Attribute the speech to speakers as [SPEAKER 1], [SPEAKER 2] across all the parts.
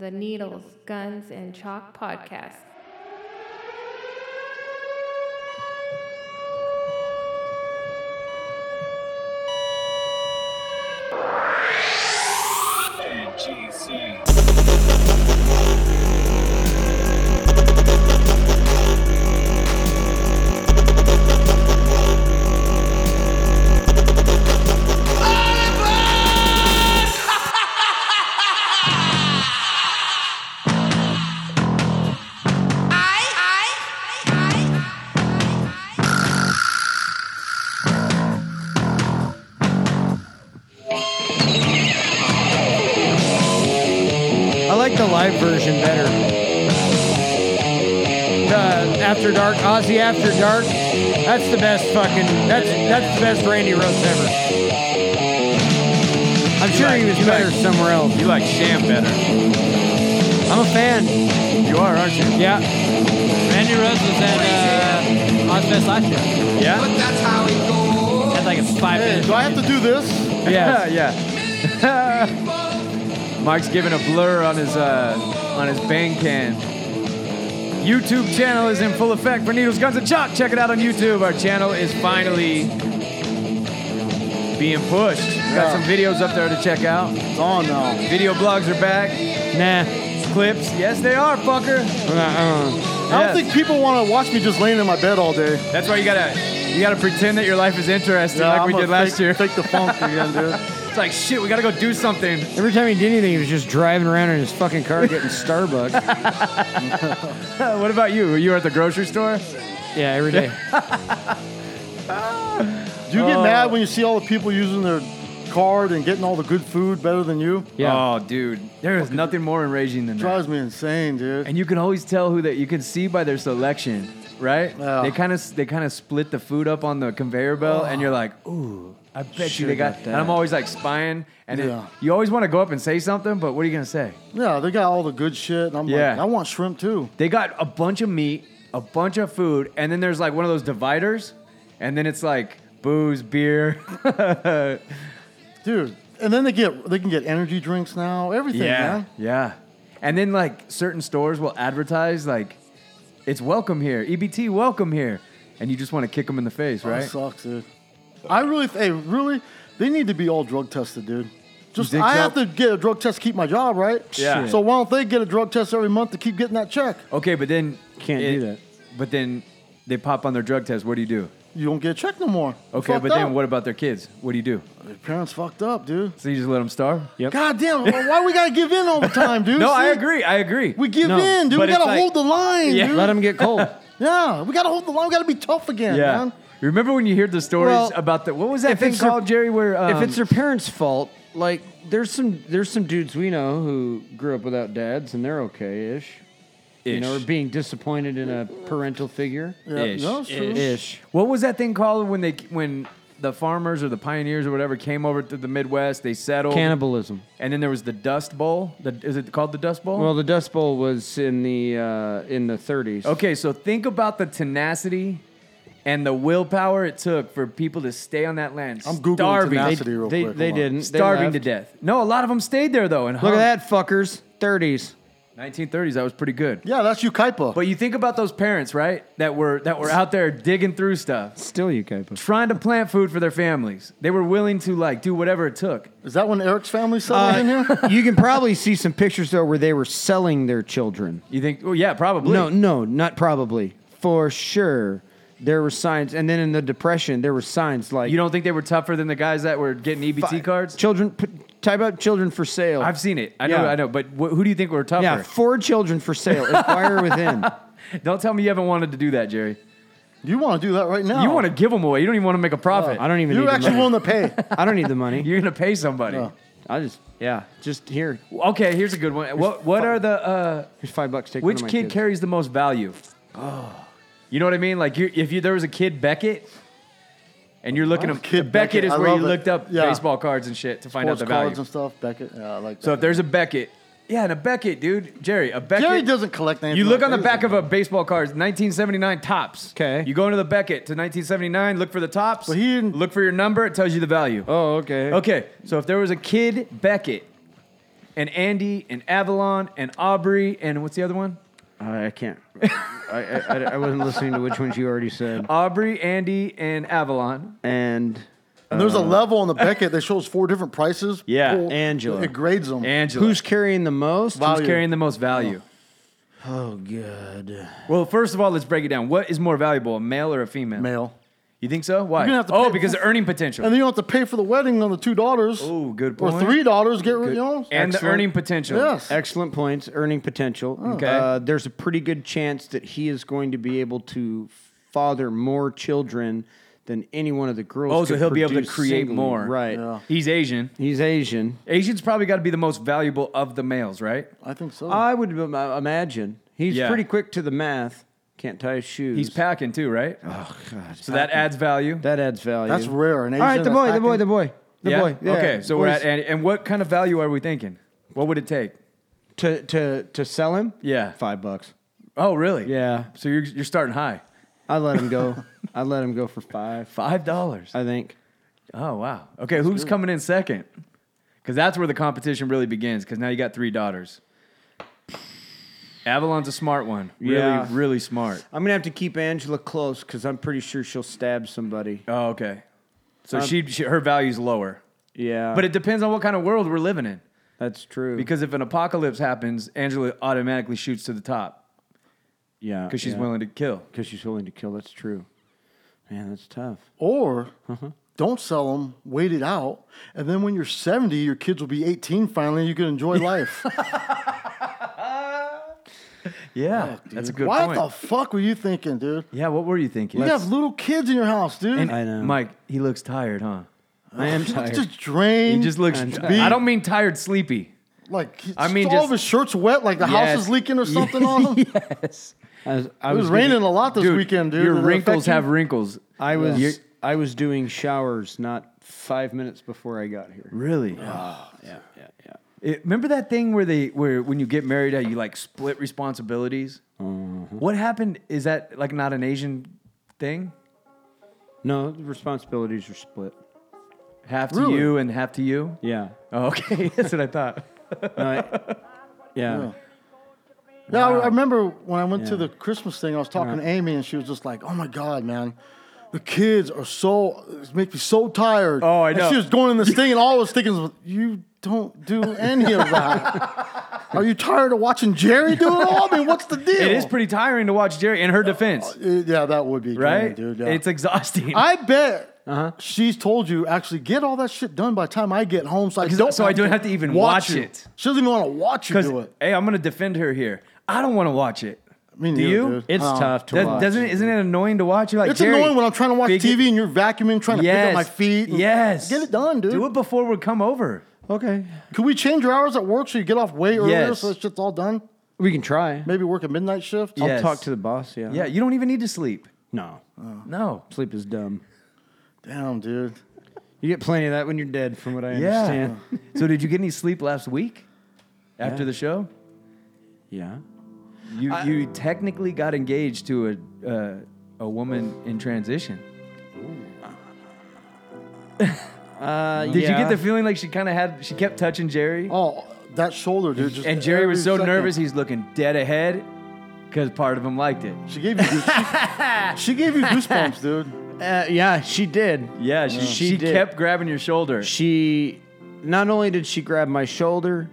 [SPEAKER 1] the Needles, Guns, and Chalk podcast.
[SPEAKER 2] I like the live version better. The After Dark, Aussie After Dark. That's the best fucking. That's that's the best Randy Rhodes ever. I'm sure he was
[SPEAKER 3] you
[SPEAKER 2] better
[SPEAKER 3] like-
[SPEAKER 2] somewhere else.
[SPEAKER 3] You like Sham better.
[SPEAKER 2] I'm a fan.
[SPEAKER 3] You are, aren't you?
[SPEAKER 2] Yeah. Randy Rhodes was at uh, Ozfest last year.
[SPEAKER 3] Yeah.
[SPEAKER 2] Had like a five
[SPEAKER 4] Do I have to do this?
[SPEAKER 2] Yeah.
[SPEAKER 3] yeah. Mike's giving a blur on his uh, on his bang can. YouTube channel is in full effect for Needles, Guns, and Chalk. Check it out on YouTube. Our channel is finally being pushed. We got some videos up there to check out.
[SPEAKER 4] It's on now.
[SPEAKER 3] Video blogs are back.
[SPEAKER 2] Nah.
[SPEAKER 3] Clips, yes they are, fucker.
[SPEAKER 4] I don't think people want to watch me just laying in my bed all day.
[SPEAKER 3] That's why you gotta you gotta pretend that your life is interesting, like
[SPEAKER 4] I'm
[SPEAKER 3] we
[SPEAKER 4] gonna
[SPEAKER 3] did last
[SPEAKER 4] fake-
[SPEAKER 3] year.
[SPEAKER 4] Fake the funk again, dude.
[SPEAKER 3] It's like shit. We gotta go do something.
[SPEAKER 2] Every time he did anything, he was just driving around in his fucking car getting Starbucks.
[SPEAKER 3] what about you? Were you at the grocery store?
[SPEAKER 2] yeah, every day.
[SPEAKER 4] Do you get
[SPEAKER 3] Oh.
[SPEAKER 4] mad when you see all the people using their card and getting all the good food better than you?
[SPEAKER 2] Yeah.
[SPEAKER 3] Oh, dude, there is nothing more enraging than that.
[SPEAKER 4] Drives me insane, dude.
[SPEAKER 3] And you can always tell who that you can see by their selection, right?
[SPEAKER 4] Yeah.
[SPEAKER 3] They kind of they kind of split the food up on the conveyor belt, and you're like, ooh, I bet
[SPEAKER 2] Sure
[SPEAKER 3] you they got.
[SPEAKER 2] got
[SPEAKER 3] And I'm
[SPEAKER 2] that.
[SPEAKER 3] always like spying, and it-
[SPEAKER 4] Yeah.
[SPEAKER 3] you always want to go up and say something, but what are you gonna say?
[SPEAKER 4] Yeah, they got all the good shit, and I'm like,
[SPEAKER 3] Yeah.
[SPEAKER 4] I want shrimp too.
[SPEAKER 3] They got a bunch of meat, a bunch of food, and then there's like one of those dividers, and then it's like booze, beer.
[SPEAKER 4] dude. And then they get they can get energy drinks now. Everything, man.
[SPEAKER 3] Yeah. And then like certain stores will advertise like it's welcome here, EBT welcome here. And you just want to kick them in the face,
[SPEAKER 4] That
[SPEAKER 3] right?
[SPEAKER 4] sucks, dude. I really, hey, really, they need to be all drug tested, dude. Just
[SPEAKER 3] think
[SPEAKER 4] I
[SPEAKER 3] so?
[SPEAKER 4] have to get a drug test to keep my job, right?
[SPEAKER 3] Yeah.
[SPEAKER 4] So why don't they get a drug test every month to keep getting that check?
[SPEAKER 3] okay, but then
[SPEAKER 2] Can't do that.
[SPEAKER 3] But then they pop on their drug test. What do you do?
[SPEAKER 4] You don't get a check no more. You
[SPEAKER 3] Okay,
[SPEAKER 4] fucked
[SPEAKER 3] but then
[SPEAKER 4] up.
[SPEAKER 3] what about their kids? What do you do?
[SPEAKER 4] Your parents fucked up, dude.
[SPEAKER 3] So you just let them starve?
[SPEAKER 2] Yep.
[SPEAKER 4] God damn, well, why we gotta give in all the time, dude?
[SPEAKER 3] No, I
[SPEAKER 4] See?
[SPEAKER 3] agree. I agree.
[SPEAKER 4] We give
[SPEAKER 2] No,
[SPEAKER 4] in, dude. We
[SPEAKER 3] but it's
[SPEAKER 4] gotta
[SPEAKER 3] like-
[SPEAKER 4] hold the line,
[SPEAKER 3] Yeah.
[SPEAKER 4] dude.
[SPEAKER 2] Let him get cold.
[SPEAKER 4] yeah, we gotta hold the line. We gotta be tough again,
[SPEAKER 3] yeah.
[SPEAKER 4] man.
[SPEAKER 3] Remember when you hear the stories
[SPEAKER 2] Well,
[SPEAKER 3] about the what was that
[SPEAKER 2] if
[SPEAKER 3] thing
[SPEAKER 2] it's your-
[SPEAKER 3] called, Jerry? Where um,
[SPEAKER 2] if it's their parents' fault, like there's some there's some dudes we know who grew up without dads and they're okay ish. You know, or
[SPEAKER 3] Ish.
[SPEAKER 2] being disappointed in a parental figure.
[SPEAKER 4] Yeah,
[SPEAKER 3] Ish.
[SPEAKER 4] no, it's true.
[SPEAKER 2] Ish.
[SPEAKER 3] What was that thing called when they when the farmers or the pioneers or whatever came over to the Midwest? They settled.
[SPEAKER 2] Cannibalism.
[SPEAKER 3] And then there was the Dust Bowl. The, is it called the Dust Bowl?
[SPEAKER 2] Well, the Dust Bowl was in the uh, in the 30s.
[SPEAKER 3] okay, so think about the tenacity and the willpower it took for people to stay on that land.
[SPEAKER 4] I'm Googling
[SPEAKER 3] starving,
[SPEAKER 2] They,
[SPEAKER 4] tenacity real
[SPEAKER 2] they,
[SPEAKER 4] quick,
[SPEAKER 2] they
[SPEAKER 4] hold on.
[SPEAKER 2] didn't. They
[SPEAKER 3] starving to
[SPEAKER 2] left.
[SPEAKER 3] death. No, a lot of them stayed there though. And
[SPEAKER 2] Look at that, fuckers. 30s.
[SPEAKER 3] 1930s. That was pretty good.
[SPEAKER 4] Yeah, that's you, Kaipa.
[SPEAKER 3] But you think about those parents, right? That were that were out there digging through stuff,
[SPEAKER 2] Still you capable.
[SPEAKER 3] trying to plant food for their families. They were willing to like do whatever it took.
[SPEAKER 4] Is that when Eric's family
[SPEAKER 3] Uh,
[SPEAKER 4] settled in here?
[SPEAKER 2] Uh, you can probably see some pictures though where they were selling their children.
[SPEAKER 3] You think? Oh yeah, probably.
[SPEAKER 2] No, no, not probably. For sure, there were signs, and then in the depression, there were signs like
[SPEAKER 3] You don't think they were tougher than the guys that were getting EBT
[SPEAKER 2] fi-
[SPEAKER 3] cards?
[SPEAKER 2] Children, p- type out children for sale.
[SPEAKER 3] I've seen it. I know,
[SPEAKER 2] Yeah.
[SPEAKER 3] I know. But wh- who do you think were tougher?
[SPEAKER 2] yeah, four children for sale. Inquire within.
[SPEAKER 3] Don't tell me you haven't wanted to do that, Jerry.
[SPEAKER 4] you want to do that right now?
[SPEAKER 3] You want to give them away. You don't even want to make a profit.
[SPEAKER 2] I don't even.
[SPEAKER 4] You're
[SPEAKER 2] need
[SPEAKER 4] actually
[SPEAKER 2] the money.
[SPEAKER 4] willing to pay.
[SPEAKER 2] I don't need the money.
[SPEAKER 3] You're gonna pay somebody.
[SPEAKER 4] No.
[SPEAKER 2] I just
[SPEAKER 3] Yeah.
[SPEAKER 2] just here.
[SPEAKER 3] Okay. Here's a good one. What What are the uh,
[SPEAKER 2] Here's five bucks. Take one
[SPEAKER 3] which
[SPEAKER 2] of my
[SPEAKER 3] kid
[SPEAKER 2] kids.
[SPEAKER 3] carries the most value? Oh. You know what I mean? Like you, if you there was a kid Beckett, and you're looking
[SPEAKER 4] Oh,
[SPEAKER 3] at Beckett,
[SPEAKER 4] Kid Beckett.
[SPEAKER 3] is
[SPEAKER 4] I
[SPEAKER 3] where you
[SPEAKER 4] love it.
[SPEAKER 3] looked up
[SPEAKER 4] Yeah.
[SPEAKER 3] baseball cards and shit to find
[SPEAKER 4] Sports
[SPEAKER 3] out the value.
[SPEAKER 4] cards and stuff. Beckett. Yeah, I like that.
[SPEAKER 3] So if there's a Beckett, yeah, and a Beckett, dude, Jerry, a Beckett.
[SPEAKER 4] Jerry doesn't collect anything.
[SPEAKER 3] You look
[SPEAKER 4] like
[SPEAKER 3] on the
[SPEAKER 4] that
[SPEAKER 3] back
[SPEAKER 4] either.
[SPEAKER 3] of a baseball card, 1979 tops.
[SPEAKER 2] 'Kay.
[SPEAKER 3] You go into the Beckett to 1979, look for the tops.
[SPEAKER 4] Well, he didn't- Oh,
[SPEAKER 3] look for your number. It tells you the value.
[SPEAKER 2] Oh, okay.
[SPEAKER 3] Okay, so if there was a kid Beckett, and Andy and Avalon and Aubrey and what's the other one?
[SPEAKER 2] I I can't. I, I, I, I wasn't listening to which ones you already said.
[SPEAKER 3] Aubrey, Andy, and Avalon.
[SPEAKER 2] And
[SPEAKER 3] Uh.
[SPEAKER 4] And there's a level on the Beckett that shows four different prices.
[SPEAKER 2] Yeah,
[SPEAKER 4] Pull-
[SPEAKER 2] Angela.
[SPEAKER 4] It grades them.
[SPEAKER 3] Angela.
[SPEAKER 2] who's carrying the most?
[SPEAKER 4] Wow.
[SPEAKER 3] Who's carrying the most value?
[SPEAKER 2] Oh, God.
[SPEAKER 3] Well, first of all, let's break it down. What is more valuable, a male or a female?
[SPEAKER 4] Male.
[SPEAKER 3] You think so? Why?
[SPEAKER 4] gonna have to
[SPEAKER 3] oh,
[SPEAKER 4] pay-
[SPEAKER 3] because the earning potential.
[SPEAKER 4] And then you don't have to pay for the wedding on the two daughters.
[SPEAKER 3] Oh, good
[SPEAKER 4] Or
[SPEAKER 3] point.
[SPEAKER 4] three daughters. Get rid you know.
[SPEAKER 3] and the
[SPEAKER 2] Excellent.
[SPEAKER 3] earning potential.
[SPEAKER 4] Yes.
[SPEAKER 2] Excellent points, earning potential.
[SPEAKER 3] Oh. Okay.
[SPEAKER 2] Uh, there's a pretty good chance that he is going to be able to father more children than any one of the girls.
[SPEAKER 3] Oh, so
[SPEAKER 2] could
[SPEAKER 3] he'll be able to
[SPEAKER 2] produce
[SPEAKER 3] create
[SPEAKER 2] singly.
[SPEAKER 3] more.
[SPEAKER 2] Right.
[SPEAKER 4] Yeah.
[SPEAKER 3] He's Asian.
[SPEAKER 2] He's Asian.
[SPEAKER 3] Asian's probably got to be the most valuable of the males, right?
[SPEAKER 4] I think so.
[SPEAKER 2] I would im- uh, imagine. He's
[SPEAKER 3] Yeah.
[SPEAKER 2] pretty quick to the math. Can't tie his shoes.
[SPEAKER 3] He's packing too, right?
[SPEAKER 2] oh, God.
[SPEAKER 3] So that adds value.
[SPEAKER 2] That adds value.
[SPEAKER 4] That's rare. An
[SPEAKER 2] All right,
[SPEAKER 4] Asian
[SPEAKER 2] the boy, the
[SPEAKER 4] that's
[SPEAKER 2] boy,
[SPEAKER 4] acting-
[SPEAKER 2] the boy, the
[SPEAKER 3] yeah?
[SPEAKER 2] boy. yeah.
[SPEAKER 3] Okay, so we're
[SPEAKER 2] Boys.
[SPEAKER 3] at Andy. And what kind of value are we thinking? What would it take?
[SPEAKER 2] to to to sell him.
[SPEAKER 3] Yeah.
[SPEAKER 2] Five bucks.
[SPEAKER 3] Oh, really?
[SPEAKER 2] Yeah,
[SPEAKER 3] So you're, you're starting high.
[SPEAKER 2] I let him go. I let him go for five.
[SPEAKER 3] Five dollars.
[SPEAKER 2] I think.
[SPEAKER 3] Oh wow. Okay, who's coming in second? Because that's where the competition really begins. Because now you got three daughters. Avalon's a smart one. Really,
[SPEAKER 2] Yeah.
[SPEAKER 3] really smart.
[SPEAKER 2] I'm gonna have to keep Angela close because I'm pretty sure she'll stab somebody.
[SPEAKER 3] Oh, okay. So she, she her value's lower,
[SPEAKER 2] Yeah,
[SPEAKER 3] but it depends on what kind of world we're living in.
[SPEAKER 2] that's true.
[SPEAKER 3] Because if an apocalypse happens, Angela automatically shoots to the top
[SPEAKER 2] yeah,
[SPEAKER 3] because she's
[SPEAKER 2] yeah.
[SPEAKER 3] willing to kill.
[SPEAKER 2] Because she's willing to kill. That's true. Man, that's tough.
[SPEAKER 4] Or
[SPEAKER 3] Mm-hmm.
[SPEAKER 4] don't sell them. Wait it out. And then when you're 70, your kids will be 18 finally. You can enjoy life.
[SPEAKER 3] Yeah, Oh, that's a good
[SPEAKER 4] Why
[SPEAKER 3] point.
[SPEAKER 4] the fuck were you thinking, dude?
[SPEAKER 3] yeah, what were you thinking?
[SPEAKER 4] You have little kids in your house, dude.
[SPEAKER 3] and
[SPEAKER 2] I know.
[SPEAKER 3] Mike, he looks tired, huh?
[SPEAKER 2] I am
[SPEAKER 4] He looks
[SPEAKER 2] tired.
[SPEAKER 4] just drained.
[SPEAKER 3] He just looks.
[SPEAKER 2] I'm
[SPEAKER 4] tired.
[SPEAKER 3] I don't mean tired, sleepy.
[SPEAKER 4] like
[SPEAKER 3] I mean,
[SPEAKER 4] all of
[SPEAKER 3] just-
[SPEAKER 4] his shirts wet, like the
[SPEAKER 3] Yes.
[SPEAKER 4] house is leaking or something on him.
[SPEAKER 3] yes.
[SPEAKER 2] I was, I
[SPEAKER 4] It was raining a lot this
[SPEAKER 3] Dude,
[SPEAKER 4] weekend, dude.
[SPEAKER 3] Your
[SPEAKER 4] Did it
[SPEAKER 3] wrinkles
[SPEAKER 4] affect you?
[SPEAKER 3] have wrinkles.
[SPEAKER 2] I was
[SPEAKER 4] Yeah.
[SPEAKER 2] I was doing showers not five minutes before I got here.
[SPEAKER 3] Really? uh,
[SPEAKER 2] Yeah, yeah, yeah.
[SPEAKER 3] It- remember that thing where they where when you get married, how you like split responsibilities?
[SPEAKER 4] Mm-hmm.
[SPEAKER 3] What happened? Is that like not an Asian thing?
[SPEAKER 2] No, the responsibilities are split.
[SPEAKER 3] Half to
[SPEAKER 4] Really?
[SPEAKER 3] you and half to you.
[SPEAKER 2] Yeah.
[SPEAKER 3] Oh, okay, that's what I thought.
[SPEAKER 2] No, I- yeah.
[SPEAKER 4] Yeah, I- I remember when I went to
[SPEAKER 2] Yeah.
[SPEAKER 4] the Christmas thing, I was talking to Amy, and she was just like, "Oh my god, man." The kids are so it makes me so tired.
[SPEAKER 3] Oh, I
[SPEAKER 4] And
[SPEAKER 3] know.
[SPEAKER 4] she was going in this thing, and all I was thinking was, "You don't do any of that. are you tired of watching Jerry do it all? I mean, what's the deal?"
[SPEAKER 3] It is pretty tiring to watch Jerry in her defense,
[SPEAKER 4] Uh, yeah, that would be
[SPEAKER 3] right?
[SPEAKER 4] draining, dude. Yeah.
[SPEAKER 3] It's Uh-huh. exhausting.
[SPEAKER 4] I bet she's told you actually get all that shit done by the time I get home, so I don't.
[SPEAKER 3] so I don't have to even watch
[SPEAKER 4] you.
[SPEAKER 3] it.
[SPEAKER 4] She doesn't even want to watch you
[SPEAKER 3] 'Cause,
[SPEAKER 4] do it.
[SPEAKER 3] hey, I'm gonna defend her here. I don't want to watch it.
[SPEAKER 4] Me
[SPEAKER 3] do
[SPEAKER 4] neither,
[SPEAKER 3] you?
[SPEAKER 4] dude.
[SPEAKER 2] It's
[SPEAKER 4] Um,
[SPEAKER 2] tough to
[SPEAKER 3] That-
[SPEAKER 2] watch.
[SPEAKER 3] doesn't isn't it annoying to watch? You're like
[SPEAKER 4] It's
[SPEAKER 3] Jerry,
[SPEAKER 4] annoying when I'm trying to watch
[SPEAKER 3] figure-
[SPEAKER 4] TV and you're vacuuming, trying to pick up my feet. and-
[SPEAKER 3] Yes.
[SPEAKER 4] Get it done, dude.
[SPEAKER 3] Do it before we come over.
[SPEAKER 2] Okay.
[SPEAKER 4] Could we change your hours at work so you get off way earlier
[SPEAKER 3] Yes.
[SPEAKER 4] so this shit's all done?
[SPEAKER 2] We can try.
[SPEAKER 4] Maybe work a midnight shift?
[SPEAKER 3] Yeah. Yes.
[SPEAKER 2] I'll talk to the boss. Yeah.
[SPEAKER 3] Yeah, Uh. you don't even need to sleep.
[SPEAKER 2] No.
[SPEAKER 3] No.
[SPEAKER 2] Sleep is dumb.
[SPEAKER 4] Damn, dude.
[SPEAKER 2] You get plenty of that when you're dead, from what
[SPEAKER 3] Yeah.
[SPEAKER 2] I understand.
[SPEAKER 3] so did you get any sleep last week after
[SPEAKER 2] Yeah.
[SPEAKER 3] the show?
[SPEAKER 2] Yeah.
[SPEAKER 3] You you technically got engaged to a uh, a woman in transition.
[SPEAKER 2] Uh,
[SPEAKER 3] Did you get the feeling like she kind of had she kept touching Jerry?
[SPEAKER 4] Oh, that shoulder, dude. Just
[SPEAKER 3] and Jerry was
[SPEAKER 4] every
[SPEAKER 3] so
[SPEAKER 4] second.
[SPEAKER 3] nervous he's looking dead ahead cuz part of him liked it.
[SPEAKER 4] She gave you goose- she, she gave you goosebumps, dude.
[SPEAKER 2] Uh, yeah, she did.
[SPEAKER 3] Yeah, she she,
[SPEAKER 2] She did.
[SPEAKER 3] kept grabbing your shoulder.
[SPEAKER 2] She not only did she grab my shoulder,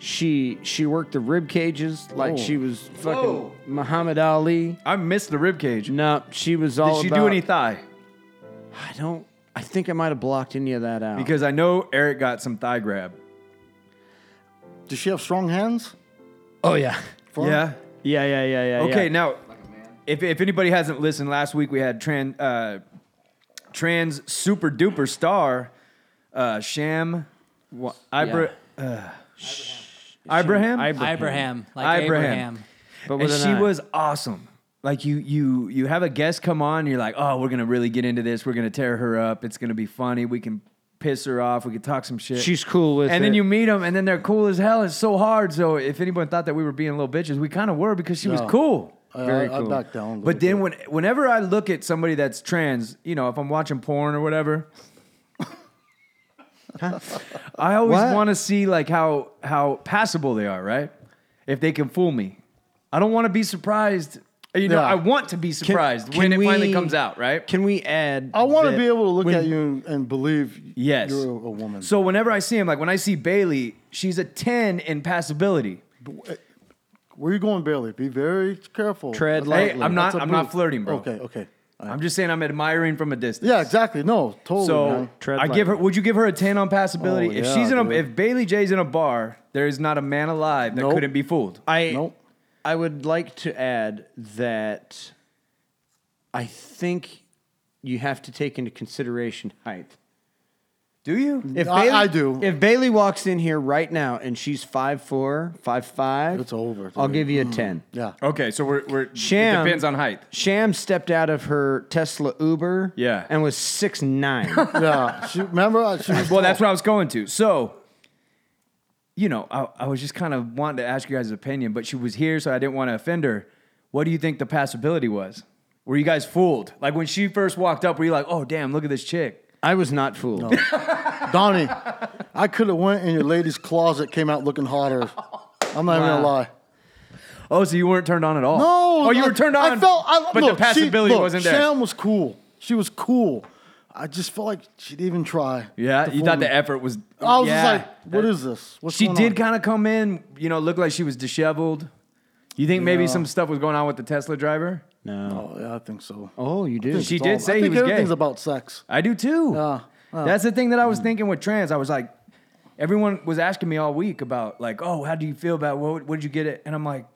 [SPEAKER 2] she she worked the rib cages like
[SPEAKER 4] Oh.
[SPEAKER 2] she was fucking
[SPEAKER 3] Whoa.
[SPEAKER 2] Muhammad Ali.
[SPEAKER 3] I missed the rib cage. Did
[SPEAKER 2] No, she was all.
[SPEAKER 3] she
[SPEAKER 2] about,
[SPEAKER 3] do any thigh?
[SPEAKER 4] Oh.
[SPEAKER 2] I don't. I think I might have blocked any of that out.
[SPEAKER 3] Because I know Eric got some thigh grab.
[SPEAKER 4] Does she have strong hands?
[SPEAKER 2] oh yeah,
[SPEAKER 4] Firm?
[SPEAKER 2] yeah, yeah, yeah, yeah.
[SPEAKER 3] Okay,
[SPEAKER 2] yeah.
[SPEAKER 3] now, if, if anybody hasn't listened, last week we had trans uh, trans super duper star uh, Sham Wa- Ibra, uh, Ibrahim,
[SPEAKER 5] Abraham,
[SPEAKER 3] Abraham.
[SPEAKER 5] like Abraham.
[SPEAKER 2] but
[SPEAKER 3] and
[SPEAKER 2] with an
[SPEAKER 3] she
[SPEAKER 2] eye.
[SPEAKER 3] was awesome. Like you, you, you have a guest come on, and you're like, oh, we're gonna really get into this. We're gonna tear her up. It's gonna be funny. We can piss her off. We can talk some shit.
[SPEAKER 2] She's cool with
[SPEAKER 3] And then
[SPEAKER 2] it.
[SPEAKER 3] you meet them, and then they're cool as hell. It's so hard. So if anyone thought that we were being little bitches, we kind of were because she was
[SPEAKER 4] No.
[SPEAKER 3] cool.
[SPEAKER 4] I-
[SPEAKER 2] Very
[SPEAKER 4] I, Uh, I
[SPEAKER 2] cool.
[SPEAKER 4] back down. a little
[SPEAKER 3] But then
[SPEAKER 4] bit.
[SPEAKER 3] when, whenever I look at somebody that's trans, you know, if I'm watching porn or whatever, I always
[SPEAKER 2] What?
[SPEAKER 3] want to see like how how passable they are, right? If they can fool me, I don't want to be surprised. You know,
[SPEAKER 4] Yeah.
[SPEAKER 3] I want to be surprised when it finally comes out, right?
[SPEAKER 2] Can we add?
[SPEAKER 4] I want to
[SPEAKER 2] that
[SPEAKER 4] be able to look
[SPEAKER 2] when-
[SPEAKER 4] at you and, and believe
[SPEAKER 3] Yes.
[SPEAKER 4] you're a woman.
[SPEAKER 3] So whenever I see him, like when I see Bailey, she's a ten in passability.
[SPEAKER 4] Where you going, Bailey? Be very careful.
[SPEAKER 2] Tread
[SPEAKER 4] That's-
[SPEAKER 2] lightly.
[SPEAKER 3] Hey, I'm not.
[SPEAKER 4] that's a
[SPEAKER 3] I'm not
[SPEAKER 4] move.
[SPEAKER 3] flirting, bro.
[SPEAKER 4] Okay, okay. All right.
[SPEAKER 3] I'm just saying I'm admiring from a distance.
[SPEAKER 4] Yeah, exactly. No, totally.
[SPEAKER 3] So
[SPEAKER 4] man.
[SPEAKER 2] Tread
[SPEAKER 3] I give her.
[SPEAKER 2] lightly.
[SPEAKER 3] Would you give her a ten on passability?
[SPEAKER 4] Oh,
[SPEAKER 3] if
[SPEAKER 4] yeah,
[SPEAKER 3] she's in a,
[SPEAKER 4] dude.
[SPEAKER 3] if Bailey J's in a bar, there is not a man alive that
[SPEAKER 4] Nope.
[SPEAKER 3] couldn't be fooled.
[SPEAKER 2] I
[SPEAKER 4] Nope.
[SPEAKER 2] I would like to add that I think you have to take into consideration height.
[SPEAKER 3] Do you?
[SPEAKER 2] If
[SPEAKER 4] I- I do.
[SPEAKER 2] If Bailey walks in here right now and she's 5'4", 5'5",
[SPEAKER 4] It's over, dude.
[SPEAKER 2] I'll
[SPEAKER 4] Hmm.
[SPEAKER 2] give you a ten.
[SPEAKER 4] yeah.
[SPEAKER 3] Okay, so we're we're
[SPEAKER 2] Sham
[SPEAKER 3] it depends on height.
[SPEAKER 2] Sham stepped out of her Tesla Uber,
[SPEAKER 3] Yeah.
[SPEAKER 2] and was six nine.
[SPEAKER 4] Yeah. She, remember? uh, She was
[SPEAKER 3] Well, that's what I was going to. So, you know, I, I was just kind of wanting to ask you guys' opinion, but she was here, so I didn't want to offend her. What do you think the passability was? Were you guys fooled? Like when she first walked up, were you like, "Oh damn, look at this chick"?
[SPEAKER 2] I was not fooled.
[SPEAKER 4] Donnie. I could have went in your lady's closet, came out looking hotter. I'm not even gonna lie.
[SPEAKER 3] Oh, so you weren't turned on at all?
[SPEAKER 4] No.
[SPEAKER 3] Oh, you
[SPEAKER 4] I-
[SPEAKER 3] were turned on.
[SPEAKER 4] I felt. I,
[SPEAKER 3] but
[SPEAKER 4] look,
[SPEAKER 3] the
[SPEAKER 4] she-
[SPEAKER 3] passability
[SPEAKER 4] look,
[SPEAKER 3] wasn't there.
[SPEAKER 4] Sham was cool. She was cool. I just felt like she didn't even try.
[SPEAKER 3] yeah,
[SPEAKER 4] to
[SPEAKER 3] you
[SPEAKER 4] fool
[SPEAKER 3] thought
[SPEAKER 4] me.
[SPEAKER 3] the effort was.
[SPEAKER 4] I was
[SPEAKER 3] yeah.
[SPEAKER 4] just like, what is this? What's
[SPEAKER 3] She
[SPEAKER 4] going
[SPEAKER 3] did
[SPEAKER 4] on?
[SPEAKER 3] kind of come in, you know, look like she was disheveled. You think maybe some stuff was going on with the Tesla driver?
[SPEAKER 2] No.
[SPEAKER 4] Oh, yeah, I think so.
[SPEAKER 2] Oh, you did.
[SPEAKER 3] She
[SPEAKER 4] It's
[SPEAKER 3] did
[SPEAKER 4] all-
[SPEAKER 3] say
[SPEAKER 4] I
[SPEAKER 3] he
[SPEAKER 4] think
[SPEAKER 3] was gay.
[SPEAKER 4] everything's about sex.
[SPEAKER 3] I do too.
[SPEAKER 4] Yeah, yeah.
[SPEAKER 3] That's the thing that I was thinking with trans. I was like, everyone was asking me all week about like, oh, how do you feel about what? What did you get it? And I'm like,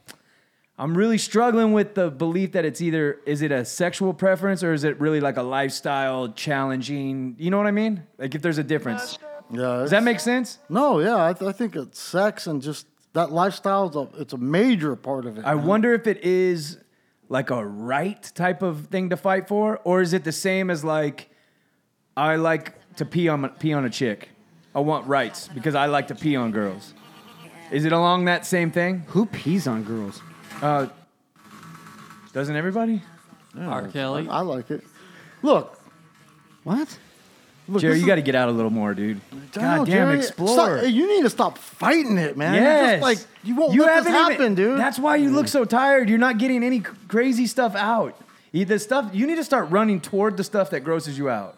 [SPEAKER 3] I'm really struggling with the belief that it's either is it a sexual preference or is it really like a lifestyle challenging? You know what I mean? Like if there's a difference,
[SPEAKER 4] Yeah.
[SPEAKER 3] does that make sense?
[SPEAKER 4] No, yeah, I, th- I think it's sex and just that lifestyle is a, it's a major part of it.
[SPEAKER 3] I wonder if it is like a right type of thing to fight for, or is it the same as like I like to pee on pee on a chick. I want rights because I like to pee on girls. Is it along that same thing?
[SPEAKER 2] Who pees on girls?
[SPEAKER 3] Uh, doesn't everybody?
[SPEAKER 5] R. Kelly.
[SPEAKER 4] I like it. Look,
[SPEAKER 2] What?
[SPEAKER 4] look
[SPEAKER 3] Jerry,
[SPEAKER 4] this
[SPEAKER 3] you
[SPEAKER 4] is-
[SPEAKER 3] got to get out a little more, dude.
[SPEAKER 4] I know,
[SPEAKER 3] God damn,
[SPEAKER 4] Jerry,
[SPEAKER 3] explore.
[SPEAKER 4] stop- hey, you need to stop fighting it, man. You're
[SPEAKER 3] Yes.
[SPEAKER 4] just like you won't let this
[SPEAKER 3] haven't
[SPEAKER 4] happen,
[SPEAKER 3] even-
[SPEAKER 4] dude.
[SPEAKER 3] That's why you look so tired. You're not getting any c- crazy stuff out. You- The stuff you need to start running toward the stuff that grosses you out.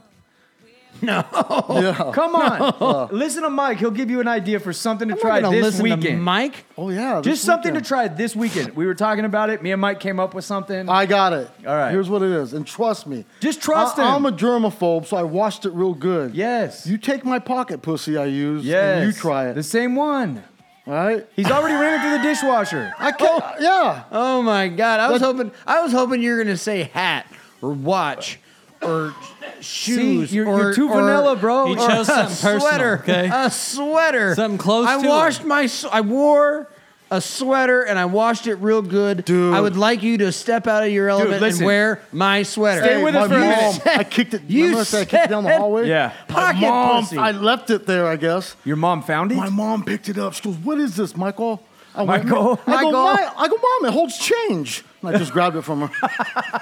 [SPEAKER 4] Oh, yeah.
[SPEAKER 3] Come on. listen to Mike. He'll give you an idea for something to
[SPEAKER 2] I'm
[SPEAKER 3] try
[SPEAKER 2] not gonna
[SPEAKER 3] this
[SPEAKER 2] listen
[SPEAKER 3] weekend.
[SPEAKER 2] to Mike.
[SPEAKER 4] Oh yeah. this
[SPEAKER 3] Just something
[SPEAKER 4] weekend.
[SPEAKER 3] to try this weekend. We were talking about it. Me and Mike came up with something.
[SPEAKER 4] I got it.
[SPEAKER 3] All right.
[SPEAKER 4] Here's what it is, and trust me.
[SPEAKER 3] Just trust
[SPEAKER 4] I,
[SPEAKER 3] him.
[SPEAKER 4] I'm a germaphobe, so I watched it real good.
[SPEAKER 3] yes.
[SPEAKER 4] You take my pocket pussy I use,
[SPEAKER 3] yes.
[SPEAKER 4] and you try it.
[SPEAKER 3] The same one.
[SPEAKER 4] all right?
[SPEAKER 3] He's already ran it through the dishwasher.
[SPEAKER 4] I can't. Yeah.
[SPEAKER 2] Oh my god! I was hoping I was hoping you were gonna say hat or watch or shoes.
[SPEAKER 3] you're-
[SPEAKER 2] or,
[SPEAKER 3] you're too
[SPEAKER 2] or-
[SPEAKER 3] vanilla, bro.
[SPEAKER 5] He
[SPEAKER 2] or
[SPEAKER 5] chose
[SPEAKER 2] a
[SPEAKER 5] something personal,
[SPEAKER 2] Sweater,
[SPEAKER 5] okay?
[SPEAKER 2] A sweater.
[SPEAKER 5] Something close
[SPEAKER 2] I
[SPEAKER 5] to
[SPEAKER 2] washed
[SPEAKER 5] it.
[SPEAKER 2] my. s- I wore a sweater and I washed it real good.
[SPEAKER 4] Dude.
[SPEAKER 2] I would like you to step out of your element and
[SPEAKER 3] listen.
[SPEAKER 2] wear my sweater.
[SPEAKER 3] Stay with
[SPEAKER 4] my
[SPEAKER 3] us for a minute.
[SPEAKER 4] mom. I kicked it.
[SPEAKER 2] You
[SPEAKER 4] remember I said I kicked it down the
[SPEAKER 2] said-
[SPEAKER 4] hallway.
[SPEAKER 3] Yeah.
[SPEAKER 4] My
[SPEAKER 2] Pocket
[SPEAKER 4] mom.
[SPEAKER 2] pussy.
[SPEAKER 4] I left it there, I guess.
[SPEAKER 3] Your mom found it?
[SPEAKER 4] My mom picked it up. She goes, "What is this, Michael?" I went,
[SPEAKER 3] Michael?
[SPEAKER 4] I go,
[SPEAKER 3] Michael?
[SPEAKER 4] "My- I go, mom. It holds change. And I just grabbed it from her.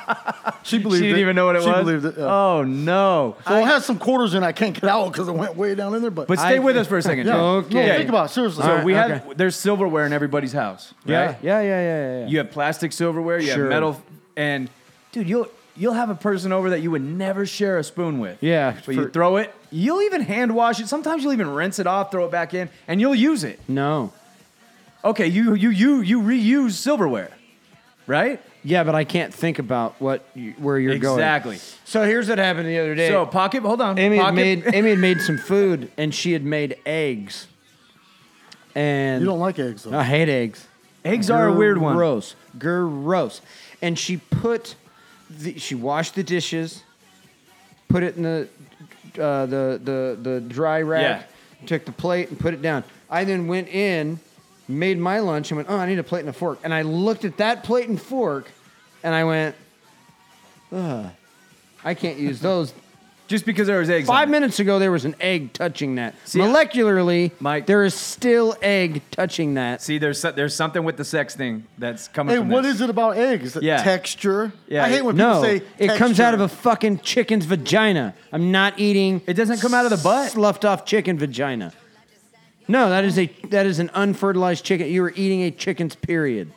[SPEAKER 4] she believed.
[SPEAKER 3] she didn't
[SPEAKER 4] it.
[SPEAKER 3] even know what it
[SPEAKER 4] she
[SPEAKER 3] was.
[SPEAKER 4] believed it. yeah.
[SPEAKER 3] Oh no.
[SPEAKER 4] so it has some quarters in. it. I can't get out because it went way down in there. But
[SPEAKER 3] But stay
[SPEAKER 2] I-
[SPEAKER 3] with us for a second,
[SPEAKER 4] yeah.
[SPEAKER 3] Joe.
[SPEAKER 2] Okay.
[SPEAKER 4] No, think about it. seriously.
[SPEAKER 3] So we
[SPEAKER 2] Alright,
[SPEAKER 3] have there's silverware in everybody's house.
[SPEAKER 2] Yeah,
[SPEAKER 3] right?
[SPEAKER 2] yeah, yeah, yeah, yeah.
[SPEAKER 3] You have plastic silverware, you
[SPEAKER 2] Sure.
[SPEAKER 3] have metal and dude, you'll you'll have a person over that you would never share a spoon with.
[SPEAKER 2] Yeah,
[SPEAKER 3] But
[SPEAKER 2] for-
[SPEAKER 3] you throw it, you'll even hand wash it. Sometimes you'll even rinse it off, throw it back in, and you'll use it.
[SPEAKER 2] No.
[SPEAKER 3] Okay, you you you you reuse silverware. Right?
[SPEAKER 2] Yeah, but I can't think about what you, where you're going.
[SPEAKER 3] Exactly.
[SPEAKER 2] So here's what happened the other day.
[SPEAKER 3] So pocket hold on.
[SPEAKER 2] Amy
[SPEAKER 3] pocket,
[SPEAKER 2] had made Amy had made some food and she had made eggs. And
[SPEAKER 4] You don't like eggs, though.
[SPEAKER 2] I hate eggs.
[SPEAKER 3] eggs are a weird one.
[SPEAKER 2] Gross. Gross. And she put the, she washed the dishes, put it in the uh, the the the dry rack, took the plate and put it down. I then went in, made my lunch and went, "Oh, I need a plate and a fork." And I looked at that plate and fork and I went, "Ugh. I can't use those
[SPEAKER 3] Just because there was eggs.
[SPEAKER 2] Five
[SPEAKER 3] on it.
[SPEAKER 2] minutes ago, there was an egg touching that.
[SPEAKER 3] See, I-
[SPEAKER 2] Molecularly,
[SPEAKER 3] Mike-
[SPEAKER 2] there is still egg touching that.
[SPEAKER 3] See, there's so- there's something with the sex thing that's coming.
[SPEAKER 4] Hey,
[SPEAKER 3] from
[SPEAKER 4] what
[SPEAKER 3] this.
[SPEAKER 4] is it about eggs?
[SPEAKER 3] Yeah.
[SPEAKER 4] Texture.
[SPEAKER 3] Yeah,
[SPEAKER 4] I hate when
[SPEAKER 2] No,
[SPEAKER 4] people say
[SPEAKER 2] it comes
[SPEAKER 4] texture.
[SPEAKER 2] out of a fucking chicken's vagina. I'm not eating.
[SPEAKER 3] It doesn't come out of the butt?
[SPEAKER 2] Sloughed off chicken vagina. No, that is a that is an unfertilized chicken. You are eating a chicken's period.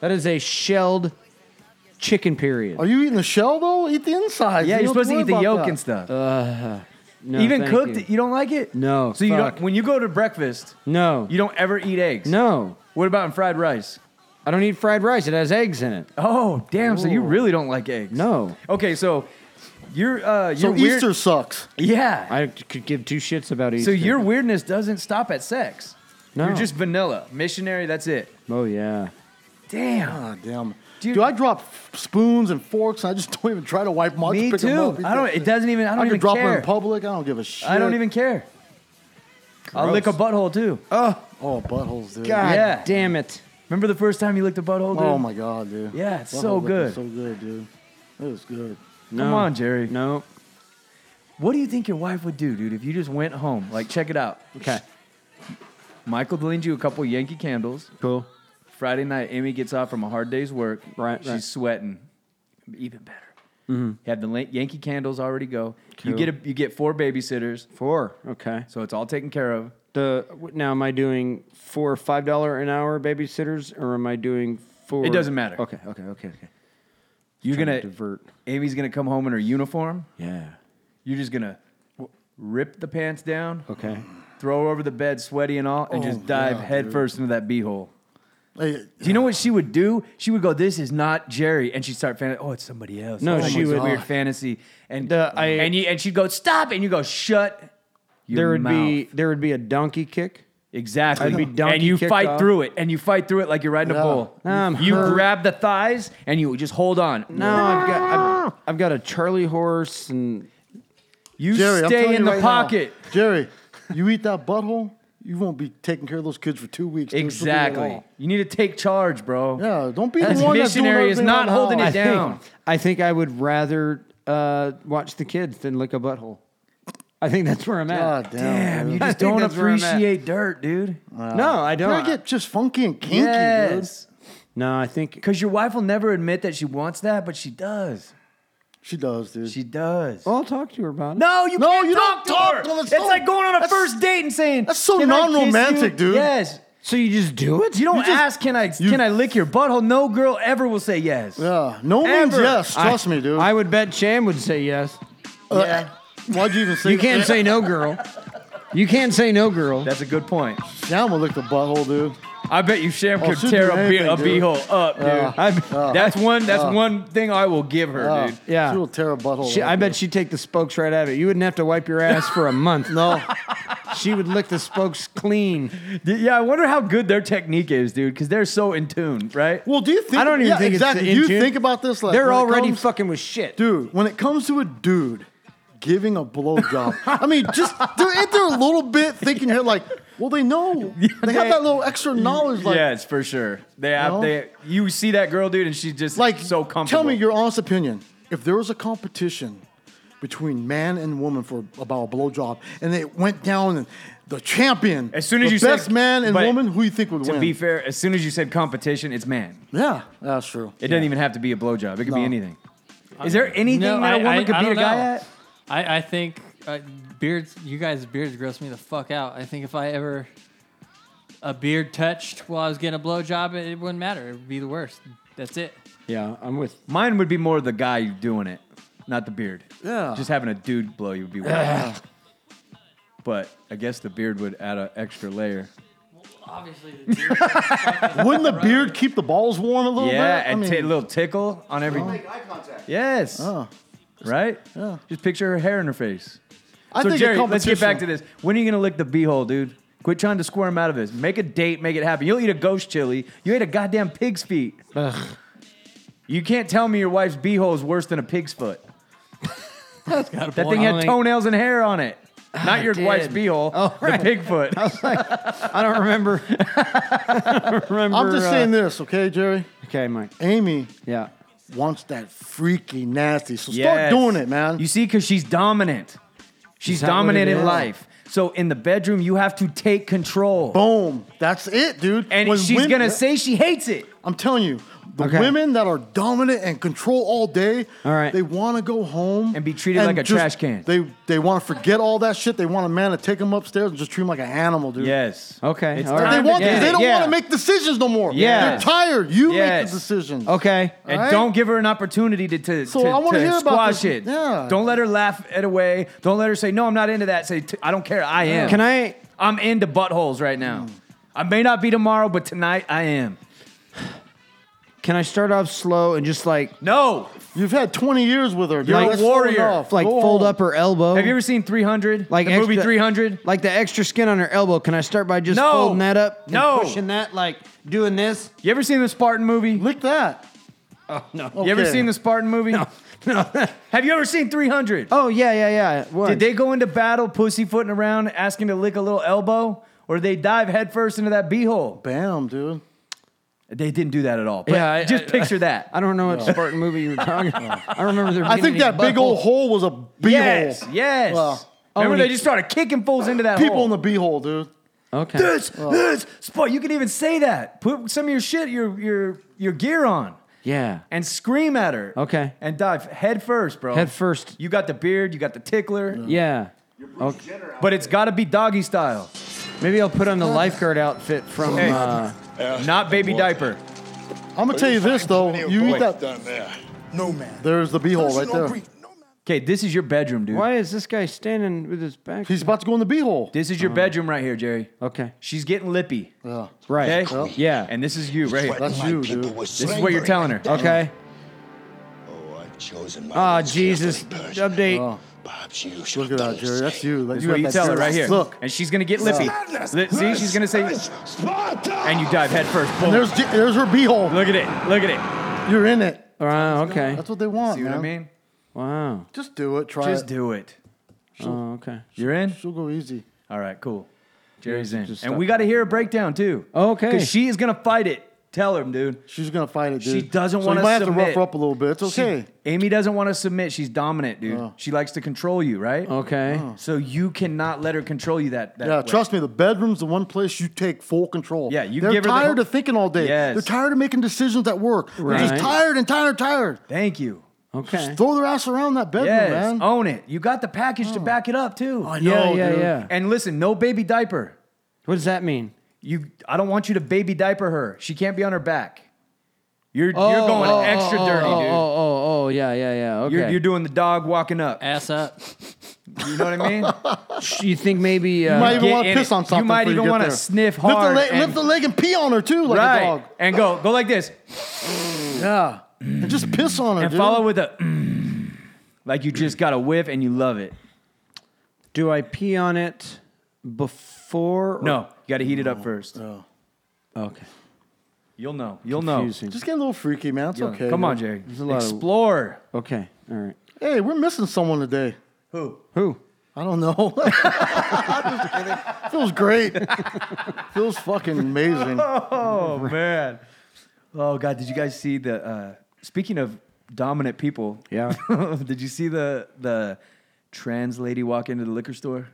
[SPEAKER 2] That is a shelled chicken period.
[SPEAKER 4] Are you eating the shell though? Eat the inside.
[SPEAKER 3] Yeah,
[SPEAKER 4] You
[SPEAKER 3] you're
[SPEAKER 4] don't
[SPEAKER 3] supposed to
[SPEAKER 4] worry
[SPEAKER 3] eat the
[SPEAKER 4] about
[SPEAKER 3] yolk
[SPEAKER 4] that.
[SPEAKER 3] and stuff.
[SPEAKER 2] No,
[SPEAKER 3] Even
[SPEAKER 2] Uh, thank
[SPEAKER 3] cooked, you.
[SPEAKER 2] you.
[SPEAKER 3] don't like it?
[SPEAKER 2] No,
[SPEAKER 3] So you
[SPEAKER 2] fuck.
[SPEAKER 3] don't when you go to breakfast,
[SPEAKER 2] No,
[SPEAKER 3] you don't ever eat eggs.
[SPEAKER 2] no.
[SPEAKER 3] What about in fried rice?
[SPEAKER 2] I don't eat fried rice. It has eggs in it.
[SPEAKER 3] Oh, damn, so you
[SPEAKER 2] Ooh.
[SPEAKER 3] really don't like eggs.
[SPEAKER 2] No.
[SPEAKER 3] Okay, so your uh
[SPEAKER 4] So
[SPEAKER 3] your weird,
[SPEAKER 4] Easter sucks.
[SPEAKER 3] Yeah.
[SPEAKER 2] I could give two shits about Easter.
[SPEAKER 3] So your weirdness doesn't stop at sex.
[SPEAKER 2] No.
[SPEAKER 3] You're just vanilla, missionary, that's it.
[SPEAKER 2] Oh yeah.
[SPEAKER 3] Damn.
[SPEAKER 4] God Ah, damn.
[SPEAKER 3] Dude.
[SPEAKER 4] Dude, I drop f- spoons and forks and I just don't even try to wipe them out.
[SPEAKER 3] Me
[SPEAKER 4] just pick 'em
[SPEAKER 3] too.
[SPEAKER 4] up.
[SPEAKER 3] I don't it doesn't even I
[SPEAKER 4] I
[SPEAKER 3] don't
[SPEAKER 4] can
[SPEAKER 3] even
[SPEAKER 4] drop
[SPEAKER 3] care.
[SPEAKER 4] them in public. I don't give a shit.
[SPEAKER 3] I don't even care. I'll lick a butthole too.
[SPEAKER 4] Oh, buttholes, dude.
[SPEAKER 2] God
[SPEAKER 3] Yeah.
[SPEAKER 2] damn it.
[SPEAKER 3] Remember the first time you licked a butthole, dude?
[SPEAKER 4] Oh my god, dude.
[SPEAKER 3] Yeah, it's
[SPEAKER 4] Butthole
[SPEAKER 3] so
[SPEAKER 4] licking
[SPEAKER 3] good.
[SPEAKER 4] So good, dude. It was good.
[SPEAKER 2] No.
[SPEAKER 3] Come on, Jerry.
[SPEAKER 2] No.
[SPEAKER 3] What do you think your wife would do, dude, if you just went home? Like, check it out.
[SPEAKER 2] Okay.
[SPEAKER 3] Michael lends you a couple Yankee candles.
[SPEAKER 2] Cool.
[SPEAKER 3] Friday night, Amy gets off from a hard day's work.
[SPEAKER 2] Right,
[SPEAKER 3] She's
[SPEAKER 2] right.
[SPEAKER 3] sweating. Even better. Have the la- Yankee candles already go. You
[SPEAKER 2] Cool.
[SPEAKER 3] get a, you get four babysitters,
[SPEAKER 2] Four. Okay.
[SPEAKER 3] so it's all taken care of.
[SPEAKER 2] The now am I doing four or five dollar an hour babysitters or am I doing four?
[SPEAKER 3] It doesn't matter.
[SPEAKER 2] Okay. Okay. Okay. Okay.
[SPEAKER 3] You're
[SPEAKER 2] Trying
[SPEAKER 3] gonna
[SPEAKER 2] to divert.
[SPEAKER 3] Amy's gonna come home in her uniform.
[SPEAKER 2] Yeah.
[SPEAKER 3] You're just gonna w- rip the pants down,
[SPEAKER 2] Okay.
[SPEAKER 3] throw her over the bed, sweaty and all, and just
[SPEAKER 4] Oh,
[SPEAKER 3] dive
[SPEAKER 4] yeah,
[SPEAKER 3] head
[SPEAKER 4] dude.
[SPEAKER 3] first into that beehole.
[SPEAKER 4] Hey,
[SPEAKER 3] Do you know what she would do? She would go, "This is not Jerry," and she'd start fan. Oh, it's somebody else.
[SPEAKER 2] No,
[SPEAKER 3] Oh,
[SPEAKER 2] she
[SPEAKER 3] my
[SPEAKER 2] would-
[SPEAKER 3] weird fantasy, and
[SPEAKER 2] The- I-
[SPEAKER 3] and you and she'd go, "Stop!" and you go, "Shut." Your
[SPEAKER 2] there would be
[SPEAKER 3] mouth."
[SPEAKER 2] there would be a donkey kick.
[SPEAKER 3] exactly,
[SPEAKER 2] I'd be
[SPEAKER 3] and
[SPEAKER 2] donkey
[SPEAKER 3] you
[SPEAKER 2] kicked
[SPEAKER 3] fight
[SPEAKER 2] off.
[SPEAKER 3] through it, and you fight through it like you're riding a
[SPEAKER 4] No.
[SPEAKER 3] bull.
[SPEAKER 2] I'm
[SPEAKER 3] you
[SPEAKER 2] hurt.
[SPEAKER 3] grab the thighs and you just hold on.
[SPEAKER 2] No, I've got I've, I've got a Charlie horse and
[SPEAKER 3] you
[SPEAKER 4] Jerry, I'm telling
[SPEAKER 3] stay in
[SPEAKER 4] you
[SPEAKER 3] the
[SPEAKER 4] right now,
[SPEAKER 3] pocket.
[SPEAKER 4] Jerry, you eat that butthole, you won't be taking care of those kids for two weeks. dude. It's gonna be
[SPEAKER 3] Exactly.
[SPEAKER 4] long.
[SPEAKER 3] You need to take charge, bro.
[SPEAKER 4] Yeah, don't be
[SPEAKER 3] That's
[SPEAKER 4] the one that's doing
[SPEAKER 3] missionary is
[SPEAKER 4] everything
[SPEAKER 3] not
[SPEAKER 4] on the
[SPEAKER 3] holding
[SPEAKER 4] house.
[SPEAKER 3] it down.
[SPEAKER 2] Think, I think I would rather uh, watch the kids than lick a butthole. I think that's where I'm at.
[SPEAKER 4] God damn.
[SPEAKER 3] Damn,
[SPEAKER 4] dude.
[SPEAKER 3] you
[SPEAKER 2] I
[SPEAKER 3] just
[SPEAKER 2] think
[SPEAKER 3] don't
[SPEAKER 2] that's where I'm at.
[SPEAKER 3] appreciate dirt, dude.
[SPEAKER 2] No, I
[SPEAKER 4] You
[SPEAKER 2] don't.
[SPEAKER 4] gotta get just funky and kinky, dude.
[SPEAKER 3] yes.
[SPEAKER 2] no, I think
[SPEAKER 3] Because your wife will never admit that she wants that, but she does.
[SPEAKER 4] She does, dude.
[SPEAKER 3] She does.
[SPEAKER 2] I'll talk to her about it.
[SPEAKER 3] No, you
[SPEAKER 4] Oh. No,
[SPEAKER 3] can't
[SPEAKER 4] you
[SPEAKER 3] talk
[SPEAKER 4] don't
[SPEAKER 3] to
[SPEAKER 4] talk
[SPEAKER 3] her.
[SPEAKER 4] to them.
[SPEAKER 3] It's
[SPEAKER 4] It's so-
[SPEAKER 3] like going on a
[SPEAKER 4] that's-
[SPEAKER 3] first date and saying
[SPEAKER 4] that's so
[SPEAKER 3] "Can I kiss
[SPEAKER 4] non-romantic,
[SPEAKER 3] you?"
[SPEAKER 4] dude.
[SPEAKER 3] Yes.
[SPEAKER 2] So you just do it?
[SPEAKER 3] You don't
[SPEAKER 4] You just-
[SPEAKER 3] ask, can I can I lick your butthole? No girl ever will say yes.
[SPEAKER 4] yeah, no means
[SPEAKER 3] Ever.
[SPEAKER 4] yes. Trust
[SPEAKER 2] I,
[SPEAKER 4] me, dude.
[SPEAKER 2] I would bet Sham would say yes.
[SPEAKER 4] Uh, Why'd you even say?
[SPEAKER 2] You can't
[SPEAKER 4] that?
[SPEAKER 2] say no, girl. You can't say no, girl.
[SPEAKER 3] That's a good point.
[SPEAKER 4] Yeah, I'm gonna lick the butthole, dude.
[SPEAKER 3] I bet you Sham could
[SPEAKER 4] Oh, she'll
[SPEAKER 3] tear
[SPEAKER 4] do
[SPEAKER 3] a, be- a
[SPEAKER 4] anything, dude.
[SPEAKER 3] beehole up, dude.
[SPEAKER 2] I,
[SPEAKER 3] that's one. That's one thing I will give her,
[SPEAKER 4] Uh,
[SPEAKER 3] dude.
[SPEAKER 2] Yeah.
[SPEAKER 4] she will tear a butthole.
[SPEAKER 2] she,
[SPEAKER 4] up,
[SPEAKER 2] I
[SPEAKER 4] dude.
[SPEAKER 2] bet she'd take the spokes right out of it. You wouldn't have to wipe your ass for a month.
[SPEAKER 4] No,
[SPEAKER 2] She would lick the spokes clean.
[SPEAKER 3] D- Yeah, I wonder how good their technique is, dude, because they're so in tune, right?
[SPEAKER 4] Well, do you think?
[SPEAKER 2] I don't even
[SPEAKER 4] yeah,
[SPEAKER 2] think it's
[SPEAKER 4] exactly.
[SPEAKER 2] in
[SPEAKER 4] do you
[SPEAKER 2] tune.
[SPEAKER 4] think about this? Like,
[SPEAKER 2] They're
[SPEAKER 4] when it
[SPEAKER 2] already
[SPEAKER 4] comes-
[SPEAKER 2] fucking with shit.
[SPEAKER 4] dude. When it comes to a dude giving a blowjob, I mean, just dude, ain't there a little bit thinking here like, well, they know they have
[SPEAKER 3] they-
[SPEAKER 4] that little extra knowledge, like,
[SPEAKER 3] yes, for sure. They have.
[SPEAKER 4] No.
[SPEAKER 3] They you see that girl, dude, and she's just
[SPEAKER 4] like
[SPEAKER 3] so comfortable.
[SPEAKER 4] Tell me your honest opinion. If there was a competition between man and woman for about a blowjob, and it went down, and the champion,
[SPEAKER 3] As soon as
[SPEAKER 4] the
[SPEAKER 3] you said-
[SPEAKER 4] best man and
[SPEAKER 3] but
[SPEAKER 4] woman, who you think would
[SPEAKER 3] To
[SPEAKER 4] win?
[SPEAKER 3] be fair, as soon as you said competition, it's man.
[SPEAKER 4] yeah, that's true.
[SPEAKER 3] It doesn't even have to be a blowjob. It could be
[SPEAKER 4] No.
[SPEAKER 3] anything. Is there anything
[SPEAKER 5] No,
[SPEAKER 3] that a
[SPEAKER 5] I-
[SPEAKER 3] woman
[SPEAKER 5] I-
[SPEAKER 3] could
[SPEAKER 5] I
[SPEAKER 3] beat a
[SPEAKER 5] don't
[SPEAKER 3] guy
[SPEAKER 5] know.
[SPEAKER 3] at?
[SPEAKER 5] I, I think uh, beards. You guys' beards gross me the fuck out. I think if I ever a beard touched while I was getting a blowjob, it, it wouldn't matter. It would be the worst. That's it.
[SPEAKER 2] Yeah, I'm with.
[SPEAKER 3] Mine would be more the guy doing it, not the beard.
[SPEAKER 4] Yeah.
[SPEAKER 3] Just having a dude blow you would be weird. but I guess the beard would add an extra layer.
[SPEAKER 5] Obviously,
[SPEAKER 4] Wouldn't the beard keep the balls warm a little
[SPEAKER 3] Yeah,
[SPEAKER 4] bit? I
[SPEAKER 3] and
[SPEAKER 4] mean,
[SPEAKER 3] t- a little tickle on every. Yes.
[SPEAKER 4] Oh.
[SPEAKER 3] Right?
[SPEAKER 4] Yeah.
[SPEAKER 3] Just picture her hair in her face.
[SPEAKER 4] I
[SPEAKER 3] so
[SPEAKER 4] think a
[SPEAKER 3] Jerry, let's get back to
[SPEAKER 4] competition-
[SPEAKER 3] this. When are you gonna lick the beehole, dude? Quit trying to squirm out of this. Make a date, make it happen. You'll eat a ghost chili. You ate a goddamn pig's feet. You can't tell me your wife's beehole is worse than a pig's foot. That thing had toenails and hair on it. Not your
[SPEAKER 2] did.
[SPEAKER 3] wife's beehole.
[SPEAKER 2] Oh, right.
[SPEAKER 3] The pig foot.
[SPEAKER 2] I don't remember. I don't remember.
[SPEAKER 4] I'm just
[SPEAKER 2] uh,
[SPEAKER 4] saying this, okay, Jerry?
[SPEAKER 2] Okay, Mike.
[SPEAKER 4] Amy
[SPEAKER 2] Yeah.
[SPEAKER 4] wants that freaky nasty. So
[SPEAKER 3] Yes.
[SPEAKER 4] start doing it, man.
[SPEAKER 3] You see, because she's dominant. She's
[SPEAKER 2] Is that what
[SPEAKER 3] dominant
[SPEAKER 2] it
[SPEAKER 3] in
[SPEAKER 2] is?
[SPEAKER 3] life. So in the bedroom, you have to take control.
[SPEAKER 4] Boom. That's it, dude.
[SPEAKER 3] And
[SPEAKER 4] When
[SPEAKER 3] she's
[SPEAKER 4] women-
[SPEAKER 3] gonna say she hates it.
[SPEAKER 4] I'm telling you, the
[SPEAKER 2] Okay.
[SPEAKER 4] women that are dominant and control all day,
[SPEAKER 2] All right.
[SPEAKER 4] they want to go home
[SPEAKER 3] And be treated like a trash can.
[SPEAKER 4] They they want to forget all that shit. They want a man to take them upstairs and just treat him like an animal, dude.
[SPEAKER 3] Yes.
[SPEAKER 2] Okay, all
[SPEAKER 4] But
[SPEAKER 2] right.
[SPEAKER 4] They
[SPEAKER 3] time
[SPEAKER 4] want.
[SPEAKER 3] to get
[SPEAKER 4] They
[SPEAKER 3] it.
[SPEAKER 4] don't
[SPEAKER 3] Yeah.
[SPEAKER 4] want to make decisions no more.
[SPEAKER 3] Yeah.
[SPEAKER 4] They're tired. You make
[SPEAKER 3] Yes.
[SPEAKER 4] the decisions.
[SPEAKER 2] Okay.
[SPEAKER 3] And
[SPEAKER 4] Alright?
[SPEAKER 3] don't give her an opportunity to, to,
[SPEAKER 4] So
[SPEAKER 3] to,
[SPEAKER 4] I
[SPEAKER 3] to
[SPEAKER 4] wanna hear about
[SPEAKER 3] squash it.
[SPEAKER 4] this- yeah.
[SPEAKER 3] Don't let her laugh it away. Don't let her say, no, I'm not into that. Say, "T- I don't care. I am.
[SPEAKER 2] Can I?
[SPEAKER 3] I'm into buttholes right now. I may not be tomorrow, but tonight I am.
[SPEAKER 2] Can I start off slow and just like
[SPEAKER 3] No.
[SPEAKER 4] You've had 20 years with her. dude.
[SPEAKER 3] Like
[SPEAKER 4] That's not
[SPEAKER 3] warrior.
[SPEAKER 4] enough.
[SPEAKER 2] like
[SPEAKER 4] Go
[SPEAKER 2] fold
[SPEAKER 4] home.
[SPEAKER 2] up her elbow?
[SPEAKER 3] Have you ever seen 300?
[SPEAKER 2] like
[SPEAKER 3] the movie
[SPEAKER 2] extra-
[SPEAKER 3] 300?
[SPEAKER 2] Like the extra skin on her elbow. Can I start by just
[SPEAKER 3] No.
[SPEAKER 2] folding that up? and
[SPEAKER 3] No.
[SPEAKER 2] pushing that like doing this.
[SPEAKER 3] You ever seen the Spartan movie?
[SPEAKER 4] Lick that.
[SPEAKER 3] You ever
[SPEAKER 4] Okay.
[SPEAKER 3] seen the Spartan movie? No. Have you ever seen 300?
[SPEAKER 2] Oh yeah, yeah, yeah. What?
[SPEAKER 3] Did they go into battle pussyfooting around asking to lick a little elbow? Or did they dive headfirst into that beehole?
[SPEAKER 4] Bam, dude.
[SPEAKER 3] They didn't do that at all. But
[SPEAKER 2] Yeah, I-
[SPEAKER 3] just
[SPEAKER 2] I-
[SPEAKER 3] picture that.
[SPEAKER 2] I don't know what Spartan movie you were talking about. I remember there.
[SPEAKER 4] I
[SPEAKER 2] being
[SPEAKER 4] think
[SPEAKER 2] any
[SPEAKER 4] that big
[SPEAKER 2] butthole-
[SPEAKER 4] old hole was a beehole.
[SPEAKER 3] yes, yes.
[SPEAKER 4] Well,
[SPEAKER 3] Remember,
[SPEAKER 2] only-
[SPEAKER 3] they just started kicking fools into that
[SPEAKER 4] People
[SPEAKER 3] hole.
[SPEAKER 4] in the beehole, dude.
[SPEAKER 2] Okay.
[SPEAKER 3] this, this, Spartan. You can even say that. Put some of your shit, your your your gear on,
[SPEAKER 2] Yeah.
[SPEAKER 3] and scream at her.
[SPEAKER 2] Okay.
[SPEAKER 3] And dive head first, bro.
[SPEAKER 2] Head first.
[SPEAKER 3] You got the beard. You got the tickler.
[SPEAKER 2] Yeah.
[SPEAKER 3] But it's got to be doggy style,
[SPEAKER 2] Maybe I'll put on the lifeguard outfit from.
[SPEAKER 3] Hey.
[SPEAKER 2] Uh,
[SPEAKER 3] not baby diaper.
[SPEAKER 4] I'm gonna tell you this though. You eat that.
[SPEAKER 6] done there. No man.
[SPEAKER 4] There's the beehole right there.
[SPEAKER 3] Okay, this is your bedroom, dude.
[SPEAKER 2] why is this guy standing with his back?
[SPEAKER 4] He's about to go in the beehole.
[SPEAKER 3] This is your bedroom right here, Jerry.
[SPEAKER 2] okay.
[SPEAKER 3] She's getting lippy.
[SPEAKER 4] Uh-huh. Yeah.
[SPEAKER 2] Right.
[SPEAKER 3] Okay?
[SPEAKER 2] Well, yeah.
[SPEAKER 3] And this is you right here.
[SPEAKER 4] That's you, dude.
[SPEAKER 3] This is what you're telling her.
[SPEAKER 2] Okay.
[SPEAKER 6] Oh, I've chosen my
[SPEAKER 2] Ah,
[SPEAKER 6] words
[SPEAKER 2] Jesus.
[SPEAKER 6] carefully, Persia.
[SPEAKER 2] Update.
[SPEAKER 6] Perhaps you should
[SPEAKER 4] Look at
[SPEAKER 6] have
[SPEAKER 4] that,
[SPEAKER 6] done
[SPEAKER 4] Jerry.
[SPEAKER 6] the
[SPEAKER 4] That's
[SPEAKER 6] same.
[SPEAKER 4] you. That
[SPEAKER 3] This is
[SPEAKER 4] you
[SPEAKER 3] what
[SPEAKER 4] have
[SPEAKER 3] you
[SPEAKER 4] that
[SPEAKER 3] tell her
[SPEAKER 4] serious
[SPEAKER 3] right here.
[SPEAKER 4] Look,
[SPEAKER 3] And she's going to get lippy. Li- See, she's going to say,
[SPEAKER 6] Sparta!
[SPEAKER 3] and you dive head first. Boom.
[SPEAKER 4] and there's J- there's her beehole.
[SPEAKER 3] Look at it. Look at it.
[SPEAKER 4] You're in it.
[SPEAKER 2] Uh, okay.
[SPEAKER 4] That's what they want,
[SPEAKER 3] See what
[SPEAKER 4] man.
[SPEAKER 3] I mean?
[SPEAKER 2] Wow.
[SPEAKER 4] Just do it. Try
[SPEAKER 3] Just
[SPEAKER 4] it.
[SPEAKER 3] do it.
[SPEAKER 2] Oh, okay.
[SPEAKER 3] You're in?
[SPEAKER 4] She'll go easy.
[SPEAKER 3] All right, cool. Jerry's in.
[SPEAKER 2] just
[SPEAKER 3] And
[SPEAKER 2] stop.
[SPEAKER 3] we got to hear a breakdown, too.
[SPEAKER 2] Okay.
[SPEAKER 3] Because she is going to fight it. Tell her, dude.
[SPEAKER 4] She's gonna fight it, dude.
[SPEAKER 3] She doesn't
[SPEAKER 4] so
[SPEAKER 3] wanna
[SPEAKER 4] You might have to
[SPEAKER 3] submit.
[SPEAKER 4] rough her up a little bit. It's
[SPEAKER 3] She-
[SPEAKER 4] okay.
[SPEAKER 3] Amy doesn't want to submit. She's dominant, dude.
[SPEAKER 4] Oh.
[SPEAKER 3] She likes to control you, right?
[SPEAKER 2] Okay.
[SPEAKER 3] So you cannot let her control you that, that
[SPEAKER 4] yeah,
[SPEAKER 3] way.
[SPEAKER 4] trust me. The bedroom's the one place you take full control.
[SPEAKER 3] Yeah, you
[SPEAKER 4] They're
[SPEAKER 3] give her the
[SPEAKER 4] tired
[SPEAKER 3] whole-
[SPEAKER 4] of thinking all day.
[SPEAKER 3] Yes.
[SPEAKER 4] They're tired of making decisions at work. They're
[SPEAKER 2] Right.
[SPEAKER 4] just tired and tired, tired.
[SPEAKER 3] Thank you.
[SPEAKER 2] Okay.
[SPEAKER 4] Throw their ass around that bedroom,
[SPEAKER 3] Yes,
[SPEAKER 4] man. Oh.
[SPEAKER 3] own it. You got the package to back it up too.
[SPEAKER 4] I
[SPEAKER 2] Yeah,
[SPEAKER 4] know,
[SPEAKER 2] yeah,
[SPEAKER 4] dude.
[SPEAKER 2] yeah.
[SPEAKER 3] And listen, no baby diaper.
[SPEAKER 2] What does that mean?
[SPEAKER 3] You, I don't want you to baby diaper her. She can't be on her back. You're you're
[SPEAKER 2] Oh,
[SPEAKER 3] going
[SPEAKER 2] oh,
[SPEAKER 3] extra
[SPEAKER 2] oh,
[SPEAKER 3] dirty,
[SPEAKER 2] oh,
[SPEAKER 3] dude.
[SPEAKER 2] Oh, oh, oh, yeah, yeah, yeah. Okay.
[SPEAKER 3] You're, you're doing the dog walking up.
[SPEAKER 5] Ass up.
[SPEAKER 3] You know what I mean?
[SPEAKER 2] you think maybe? Uh,
[SPEAKER 4] You might even
[SPEAKER 3] get
[SPEAKER 4] want
[SPEAKER 3] in
[SPEAKER 4] to piss
[SPEAKER 3] it.
[SPEAKER 4] on
[SPEAKER 3] You
[SPEAKER 4] something.
[SPEAKER 3] might
[SPEAKER 4] before
[SPEAKER 3] even
[SPEAKER 4] get
[SPEAKER 3] wanna
[SPEAKER 4] there.
[SPEAKER 3] sniff
[SPEAKER 4] Lift the
[SPEAKER 3] hard
[SPEAKER 4] leg-
[SPEAKER 3] and-
[SPEAKER 4] Lift the leg and pee on her too, like a dog.
[SPEAKER 3] right. And go go like this
[SPEAKER 4] Yeah, and just piss on her.
[SPEAKER 3] and
[SPEAKER 4] dude.
[SPEAKER 3] follow with a like you just got a whiff and you love it.
[SPEAKER 2] do I pee on it before? Or,
[SPEAKER 3] No, you got to heat it up first.
[SPEAKER 2] Okay.
[SPEAKER 3] You'll know. You'll
[SPEAKER 2] Confusing.
[SPEAKER 4] Just get a little freaky, man. It's
[SPEAKER 3] know.
[SPEAKER 4] okay.
[SPEAKER 3] Come
[SPEAKER 4] dude.
[SPEAKER 3] on, Jerry.
[SPEAKER 2] a lot of-
[SPEAKER 3] Explore.
[SPEAKER 2] Okay. All right.
[SPEAKER 4] Hey, we're missing someone today.
[SPEAKER 3] Who?
[SPEAKER 2] Who?
[SPEAKER 4] I don't know. I'm just kidding. Feels great. Feels fucking amazing.
[SPEAKER 3] Oh man. Oh god, did you guys see the uh speaking of dominant people?
[SPEAKER 2] Yeah.
[SPEAKER 3] did you see the the trans lady walk into the liquor store?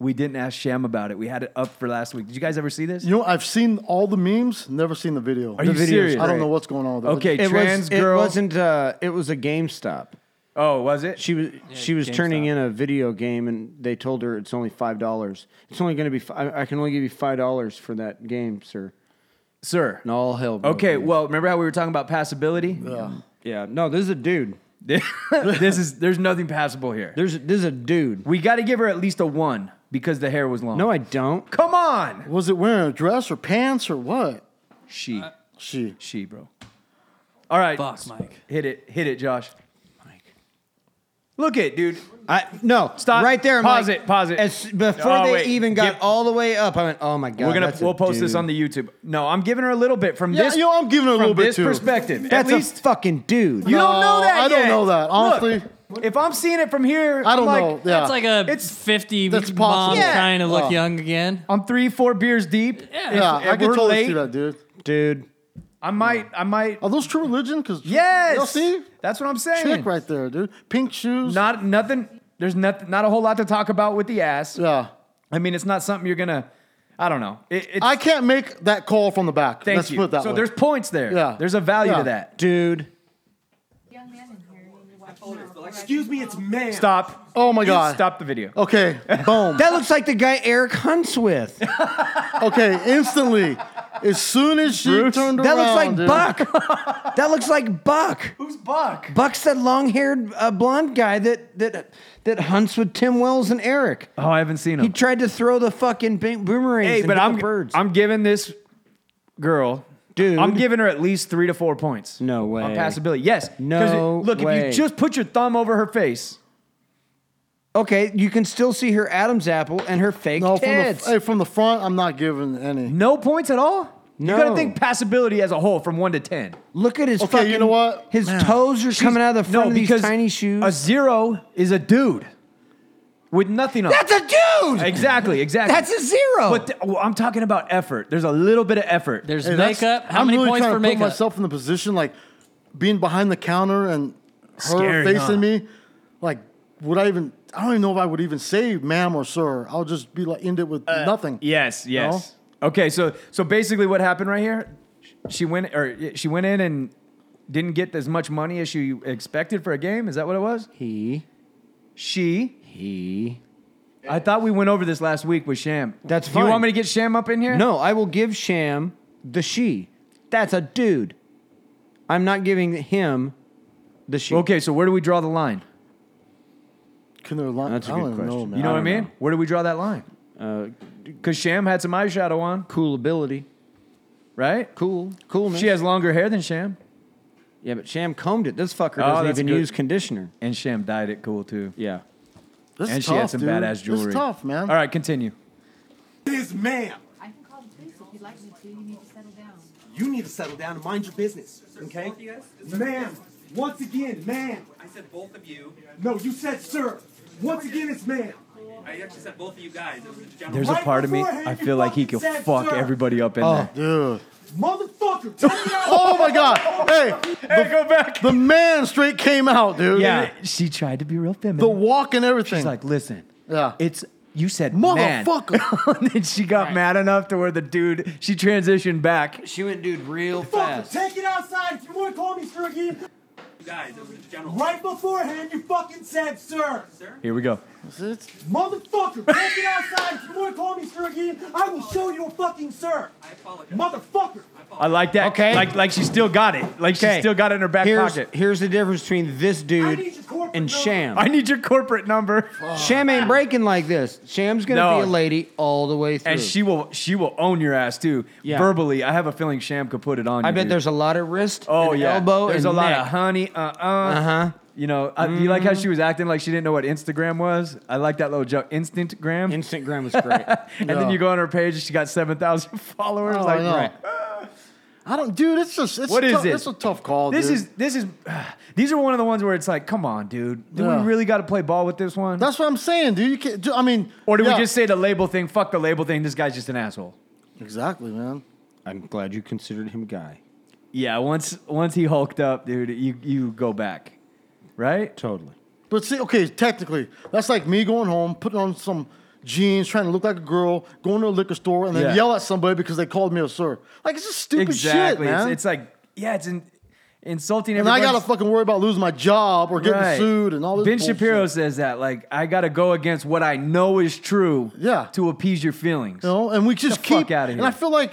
[SPEAKER 3] We didn't ask Sham about it. We had it up for last week. Did you guys ever see this?
[SPEAKER 4] You know, I've seen all the memes, never seen the video.
[SPEAKER 3] Are you
[SPEAKER 4] The video's
[SPEAKER 3] serious?
[SPEAKER 4] I don't know
[SPEAKER 3] Great.
[SPEAKER 4] what's going on. With it.
[SPEAKER 3] Okay,
[SPEAKER 2] It
[SPEAKER 3] trans
[SPEAKER 2] was.
[SPEAKER 3] girl.
[SPEAKER 2] It wasn't. Uh, it was a GameStop.
[SPEAKER 3] oh, was it?
[SPEAKER 2] She was. she was
[SPEAKER 5] GameStop.
[SPEAKER 2] turning in a video game, and they told her it's only five dollars. It's only going to be. fi- I I can only give you five dollars for that game, sir.
[SPEAKER 3] Sir.
[SPEAKER 2] And all hell. broke
[SPEAKER 3] Okay,
[SPEAKER 2] loose.
[SPEAKER 3] well, remember how we were talking about passability?
[SPEAKER 2] Yeah. No, this is a dude.
[SPEAKER 3] this is there's nothing passable here.
[SPEAKER 2] There's. This is a dude.
[SPEAKER 3] We got to give her at least a 1 because the hair was long.
[SPEAKER 2] No, I don't.
[SPEAKER 3] Come on.
[SPEAKER 4] Was it wearing a dress or pants or what?
[SPEAKER 3] She
[SPEAKER 4] She.
[SPEAKER 3] she, bro. All right.
[SPEAKER 5] Fuck, Mike.
[SPEAKER 3] Hit it. Hit it, Josh. Look it, dude.
[SPEAKER 2] I no
[SPEAKER 3] Stop.
[SPEAKER 2] right there. I'm
[SPEAKER 3] Pause
[SPEAKER 2] like-
[SPEAKER 3] it, pause it.
[SPEAKER 2] As, before
[SPEAKER 3] Oh,
[SPEAKER 2] they
[SPEAKER 3] wait.
[SPEAKER 2] even got
[SPEAKER 3] Give-
[SPEAKER 2] all the way up, I went, "Oh my god!"
[SPEAKER 3] We're gonna
[SPEAKER 2] that's a
[SPEAKER 3] we'll post this
[SPEAKER 2] dude.
[SPEAKER 3] on the YouTube. No, I'm giving her a little bit from
[SPEAKER 4] Yeah,
[SPEAKER 3] this.
[SPEAKER 4] you know, I'm giving her a
[SPEAKER 3] from
[SPEAKER 4] little bit
[SPEAKER 3] this
[SPEAKER 4] too.
[SPEAKER 3] perspective. At
[SPEAKER 2] That's
[SPEAKER 3] least
[SPEAKER 2] a fucking dude.
[SPEAKER 3] you don't know
[SPEAKER 4] No,
[SPEAKER 3] that.
[SPEAKER 4] I don't
[SPEAKER 3] yet.
[SPEAKER 4] know that, honestly.
[SPEAKER 3] Look, if I'm seeing it from here,
[SPEAKER 4] I don't
[SPEAKER 3] am
[SPEAKER 4] know.
[SPEAKER 3] Like,
[SPEAKER 4] Yeah.
[SPEAKER 5] That's like a
[SPEAKER 3] It's-
[SPEAKER 5] it's, 50
[SPEAKER 4] that's
[SPEAKER 5] mom
[SPEAKER 4] possible.
[SPEAKER 3] Yeah.
[SPEAKER 5] trying to look
[SPEAKER 4] Oh.
[SPEAKER 5] young again.
[SPEAKER 3] I'm three, four beers deep.
[SPEAKER 5] Yeah.
[SPEAKER 4] yeah,
[SPEAKER 3] if
[SPEAKER 4] I can
[SPEAKER 3] we're
[SPEAKER 4] totally
[SPEAKER 3] late-
[SPEAKER 4] see that, dude.
[SPEAKER 2] dude.
[SPEAKER 3] I might. I might.
[SPEAKER 4] Are those true religion? Because
[SPEAKER 3] Yes.
[SPEAKER 4] y'all see
[SPEAKER 3] That's what I'm saying.
[SPEAKER 4] chick right there, dude. Pink shoes.
[SPEAKER 3] Not nothing. There's nothing. Not a whole lot to talk about with the ass.
[SPEAKER 4] yeah.
[SPEAKER 3] I mean, it's not something you're gonna. I don't know. It, it's,
[SPEAKER 4] I can't make that call from the back.
[SPEAKER 3] thank
[SPEAKER 4] Let's
[SPEAKER 3] you.
[SPEAKER 4] put it that
[SPEAKER 3] so
[SPEAKER 4] way.
[SPEAKER 3] there's points there.
[SPEAKER 4] Yeah.
[SPEAKER 3] There's a value
[SPEAKER 4] Yeah.
[SPEAKER 3] to that.
[SPEAKER 2] dude.
[SPEAKER 7] Excuse me, it's man.
[SPEAKER 3] Stop.
[SPEAKER 4] Oh my
[SPEAKER 3] You
[SPEAKER 4] God.
[SPEAKER 3] Stop the video.
[SPEAKER 2] Oh.
[SPEAKER 4] Okay, boom.
[SPEAKER 2] That looks like the guy Eric hunts with.
[SPEAKER 4] okay, instantly. As soon as she
[SPEAKER 3] Bruce,
[SPEAKER 4] turned
[SPEAKER 2] That
[SPEAKER 4] around,
[SPEAKER 2] looks like
[SPEAKER 4] dude.
[SPEAKER 2] Buck. that looks like Buck.
[SPEAKER 3] Who's Buck?
[SPEAKER 2] Buck's that long-haired uh, blonde guy that that that hunts with Tim Wells and Eric.
[SPEAKER 3] Oh, I haven't seen him.
[SPEAKER 2] He tried to throw the fucking bo- boomerangs.
[SPEAKER 3] hey,
[SPEAKER 2] and
[SPEAKER 3] but
[SPEAKER 2] hit
[SPEAKER 3] I'm
[SPEAKER 2] the birds.
[SPEAKER 3] I'm giving this girl,
[SPEAKER 2] Dude.
[SPEAKER 3] I'm giving her at least three to four points.
[SPEAKER 2] No
[SPEAKER 3] On
[SPEAKER 2] way.
[SPEAKER 3] passability, yes. 'Cause
[SPEAKER 2] No
[SPEAKER 3] it- Look, if
[SPEAKER 2] way.
[SPEAKER 3] you just put your thumb over her face,
[SPEAKER 2] okay. You can still see her Adam's apple and her fake
[SPEAKER 4] No, from the,
[SPEAKER 2] tits.
[SPEAKER 4] hey, from the front, I'm not giving any.
[SPEAKER 3] no points at all.
[SPEAKER 2] No.
[SPEAKER 3] You got to think passability as a whole from one to ten.
[SPEAKER 2] Look at his
[SPEAKER 4] Okay,
[SPEAKER 2] fucking.
[SPEAKER 4] you know what?
[SPEAKER 2] His
[SPEAKER 4] Man.
[SPEAKER 2] toes are coming out of the front
[SPEAKER 3] no,
[SPEAKER 2] of these
[SPEAKER 3] because
[SPEAKER 2] tiny shoes.
[SPEAKER 3] A zero is a dude with nothing on.
[SPEAKER 2] That's a dude.
[SPEAKER 3] exactly, exactly.
[SPEAKER 2] That's a zero.
[SPEAKER 3] But th- well, I'm talking about effort. There's a little bit of effort.
[SPEAKER 5] There's
[SPEAKER 4] Hey, that's-
[SPEAKER 5] makeup. How
[SPEAKER 4] I'm
[SPEAKER 5] many
[SPEAKER 4] really
[SPEAKER 5] points
[SPEAKER 4] trying
[SPEAKER 5] for
[SPEAKER 4] to
[SPEAKER 5] makeup?
[SPEAKER 4] put myself in the position like being behind the counter and her
[SPEAKER 3] Scary,
[SPEAKER 4] facing
[SPEAKER 3] huh?
[SPEAKER 4] me. Like, would I even? I don't even know if I would even say ma'am or sir. I'll just be like end it with nothing.
[SPEAKER 3] Yes, yes. Okay, so so basically, what happened right here? She went or she went in and didn't get as much money as she expected for a game. Is that what it was?
[SPEAKER 2] he
[SPEAKER 3] She.
[SPEAKER 2] he.
[SPEAKER 3] I thought we went over this last week with Sham.
[SPEAKER 2] That's
[SPEAKER 3] Do you
[SPEAKER 2] fine.
[SPEAKER 3] want me to get Sham up in here?
[SPEAKER 2] No, I will give Sham the she. That's a dude. I'm not giving him the she.
[SPEAKER 3] Okay, so where do we draw the line?
[SPEAKER 4] Can there line?
[SPEAKER 2] That's a
[SPEAKER 4] I don't
[SPEAKER 2] good
[SPEAKER 4] even know,
[SPEAKER 2] question.
[SPEAKER 4] man.
[SPEAKER 3] You know what I
[SPEAKER 2] don't
[SPEAKER 3] mean?
[SPEAKER 2] know. Uh,
[SPEAKER 3] Where do we draw that line? Because Sham had some eyeshadow on,
[SPEAKER 2] Cool ability.
[SPEAKER 3] right?
[SPEAKER 2] Cool. Coolness.
[SPEAKER 3] She has longer hair than Sham,
[SPEAKER 2] yeah, but Sham combed it. This fucker
[SPEAKER 3] Oh,
[SPEAKER 2] doesn't
[SPEAKER 3] that's
[SPEAKER 2] even
[SPEAKER 3] good.
[SPEAKER 2] use conditioner.
[SPEAKER 3] and Sham dyed it cool too.
[SPEAKER 2] Yeah.
[SPEAKER 4] This is
[SPEAKER 3] and she
[SPEAKER 4] tough,
[SPEAKER 3] had some
[SPEAKER 4] dude.
[SPEAKER 3] badass jewelry.
[SPEAKER 4] This is tough, man.
[SPEAKER 3] All right, continue.
[SPEAKER 7] This man.
[SPEAKER 8] I can call the police if you'd like me to. You need to settle down.
[SPEAKER 7] You need to settle down and mind your business, okay? Ma'am, once again, ma'am.
[SPEAKER 9] I said both of you.
[SPEAKER 7] No, you said sir. Once again, it's ma'am.
[SPEAKER 9] I actually said both of you guys. It was a general.
[SPEAKER 3] There's a
[SPEAKER 7] Right
[SPEAKER 3] part of me
[SPEAKER 7] beforehand,
[SPEAKER 3] I
[SPEAKER 7] you
[SPEAKER 3] feel like he
[SPEAKER 7] fucking
[SPEAKER 3] could
[SPEAKER 7] said,
[SPEAKER 3] fuck
[SPEAKER 7] "Sir."
[SPEAKER 3] everybody up in
[SPEAKER 4] Oh.
[SPEAKER 3] there.
[SPEAKER 4] Dude.
[SPEAKER 7] Motherfucker, tell me how
[SPEAKER 4] Oh my God. Hey,
[SPEAKER 3] Hey, go back.
[SPEAKER 4] the man straight came out, dude.
[SPEAKER 3] Yeah, she tried to be real feminine.
[SPEAKER 4] The walk and everything.
[SPEAKER 3] She's like, listen,
[SPEAKER 4] Yeah.
[SPEAKER 3] it's you said man."
[SPEAKER 4] motherfucker.
[SPEAKER 3] and then she got mad enough to where the dude she transitioned back.
[SPEAKER 2] She went, dude, real
[SPEAKER 7] Fucker, take it outside if you want to call me sir again.
[SPEAKER 9] You guys. It was a general.
[SPEAKER 7] Right beforehand, you fucking said sir.
[SPEAKER 3] Here we go.
[SPEAKER 7] Motherfucker, take it outside if you want to call me sir again. I will show you a fucking sir.
[SPEAKER 9] I apologize.
[SPEAKER 7] Motherfucker.
[SPEAKER 3] I like that.
[SPEAKER 2] Okay.
[SPEAKER 3] Like like she still got it. Like she
[SPEAKER 2] Okay.
[SPEAKER 3] still got it in her back
[SPEAKER 2] Here's,
[SPEAKER 3] pocket.
[SPEAKER 2] here's the difference between this
[SPEAKER 7] I
[SPEAKER 2] dude
[SPEAKER 7] need your corporate
[SPEAKER 2] and
[SPEAKER 7] number.
[SPEAKER 2] Sham.
[SPEAKER 3] I need your corporate number.
[SPEAKER 2] Sham ain't breaking like this. Sham's gonna
[SPEAKER 3] No.
[SPEAKER 2] be a lady all the way through.
[SPEAKER 3] And she will she will own your ass too.
[SPEAKER 2] Yeah.
[SPEAKER 3] Verbally, I have a feeling Sham could put it on
[SPEAKER 2] I
[SPEAKER 3] you.
[SPEAKER 2] bet
[SPEAKER 3] dude.
[SPEAKER 2] there's a lot of wrist,
[SPEAKER 3] Oh
[SPEAKER 2] and
[SPEAKER 3] yeah,
[SPEAKER 2] elbow,
[SPEAKER 3] There's
[SPEAKER 2] and
[SPEAKER 3] a lot
[SPEAKER 2] neck.
[SPEAKER 3] of honey. Uh uh.
[SPEAKER 2] Uh-huh. Mm.
[SPEAKER 3] You know, I, do you like how she was acting like she didn't know what Instagram was? I like that little joke, Instantgram.
[SPEAKER 2] Instagram was great.
[SPEAKER 3] and then you go on her page, and she got seven thousand followers.
[SPEAKER 4] Oh,
[SPEAKER 3] like,
[SPEAKER 4] I know.
[SPEAKER 3] right.
[SPEAKER 4] I don't, dude. It's just it's
[SPEAKER 3] What is
[SPEAKER 4] tou-
[SPEAKER 3] this?
[SPEAKER 4] It's a tough call.
[SPEAKER 3] this
[SPEAKER 4] dude.
[SPEAKER 3] is this is these are one of the ones where it's like, come on, dude, do
[SPEAKER 4] Yeah.
[SPEAKER 3] we really got to play ball with this one?
[SPEAKER 4] That's what I'm saying, dude. You can't. Do, I mean,
[SPEAKER 3] or do
[SPEAKER 4] yeah.
[SPEAKER 3] we just say the label thing? Fuck the label thing. This guy's just an asshole.
[SPEAKER 4] exactly, man?
[SPEAKER 2] I'm glad you considered him guy.
[SPEAKER 3] Yeah. Once once he hulked up, dude, you you go back, right?
[SPEAKER 2] Totally.
[SPEAKER 4] But see, okay, technically, that's like me going home, putting on some jeans, trying to look like a girl, going to a liquor store, and then
[SPEAKER 3] Yeah.
[SPEAKER 4] yell at somebody because they called me a sir. Like it's just stupid
[SPEAKER 3] exactly.
[SPEAKER 4] shit,
[SPEAKER 3] It's-
[SPEAKER 4] man.
[SPEAKER 3] It's, like yeah, it's in, insulting.
[SPEAKER 4] and I gotta
[SPEAKER 3] everyone's-
[SPEAKER 4] fucking worry about losing my job or getting
[SPEAKER 3] Right.
[SPEAKER 4] sued and all this.
[SPEAKER 3] Ben
[SPEAKER 4] bullshit.
[SPEAKER 3] Shapiro says that, like, I gotta go against what I know is true
[SPEAKER 4] Yeah.
[SPEAKER 3] to appease your feelings.
[SPEAKER 4] You know, and we just
[SPEAKER 3] the
[SPEAKER 4] keep
[SPEAKER 3] fuck outta
[SPEAKER 4] And I
[SPEAKER 3] here.
[SPEAKER 4] feel like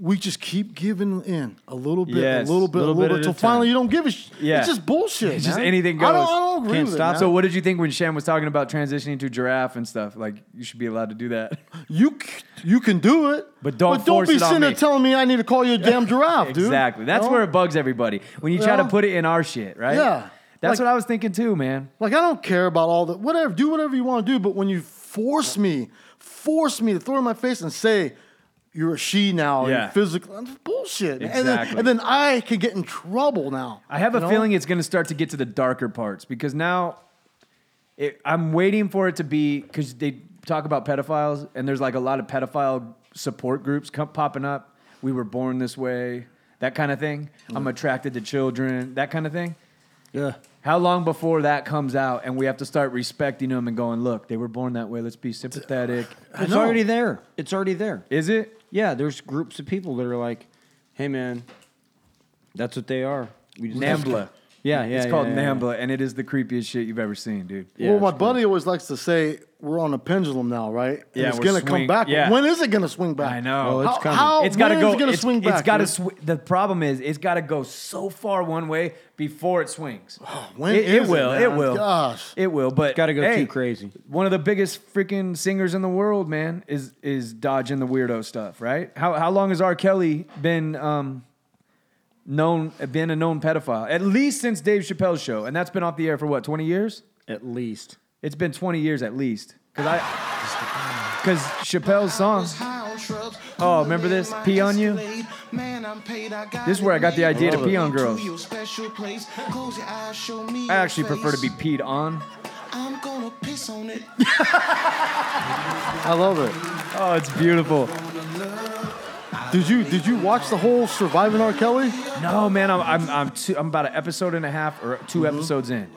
[SPEAKER 4] we just keep giving in a little bit,
[SPEAKER 3] Yes,
[SPEAKER 4] a little bit, a little, bit,
[SPEAKER 3] at
[SPEAKER 4] till
[SPEAKER 3] a time.
[SPEAKER 4] finally you don't give a. Sh-
[SPEAKER 3] Yeah.
[SPEAKER 4] It's just bullshit.
[SPEAKER 3] It's just
[SPEAKER 4] man.
[SPEAKER 3] anything
[SPEAKER 4] I don't,
[SPEAKER 3] goes.
[SPEAKER 4] I don't agree
[SPEAKER 3] Can't
[SPEAKER 4] with
[SPEAKER 3] stop.
[SPEAKER 4] It,
[SPEAKER 3] So,
[SPEAKER 4] man.
[SPEAKER 3] what did you think when Sham was talking about transitioning to giraffe and stuff? Like, you should be allowed to do that.
[SPEAKER 4] You c- you can do it,
[SPEAKER 3] But don't
[SPEAKER 4] but don't
[SPEAKER 3] force
[SPEAKER 4] be
[SPEAKER 3] it on
[SPEAKER 4] sitting there
[SPEAKER 3] me.
[SPEAKER 4] telling me I need to call you a damn giraffe, dude.
[SPEAKER 3] exactly. That's
[SPEAKER 4] You know?
[SPEAKER 3] where it bugs everybody when you try to
[SPEAKER 4] Yeah.
[SPEAKER 3] put it in our shit, right?
[SPEAKER 4] Yeah.
[SPEAKER 3] That's
[SPEAKER 4] Like-
[SPEAKER 3] what I was thinking too, man.
[SPEAKER 4] Like I don't care about all the whatever. Do whatever you want to do, but when you force me, force me to throw in my face and say you're a she now,
[SPEAKER 3] Yeah.
[SPEAKER 4] yeah. physical that's bullshit. man. And,
[SPEAKER 3] Exactly.
[SPEAKER 4] then, and then I can get in trouble now.
[SPEAKER 3] I have a
[SPEAKER 4] you know?
[SPEAKER 3] feeling it's going to start to get to the darker parts because now it, I'm waiting for it to be because they talk about pedophiles and there's like a lot of pedophile support groups come, popping up. We were born this way. that kind of thing.
[SPEAKER 4] Mm.
[SPEAKER 3] I'm attracted to children, that kind of thing.
[SPEAKER 4] Yeah.
[SPEAKER 3] How long before that comes out and we have to start respecting them and going, look, they were born that way. Let's be sympathetic.
[SPEAKER 2] It's
[SPEAKER 4] know.
[SPEAKER 2] already there. It's already there.
[SPEAKER 3] Is it?
[SPEAKER 2] Yeah, there's groups of people that are like, "Hey, man, that's what they are." We just
[SPEAKER 3] Nambla.
[SPEAKER 2] Yeah, yeah.
[SPEAKER 3] it's called
[SPEAKER 2] yeah, yeah.
[SPEAKER 3] Nambla, and it is the creepiest shit you've ever seen, dude.
[SPEAKER 2] Yeah,
[SPEAKER 4] well, my
[SPEAKER 2] it's cool.
[SPEAKER 4] buddy always likes to say we're on a pendulum now, right? And
[SPEAKER 3] Yeah,
[SPEAKER 4] it's
[SPEAKER 3] we're
[SPEAKER 4] gonna
[SPEAKER 3] swing-
[SPEAKER 4] come back.
[SPEAKER 3] yeah.
[SPEAKER 4] When is it gonna swing back?
[SPEAKER 3] I know. Oh,
[SPEAKER 2] it's
[SPEAKER 4] How-
[SPEAKER 2] coming.
[SPEAKER 4] How,
[SPEAKER 3] it's got to
[SPEAKER 4] when
[SPEAKER 3] go.
[SPEAKER 4] is it gonna
[SPEAKER 3] it's-
[SPEAKER 4] swing back?
[SPEAKER 3] It's got to.
[SPEAKER 4] dude?
[SPEAKER 3] Sw- the problem is, it's got to go so far one way before it swings.
[SPEAKER 4] When
[SPEAKER 3] it, it
[SPEAKER 4] is
[SPEAKER 3] will. It,
[SPEAKER 4] man?
[SPEAKER 3] will.
[SPEAKER 4] Gosh.
[SPEAKER 3] It will. But
[SPEAKER 2] gotta go
[SPEAKER 3] hey,
[SPEAKER 2] too crazy.
[SPEAKER 3] One of the biggest freaking singers in the world, man, is is dodging the weirdo stuff, right? How how long has R. Kelly been um known been a known pedophile? At least since Dave Chappelle's show, and that's been off the air for what twenty years.
[SPEAKER 2] At least.
[SPEAKER 3] It's been twenty years at least, because I because Chappelle's song.
[SPEAKER 10] Oh, remember this? Pee on you? This is where I got the idea to pee on girls.
[SPEAKER 3] I actually prefer to be peed on.
[SPEAKER 10] I'm gonna piss on it.
[SPEAKER 4] I love it.
[SPEAKER 3] Oh, it's beautiful.
[SPEAKER 4] Did you did you watch the whole Surviving R. Kelly?
[SPEAKER 3] No, man, I'm I'm I'm, two, I'm about an episode and a half or 2
[SPEAKER 2] Mm-hmm.
[SPEAKER 3] episodes in,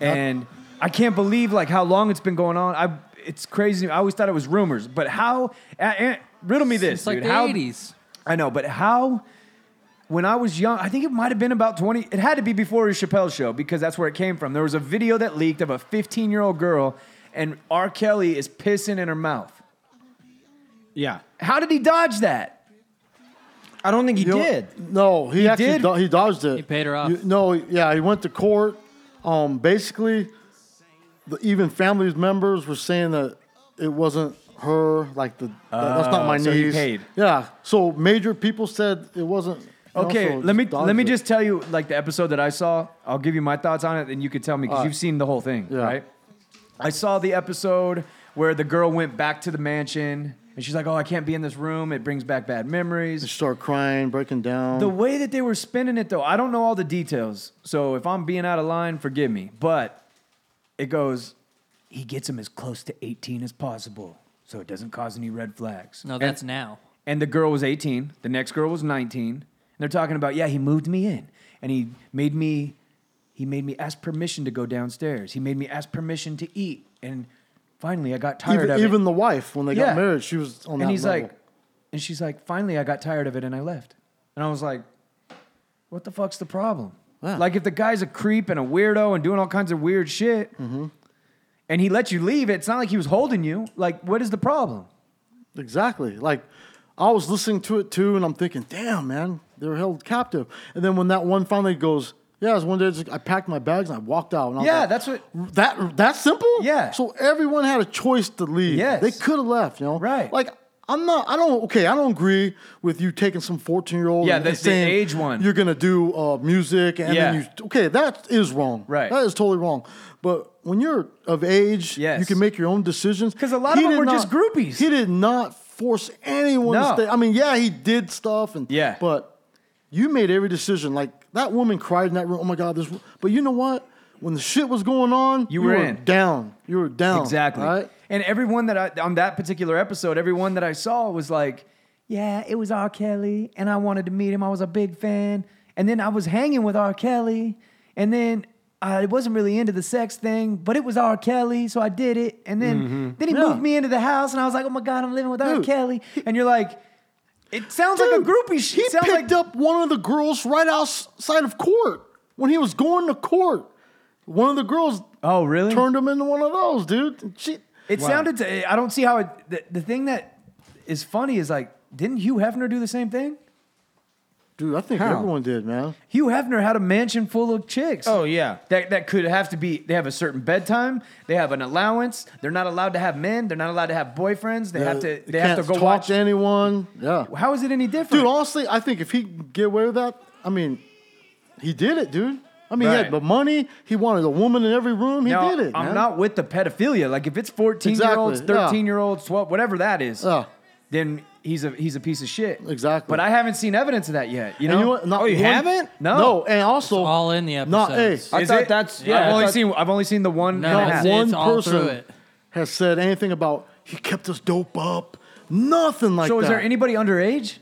[SPEAKER 3] and I can't believe like how long it's been going on. I it's crazy. I always thought it was rumors, but how? Uh, uh, riddle me this,
[SPEAKER 5] It's like
[SPEAKER 3] dude.
[SPEAKER 5] the
[SPEAKER 3] how,
[SPEAKER 5] 80s.
[SPEAKER 3] I know, but how? When I was young, I think it might have been about 20. It had to be before his Chappelle show because that's where it came from. There was a video that leaked of a 15 year old girl, and R. Kelly is pissing in her mouth.
[SPEAKER 2] Yeah.
[SPEAKER 3] How did he dodge that?
[SPEAKER 2] I don't think he
[SPEAKER 4] You know-
[SPEAKER 2] did.
[SPEAKER 4] No, he, actually
[SPEAKER 3] did?
[SPEAKER 4] do- he dodged it.
[SPEAKER 5] He paid her off.
[SPEAKER 4] You- no, yeah, he went to court. Um, basically, the, even family members were saying that it wasn't her. Like the that- that's not my
[SPEAKER 3] Oh, so he
[SPEAKER 4] niece.
[SPEAKER 3] paid.
[SPEAKER 4] Yeah. So major people said it wasn't. you know,
[SPEAKER 3] Okay,
[SPEAKER 4] so
[SPEAKER 3] let me
[SPEAKER 4] dodged
[SPEAKER 3] let me
[SPEAKER 4] it.
[SPEAKER 3] just tell you like the episode that I saw. I'll give you my thoughts on it, and you could tell me because
[SPEAKER 4] Alright.
[SPEAKER 3] you've seen the whole thing,
[SPEAKER 4] Yeah.
[SPEAKER 3] right? I saw the episode where the girl went back to the mansion, and she's like, "Oh, I can't be in this room. It brings back bad memories."
[SPEAKER 4] start crying, breaking down.
[SPEAKER 3] The way that they were spinning it, though, I don't know all the details. So if I'm being out of line, forgive me. But it goes, he gets him as close to 18 as possible, so it doesn't cause any red flags.
[SPEAKER 5] No,
[SPEAKER 3] And-
[SPEAKER 5] that's now.
[SPEAKER 3] and the girl was 18. The next girl was 19. And they're talking about, yeah, he moved me in and he made me he made me ask permission to go downstairs. He made me ask permission to eat. And finally I got tired
[SPEAKER 4] even,
[SPEAKER 3] of
[SPEAKER 4] even
[SPEAKER 3] it.
[SPEAKER 4] the wife when they
[SPEAKER 3] Yeah.
[SPEAKER 4] got married, she was on that
[SPEAKER 3] and he's
[SPEAKER 4] level.
[SPEAKER 3] like and she's like, "Finally I got tired of it and I left." And I was like, "What the fuck's the problem?"
[SPEAKER 4] Yeah.
[SPEAKER 3] Like if the guy's a creep and a weirdo and doing all kinds of weird shit,
[SPEAKER 4] Mm-hmm.
[SPEAKER 3] and he let you leave, it's not like he was holding you. Like, what is the problem?
[SPEAKER 4] Exactly. Like I was listening to it too, and I'm thinking, damn, man, they were held captive. And then when that one finally goes, yeah, it was one day I just- I packed my bags and I walked out. And I was
[SPEAKER 3] Yeah,
[SPEAKER 4] like,
[SPEAKER 3] that's what-
[SPEAKER 4] That that simple?
[SPEAKER 3] Yeah.
[SPEAKER 4] So everyone had a choice to leave.
[SPEAKER 3] Yes.
[SPEAKER 4] They could have left. You know.
[SPEAKER 3] Right.
[SPEAKER 4] Like. I'm not. I don't. Okay, I don't agree with you taking some 14 year old.
[SPEAKER 3] Yeah,
[SPEAKER 4] and
[SPEAKER 3] the-
[SPEAKER 4] and
[SPEAKER 3] the
[SPEAKER 4] saying
[SPEAKER 3] age one.
[SPEAKER 4] You're gonna do uh, music, and
[SPEAKER 3] Yeah.
[SPEAKER 4] then you. Okay, that is wrong.
[SPEAKER 3] Right.
[SPEAKER 4] That is totally wrong. But when you're of age, you
[SPEAKER 3] Yes.
[SPEAKER 4] can make your own decisions.
[SPEAKER 3] 'Cause a lot of
[SPEAKER 4] He
[SPEAKER 3] them
[SPEAKER 4] did
[SPEAKER 3] were just groupies.
[SPEAKER 4] He did not force anyone
[SPEAKER 3] No.
[SPEAKER 4] to stay. I mean, yeah, he did stuff and
[SPEAKER 3] Yeah.
[SPEAKER 4] but you made every decision. Like that woman cried in that room. Oh my god, this. But you know what? When the shit was going on, you,
[SPEAKER 3] were in.
[SPEAKER 4] down. You were down.
[SPEAKER 3] Exactly.
[SPEAKER 4] all Oh, right?
[SPEAKER 3] And everyone that I on that particular episode, everyone that I saw was like, "Yeah, it was R. Kelly, and I wanted to meet him. I was a big fan, and then I was hanging with R. Kelly, and then I wasn't really into the sex thing, but it was R. Kelly, so I did it. And then then he
[SPEAKER 4] Mm-hmm. Yeah.
[SPEAKER 3] moved me into the house, and I was like, "Oh my god, I'm living with R.
[SPEAKER 4] Dude.
[SPEAKER 3] Kelly," and you're like. It sounds like
[SPEAKER 4] Dude,
[SPEAKER 3] a groupie
[SPEAKER 4] He
[SPEAKER 3] shit. Sounds like
[SPEAKER 4] picked up one of the girls right outside of court when he was going to court. One of the girls
[SPEAKER 3] Oh, really?
[SPEAKER 4] turned him into one of those, dude. And She,
[SPEAKER 3] It sounded. To, I don't see how it. The, the thing that is funny is like, didn't Hugh Hefner do the same thing?
[SPEAKER 4] dude, I think
[SPEAKER 2] How?
[SPEAKER 4] everyone did, man.
[SPEAKER 3] Hugh Hefner had a mansion full of chicks.
[SPEAKER 2] Oh, yeah.
[SPEAKER 3] That that could have to be they have a certain bedtime, they have an allowance, they're not allowed to have men, they're not allowed to have boyfriends, they have to they have
[SPEAKER 4] can't
[SPEAKER 3] to go
[SPEAKER 4] talk
[SPEAKER 3] watch
[SPEAKER 4] to anyone. Yeah.
[SPEAKER 3] How is it any different?
[SPEAKER 4] Dude, honestly, I think if he can get away with that, I mean, he did it, dude. I mean, he
[SPEAKER 3] Right.
[SPEAKER 4] had the money. He wanted a woman in every room. He
[SPEAKER 3] Now,
[SPEAKER 4] did it.
[SPEAKER 3] I'm
[SPEAKER 4] man.
[SPEAKER 3] not with the pedophilia. Like if it's 14 year olds,
[SPEAKER 4] Exactly, yeah.
[SPEAKER 3] 13 year olds, 12, whatever that is,
[SPEAKER 4] Yeah.
[SPEAKER 3] then he's a he's a piece of shit.
[SPEAKER 4] Ah, Exactly.
[SPEAKER 3] But I haven't seen evidence of that yet. You
[SPEAKER 4] And
[SPEAKER 3] know?
[SPEAKER 4] you know what? Not
[SPEAKER 2] Oh, you
[SPEAKER 4] one-
[SPEAKER 2] haven't?
[SPEAKER 3] No.
[SPEAKER 4] No. And also,
[SPEAKER 5] It's all in the
[SPEAKER 4] Oh. Not, hey,
[SPEAKER 5] episodes.
[SPEAKER 2] I
[SPEAKER 3] Is
[SPEAKER 2] thought
[SPEAKER 3] it?
[SPEAKER 2] that's- yeah, I
[SPEAKER 3] I've only
[SPEAKER 2] thought-
[SPEAKER 3] seen I've only seen the one.
[SPEAKER 5] No,
[SPEAKER 3] and a
[SPEAKER 5] it's-
[SPEAKER 3] half.
[SPEAKER 4] not one
[SPEAKER 5] all through
[SPEAKER 4] person
[SPEAKER 5] it.
[SPEAKER 4] has said anything about he kept us dope up. Nothing like
[SPEAKER 3] so
[SPEAKER 4] that.
[SPEAKER 3] is there anybody underage?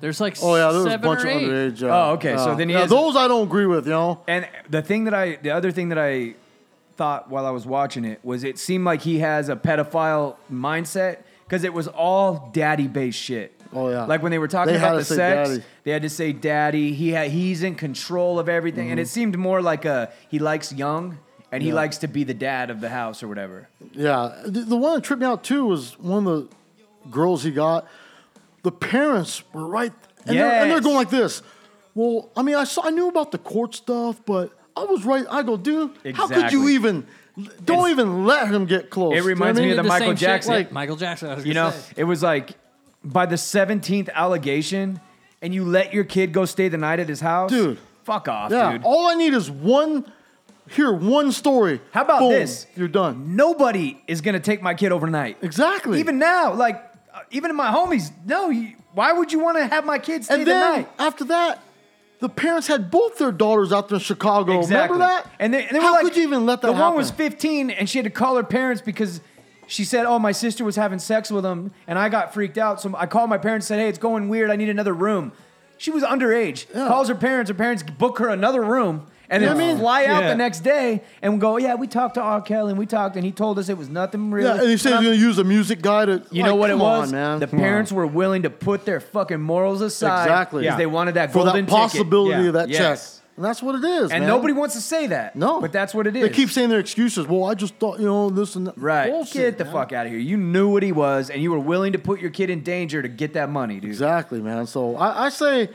[SPEAKER 5] There's like
[SPEAKER 4] Oh yeah, there was a
[SPEAKER 5] seven
[SPEAKER 4] bunch of
[SPEAKER 5] or eight.
[SPEAKER 4] underage. Uh,
[SPEAKER 3] Oh, okay, so
[SPEAKER 4] uh,
[SPEAKER 3] then he
[SPEAKER 4] yeah,
[SPEAKER 3] is-
[SPEAKER 4] those I don't agree with. You know,
[SPEAKER 3] And the thing that I, the other thing that I thought while I was watching it was it seemed like he has a pedophile mindset because it was all daddy based shit.
[SPEAKER 4] Oh yeah.
[SPEAKER 3] Like when they were talking
[SPEAKER 4] They had
[SPEAKER 3] about
[SPEAKER 4] to
[SPEAKER 3] the
[SPEAKER 4] say
[SPEAKER 3] sex,
[SPEAKER 4] daddy.
[SPEAKER 3] they had to say daddy. He had, he's in control of everything, and it seemed more like a he likes young and he
[SPEAKER 4] Mm-hmm. Yeah.
[SPEAKER 3] likes to be the dad of the house or whatever.
[SPEAKER 4] yeah. The, the one that tripped me out too was one of the girls he got. The parents were right, and, they're, and they're
[SPEAKER 3] Yes.
[SPEAKER 4] going like this. Well, I mean, I saw, I knew about the court stuff, but I was right. I go, dude, how could you
[SPEAKER 3] Exactly.
[SPEAKER 4] even? Don't even let him get close.
[SPEAKER 3] It
[SPEAKER 4] You know what I
[SPEAKER 3] reminds me
[SPEAKER 4] mean?
[SPEAKER 3] of the,
[SPEAKER 5] Did the
[SPEAKER 3] Michael
[SPEAKER 5] same shit,
[SPEAKER 3] Jackson.
[SPEAKER 5] like Michael Jackson, I was
[SPEAKER 3] you
[SPEAKER 5] gonna
[SPEAKER 3] know,
[SPEAKER 5] say.
[SPEAKER 3] it was like by the seventeenth allegation, and you let your kid go stay the night at his house,
[SPEAKER 4] Dude.
[SPEAKER 3] Fuck off,
[SPEAKER 4] Yeah,
[SPEAKER 3] dude.
[SPEAKER 4] all I need is one. Hear one story.
[SPEAKER 3] How about
[SPEAKER 4] Boom,
[SPEAKER 3] this?
[SPEAKER 4] You're done.
[SPEAKER 3] Nobody is gonna take my kid overnight.
[SPEAKER 4] Exactly.
[SPEAKER 3] Even now, like uh, even my homies, no. You, why would you want to have my kids stay
[SPEAKER 4] and
[SPEAKER 3] the
[SPEAKER 4] then
[SPEAKER 3] night?
[SPEAKER 4] after that, the parents had both their daughters out there in Chicago. oh, Remember that?
[SPEAKER 3] And they, and they were
[SPEAKER 4] how
[SPEAKER 3] like,
[SPEAKER 4] could you even let that
[SPEAKER 3] The
[SPEAKER 4] happen?
[SPEAKER 3] one was 15, and she had to call her parents because she said, "Oh, my sister was having sex with him," and I got freaked out. So I called my parents, said, "Hey, it's going weird. I need another room." She was underage.
[SPEAKER 4] Yeah.
[SPEAKER 3] Calls her parents. Her parents book her another room. And then
[SPEAKER 4] Yeah, I mean-
[SPEAKER 3] fly out
[SPEAKER 5] Yeah.
[SPEAKER 3] the next day and go, yeah, we talked to R. Kelly and we talked and he told us it was nothing real.
[SPEAKER 4] yeah, and he said he's
[SPEAKER 3] I'm-
[SPEAKER 4] gonna use a music guy to.
[SPEAKER 3] you
[SPEAKER 4] like,
[SPEAKER 3] know what it
[SPEAKER 4] come on,
[SPEAKER 3] was?
[SPEAKER 4] man.
[SPEAKER 3] The
[SPEAKER 4] Come on.
[SPEAKER 3] parents were willing to put their fucking morals aside
[SPEAKER 4] Exactly.
[SPEAKER 3] because
[SPEAKER 4] Yeah.
[SPEAKER 3] they wanted that
[SPEAKER 4] for
[SPEAKER 3] golden
[SPEAKER 4] that possibility
[SPEAKER 3] ticket. Yeah.
[SPEAKER 4] of that
[SPEAKER 3] Yes.
[SPEAKER 4] check. And that's what it is.
[SPEAKER 3] And
[SPEAKER 4] man.
[SPEAKER 3] nobody wants to say that.
[SPEAKER 4] No,
[SPEAKER 3] but that's what it is.
[SPEAKER 4] They keep saying their excuses. Well, I just thought you know this and that.
[SPEAKER 3] right.
[SPEAKER 4] Bullshit,
[SPEAKER 3] get the
[SPEAKER 4] man.
[SPEAKER 3] fuck out of here. You knew what he was, and you were willing to put your kid in danger to get that money, dude.
[SPEAKER 4] Exactly, man. So I, I say,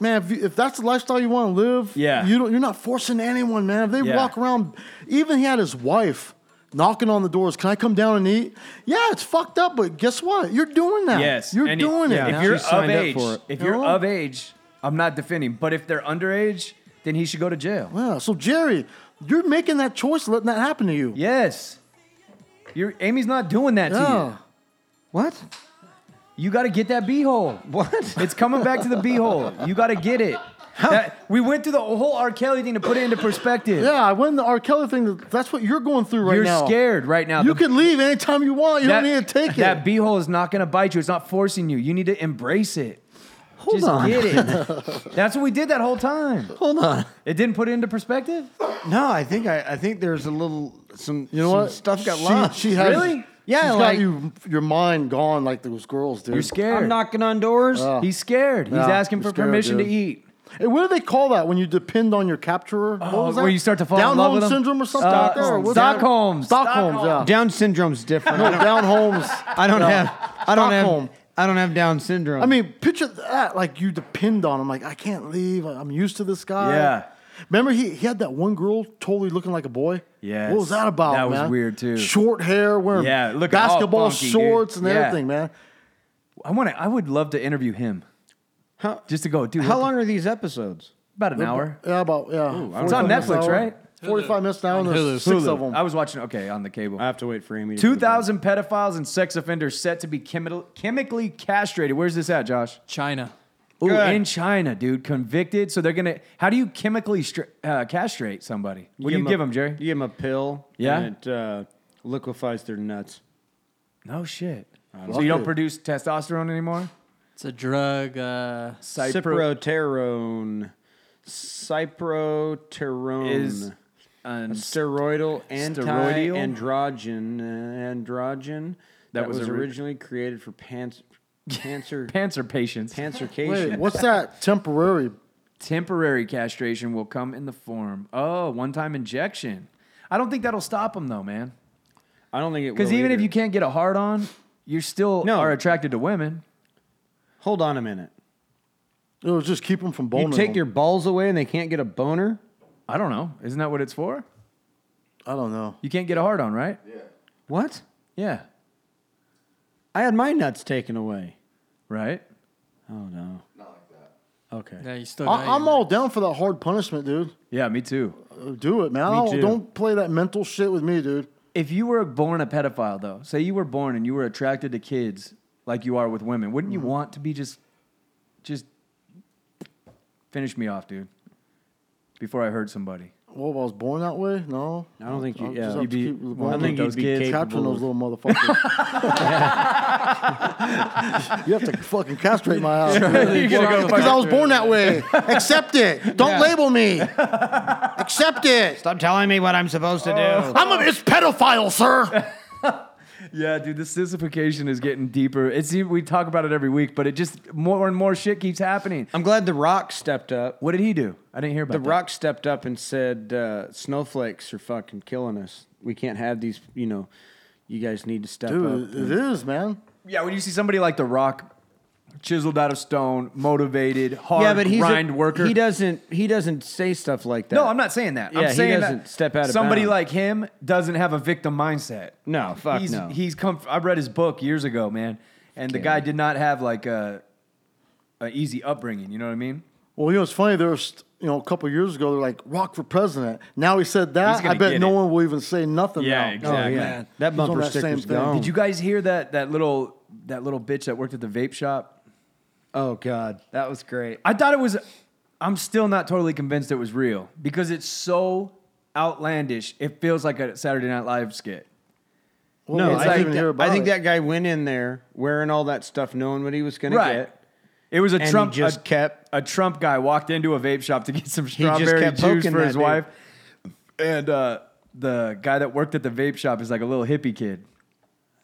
[SPEAKER 4] man, if, you, if that's the lifestyle you want to live,
[SPEAKER 3] Yeah.
[SPEAKER 4] you don't, you're not forcing anyone, man. If they
[SPEAKER 3] Yeah.
[SPEAKER 4] walk around, even he had his wife knocking on the doors. Can I come down and eat? Yeah, it's fucked up, but guess what? You're doing that.
[SPEAKER 3] Yes,
[SPEAKER 4] you're
[SPEAKER 3] and
[SPEAKER 4] doing it.
[SPEAKER 3] If
[SPEAKER 4] man.
[SPEAKER 3] you're
[SPEAKER 4] She
[SPEAKER 3] of
[SPEAKER 4] signed up
[SPEAKER 3] age,
[SPEAKER 4] for it.
[SPEAKER 3] if
[SPEAKER 4] You
[SPEAKER 3] you're
[SPEAKER 4] know?
[SPEAKER 3] of age, I'm not defending. But if they're underage, then he should go to jail.
[SPEAKER 4] yeah. So Jerry, you're making that choice, letting that happen to you.
[SPEAKER 3] Yes. You're, Amy's not doing that to
[SPEAKER 4] Yeah.
[SPEAKER 2] What?
[SPEAKER 3] you. You got to get that beehole.
[SPEAKER 2] What?
[SPEAKER 3] It's coming back to the beehole. You got to get it. That- we went through the whole R. Kelly thing to put it into perspective.
[SPEAKER 4] Yeah, I went the R. Kelly thing. That's what you're going through right
[SPEAKER 3] You're
[SPEAKER 4] now.
[SPEAKER 3] scared right now.
[SPEAKER 4] You
[SPEAKER 3] The-
[SPEAKER 4] can leave anytime you want. You don't need to take it.
[SPEAKER 3] That beehole is not going to bite you. It's not forcing you. You need to embrace it. Hold Just
[SPEAKER 2] on.
[SPEAKER 3] get it. That's what we did that whole time.
[SPEAKER 2] Hold on.
[SPEAKER 3] It didn't put it into perspective.
[SPEAKER 2] No, I think I, I think there's a little some
[SPEAKER 4] You know
[SPEAKER 2] some
[SPEAKER 4] what?
[SPEAKER 2] stuff got
[SPEAKER 4] She-
[SPEAKER 2] lost.
[SPEAKER 4] She has,
[SPEAKER 3] Really?
[SPEAKER 2] Yeah,
[SPEAKER 4] she's
[SPEAKER 2] like-
[SPEAKER 4] got you, your mind gone like those girls, dude.
[SPEAKER 3] You're scared.
[SPEAKER 2] I'm knocking on doors.
[SPEAKER 4] Oh.
[SPEAKER 3] He's scared. He's
[SPEAKER 4] Yeah,
[SPEAKER 3] asking
[SPEAKER 4] you're
[SPEAKER 3] for
[SPEAKER 4] scared,
[SPEAKER 3] permission to
[SPEAKER 4] dude.
[SPEAKER 3] eat.
[SPEAKER 4] Hey, what do they call that when you depend on your capturer? What
[SPEAKER 3] Oh,
[SPEAKER 4] was
[SPEAKER 3] where
[SPEAKER 4] that?
[SPEAKER 3] you start to fall in
[SPEAKER 4] down
[SPEAKER 3] love
[SPEAKER 4] home
[SPEAKER 3] with 'em?
[SPEAKER 4] syndrome or something.
[SPEAKER 3] Uh,
[SPEAKER 4] like that, or what's that?
[SPEAKER 3] Stockholm.
[SPEAKER 4] Stockholm.
[SPEAKER 3] Stockholm.
[SPEAKER 4] Yeah.
[SPEAKER 2] Down syndrome's different. I
[SPEAKER 4] No,
[SPEAKER 2] don't,
[SPEAKER 4] down homes.
[SPEAKER 2] I don't have I don't
[SPEAKER 4] Stockholm.
[SPEAKER 2] have I don't have Down syndrome.
[SPEAKER 4] I mean, picture that. Like you depend on him. Like I can't leave. I- I'm used to this guy.
[SPEAKER 3] Yeah.
[SPEAKER 4] Remember he, he had that one girl totally looking like a boy.
[SPEAKER 3] Yes.
[SPEAKER 4] What was that about?
[SPEAKER 3] That was
[SPEAKER 4] man?
[SPEAKER 3] weird, too.
[SPEAKER 4] Short hair, wearing
[SPEAKER 3] Yeah, looking all
[SPEAKER 4] basketball
[SPEAKER 3] funky, dude.
[SPEAKER 4] shorts and
[SPEAKER 3] Yeah.
[SPEAKER 4] everything, man.
[SPEAKER 3] I want to. I would love to interview him.
[SPEAKER 2] How-
[SPEAKER 3] Just to go, dude.
[SPEAKER 2] how
[SPEAKER 3] what
[SPEAKER 2] long are these episodes?
[SPEAKER 3] the- About an hour.
[SPEAKER 4] Yeah, about yeah.
[SPEAKER 3] It's on
[SPEAKER 4] 45 minutes
[SPEAKER 3] Netflix,
[SPEAKER 4] hour.
[SPEAKER 3] right?
[SPEAKER 4] Forty-five minutes now, and there's
[SPEAKER 5] Hulu.
[SPEAKER 4] six
[SPEAKER 3] Hulu.
[SPEAKER 4] of them.
[SPEAKER 3] I was watching. Okay, on the cable.
[SPEAKER 2] I have to wait for Amy. to put it down.
[SPEAKER 3] 2,000 pedophiles and sex offenders set to be chemi- chemically castrated. Where's this at, Josh?
[SPEAKER 5] China.
[SPEAKER 3] Ooh,
[SPEAKER 2] Good.
[SPEAKER 3] in China, dude, convicted. So they're gonna. How do you chemically stri- uh, castrate somebody? What do you give
[SPEAKER 2] a-
[SPEAKER 3] them, Jerry?
[SPEAKER 2] You give them a pill.
[SPEAKER 3] Yeah?
[SPEAKER 2] And it uh, liquefies their nuts.
[SPEAKER 3] No shit. So you don't
[SPEAKER 4] it.
[SPEAKER 3] produce testosterone anymore?
[SPEAKER 5] It's a drug. Uh,
[SPEAKER 3] Cypro
[SPEAKER 2] Ciproterone. Ciproterone.
[SPEAKER 3] is
[SPEAKER 2] a
[SPEAKER 3] an Steroidal?
[SPEAKER 2] steroidal anti-androgen uh, androgen that, was,
[SPEAKER 3] was ori-
[SPEAKER 2] originally created for pants, cancer
[SPEAKER 3] cancer patients.
[SPEAKER 2] cancercation.
[SPEAKER 4] Wait, what's that temporary?
[SPEAKER 3] Temporary castration will come in the form. Oh, one-time injection. I don't think that'll stop them though, man.
[SPEAKER 2] I don't think it
[SPEAKER 3] Because
[SPEAKER 2] will
[SPEAKER 3] even if
[SPEAKER 2] either.
[SPEAKER 3] you can't get a hard on, you still
[SPEAKER 2] No.
[SPEAKER 3] are attracted to women.
[SPEAKER 2] hold on a minute,
[SPEAKER 4] It'll just keep them from
[SPEAKER 2] you
[SPEAKER 4] boning.
[SPEAKER 2] take
[SPEAKER 4] them.
[SPEAKER 2] your balls away and they can't get a boner.
[SPEAKER 3] I don't know. Isn't that what it's for?
[SPEAKER 4] I don't know.
[SPEAKER 3] You can't get a hard on, right?
[SPEAKER 2] What?
[SPEAKER 3] Yeah.
[SPEAKER 2] I had my nuts taken away.
[SPEAKER 3] Right?
[SPEAKER 2] Oh no, not like that. Okay.
[SPEAKER 5] yeah, you still. got
[SPEAKER 4] I, I'm
[SPEAKER 5] your-
[SPEAKER 4] all down for that hard punishment, dude.
[SPEAKER 3] Yeah, me too.
[SPEAKER 4] Uh, Do it, man. I
[SPEAKER 2] Me
[SPEAKER 4] don't,
[SPEAKER 2] too.
[SPEAKER 4] don't play that mental shit with me, dude.
[SPEAKER 3] If you were born a pedophile, though, say you were born and you were attracted to kids like you are with women, wouldn't
[SPEAKER 2] Mm-hmm.
[SPEAKER 3] you want to be just, just finish me off, dude, before I hurt somebody?
[SPEAKER 4] Well, if I was born that way, no.
[SPEAKER 2] I don't think you-
[SPEAKER 4] I'll
[SPEAKER 2] yeah.
[SPEAKER 4] just have
[SPEAKER 2] You'd
[SPEAKER 4] to
[SPEAKER 2] be-
[SPEAKER 4] keep
[SPEAKER 2] well,
[SPEAKER 4] going
[SPEAKER 2] I don't think
[SPEAKER 4] through
[SPEAKER 2] you'd be
[SPEAKER 4] capturing
[SPEAKER 2] capable
[SPEAKER 4] those little motherfuckers. you have to fucking castrate my ass
[SPEAKER 3] You gotta go
[SPEAKER 4] because I was
[SPEAKER 3] fuck-
[SPEAKER 4] born that way. Accept it. Don't label me. Accept it.
[SPEAKER 2] Stop telling me what I'm supposed to do.
[SPEAKER 4] I'm a it's pedophile, sir.
[SPEAKER 3] Yeah, dude, the sissification is getting deeper. It's e, we talk about it every week, but it just more and more shit keeps happening.
[SPEAKER 2] I'm glad The Rock stepped up.
[SPEAKER 3] What did he do? I didn't hear about
[SPEAKER 2] The
[SPEAKER 3] that.
[SPEAKER 2] Rock stepped up and said, uh, "Snowflakes are fucking killing us. We can't have these. You know, you guys need to step
[SPEAKER 4] Dude,
[SPEAKER 2] up."
[SPEAKER 4] it is, man.
[SPEAKER 3] Yeah, when you see somebody like The Rock, chiseled out of stone, motivated, hard,
[SPEAKER 2] yeah, but he's
[SPEAKER 3] grind
[SPEAKER 2] a,
[SPEAKER 3] worker.
[SPEAKER 2] He doesn't. He doesn't say stuff like that.
[SPEAKER 3] No, I'm not saying that.
[SPEAKER 2] Yeah,
[SPEAKER 3] I'm
[SPEAKER 2] he
[SPEAKER 3] saying
[SPEAKER 2] doesn't
[SPEAKER 3] that
[SPEAKER 2] step out of
[SPEAKER 3] somebody
[SPEAKER 2] bounds.
[SPEAKER 3] like him doesn't have a victim mindset.
[SPEAKER 2] No, fuck
[SPEAKER 3] he's,
[SPEAKER 2] no.
[SPEAKER 3] He's come. I read his book years ago, man, and the guy did not have like a, a easy upbringing. You know what I mean?
[SPEAKER 4] Well, you know, it's funny. There was, you know, a couple years ago, they're like, rock for president. Now he said that.
[SPEAKER 3] He's gonna
[SPEAKER 4] I bet
[SPEAKER 3] get
[SPEAKER 4] no
[SPEAKER 3] it.
[SPEAKER 4] one will even say nothing
[SPEAKER 3] Yeah,
[SPEAKER 4] now.
[SPEAKER 3] exactly.
[SPEAKER 2] Oh, yeah.
[SPEAKER 3] Man,
[SPEAKER 2] That
[SPEAKER 4] he's
[SPEAKER 2] bumper
[SPEAKER 4] on that same
[SPEAKER 2] sticker's
[SPEAKER 4] thing.
[SPEAKER 2] gone.
[SPEAKER 3] Did you guys hear that that little that little bitch that worked at the vape shop?
[SPEAKER 2] oh god, that was great.
[SPEAKER 3] I thought it was. I'm still not totally convinced it was real because it's so outlandish. It feels like a Saturday Night Live skit.
[SPEAKER 4] Well,
[SPEAKER 2] No,
[SPEAKER 4] let's
[SPEAKER 2] I
[SPEAKER 4] not
[SPEAKER 2] think,
[SPEAKER 4] even
[SPEAKER 2] that,
[SPEAKER 4] hear about
[SPEAKER 2] I think
[SPEAKER 4] it.
[SPEAKER 2] that guy went in there wearing all that stuff, knowing what he was going
[SPEAKER 3] Right.
[SPEAKER 2] to get.
[SPEAKER 3] It was a
[SPEAKER 2] And he
[SPEAKER 3] Trump. uh,
[SPEAKER 2] just
[SPEAKER 3] a,
[SPEAKER 2] kept-
[SPEAKER 3] a Trump guy walked into a vape shop to get some
[SPEAKER 2] just
[SPEAKER 3] strawberry
[SPEAKER 2] kept
[SPEAKER 3] juice
[SPEAKER 2] poking
[SPEAKER 3] for
[SPEAKER 2] that
[SPEAKER 3] his
[SPEAKER 2] dude.
[SPEAKER 3] wife, and uh, the guy that worked at the vape shop is like a little hippie kid.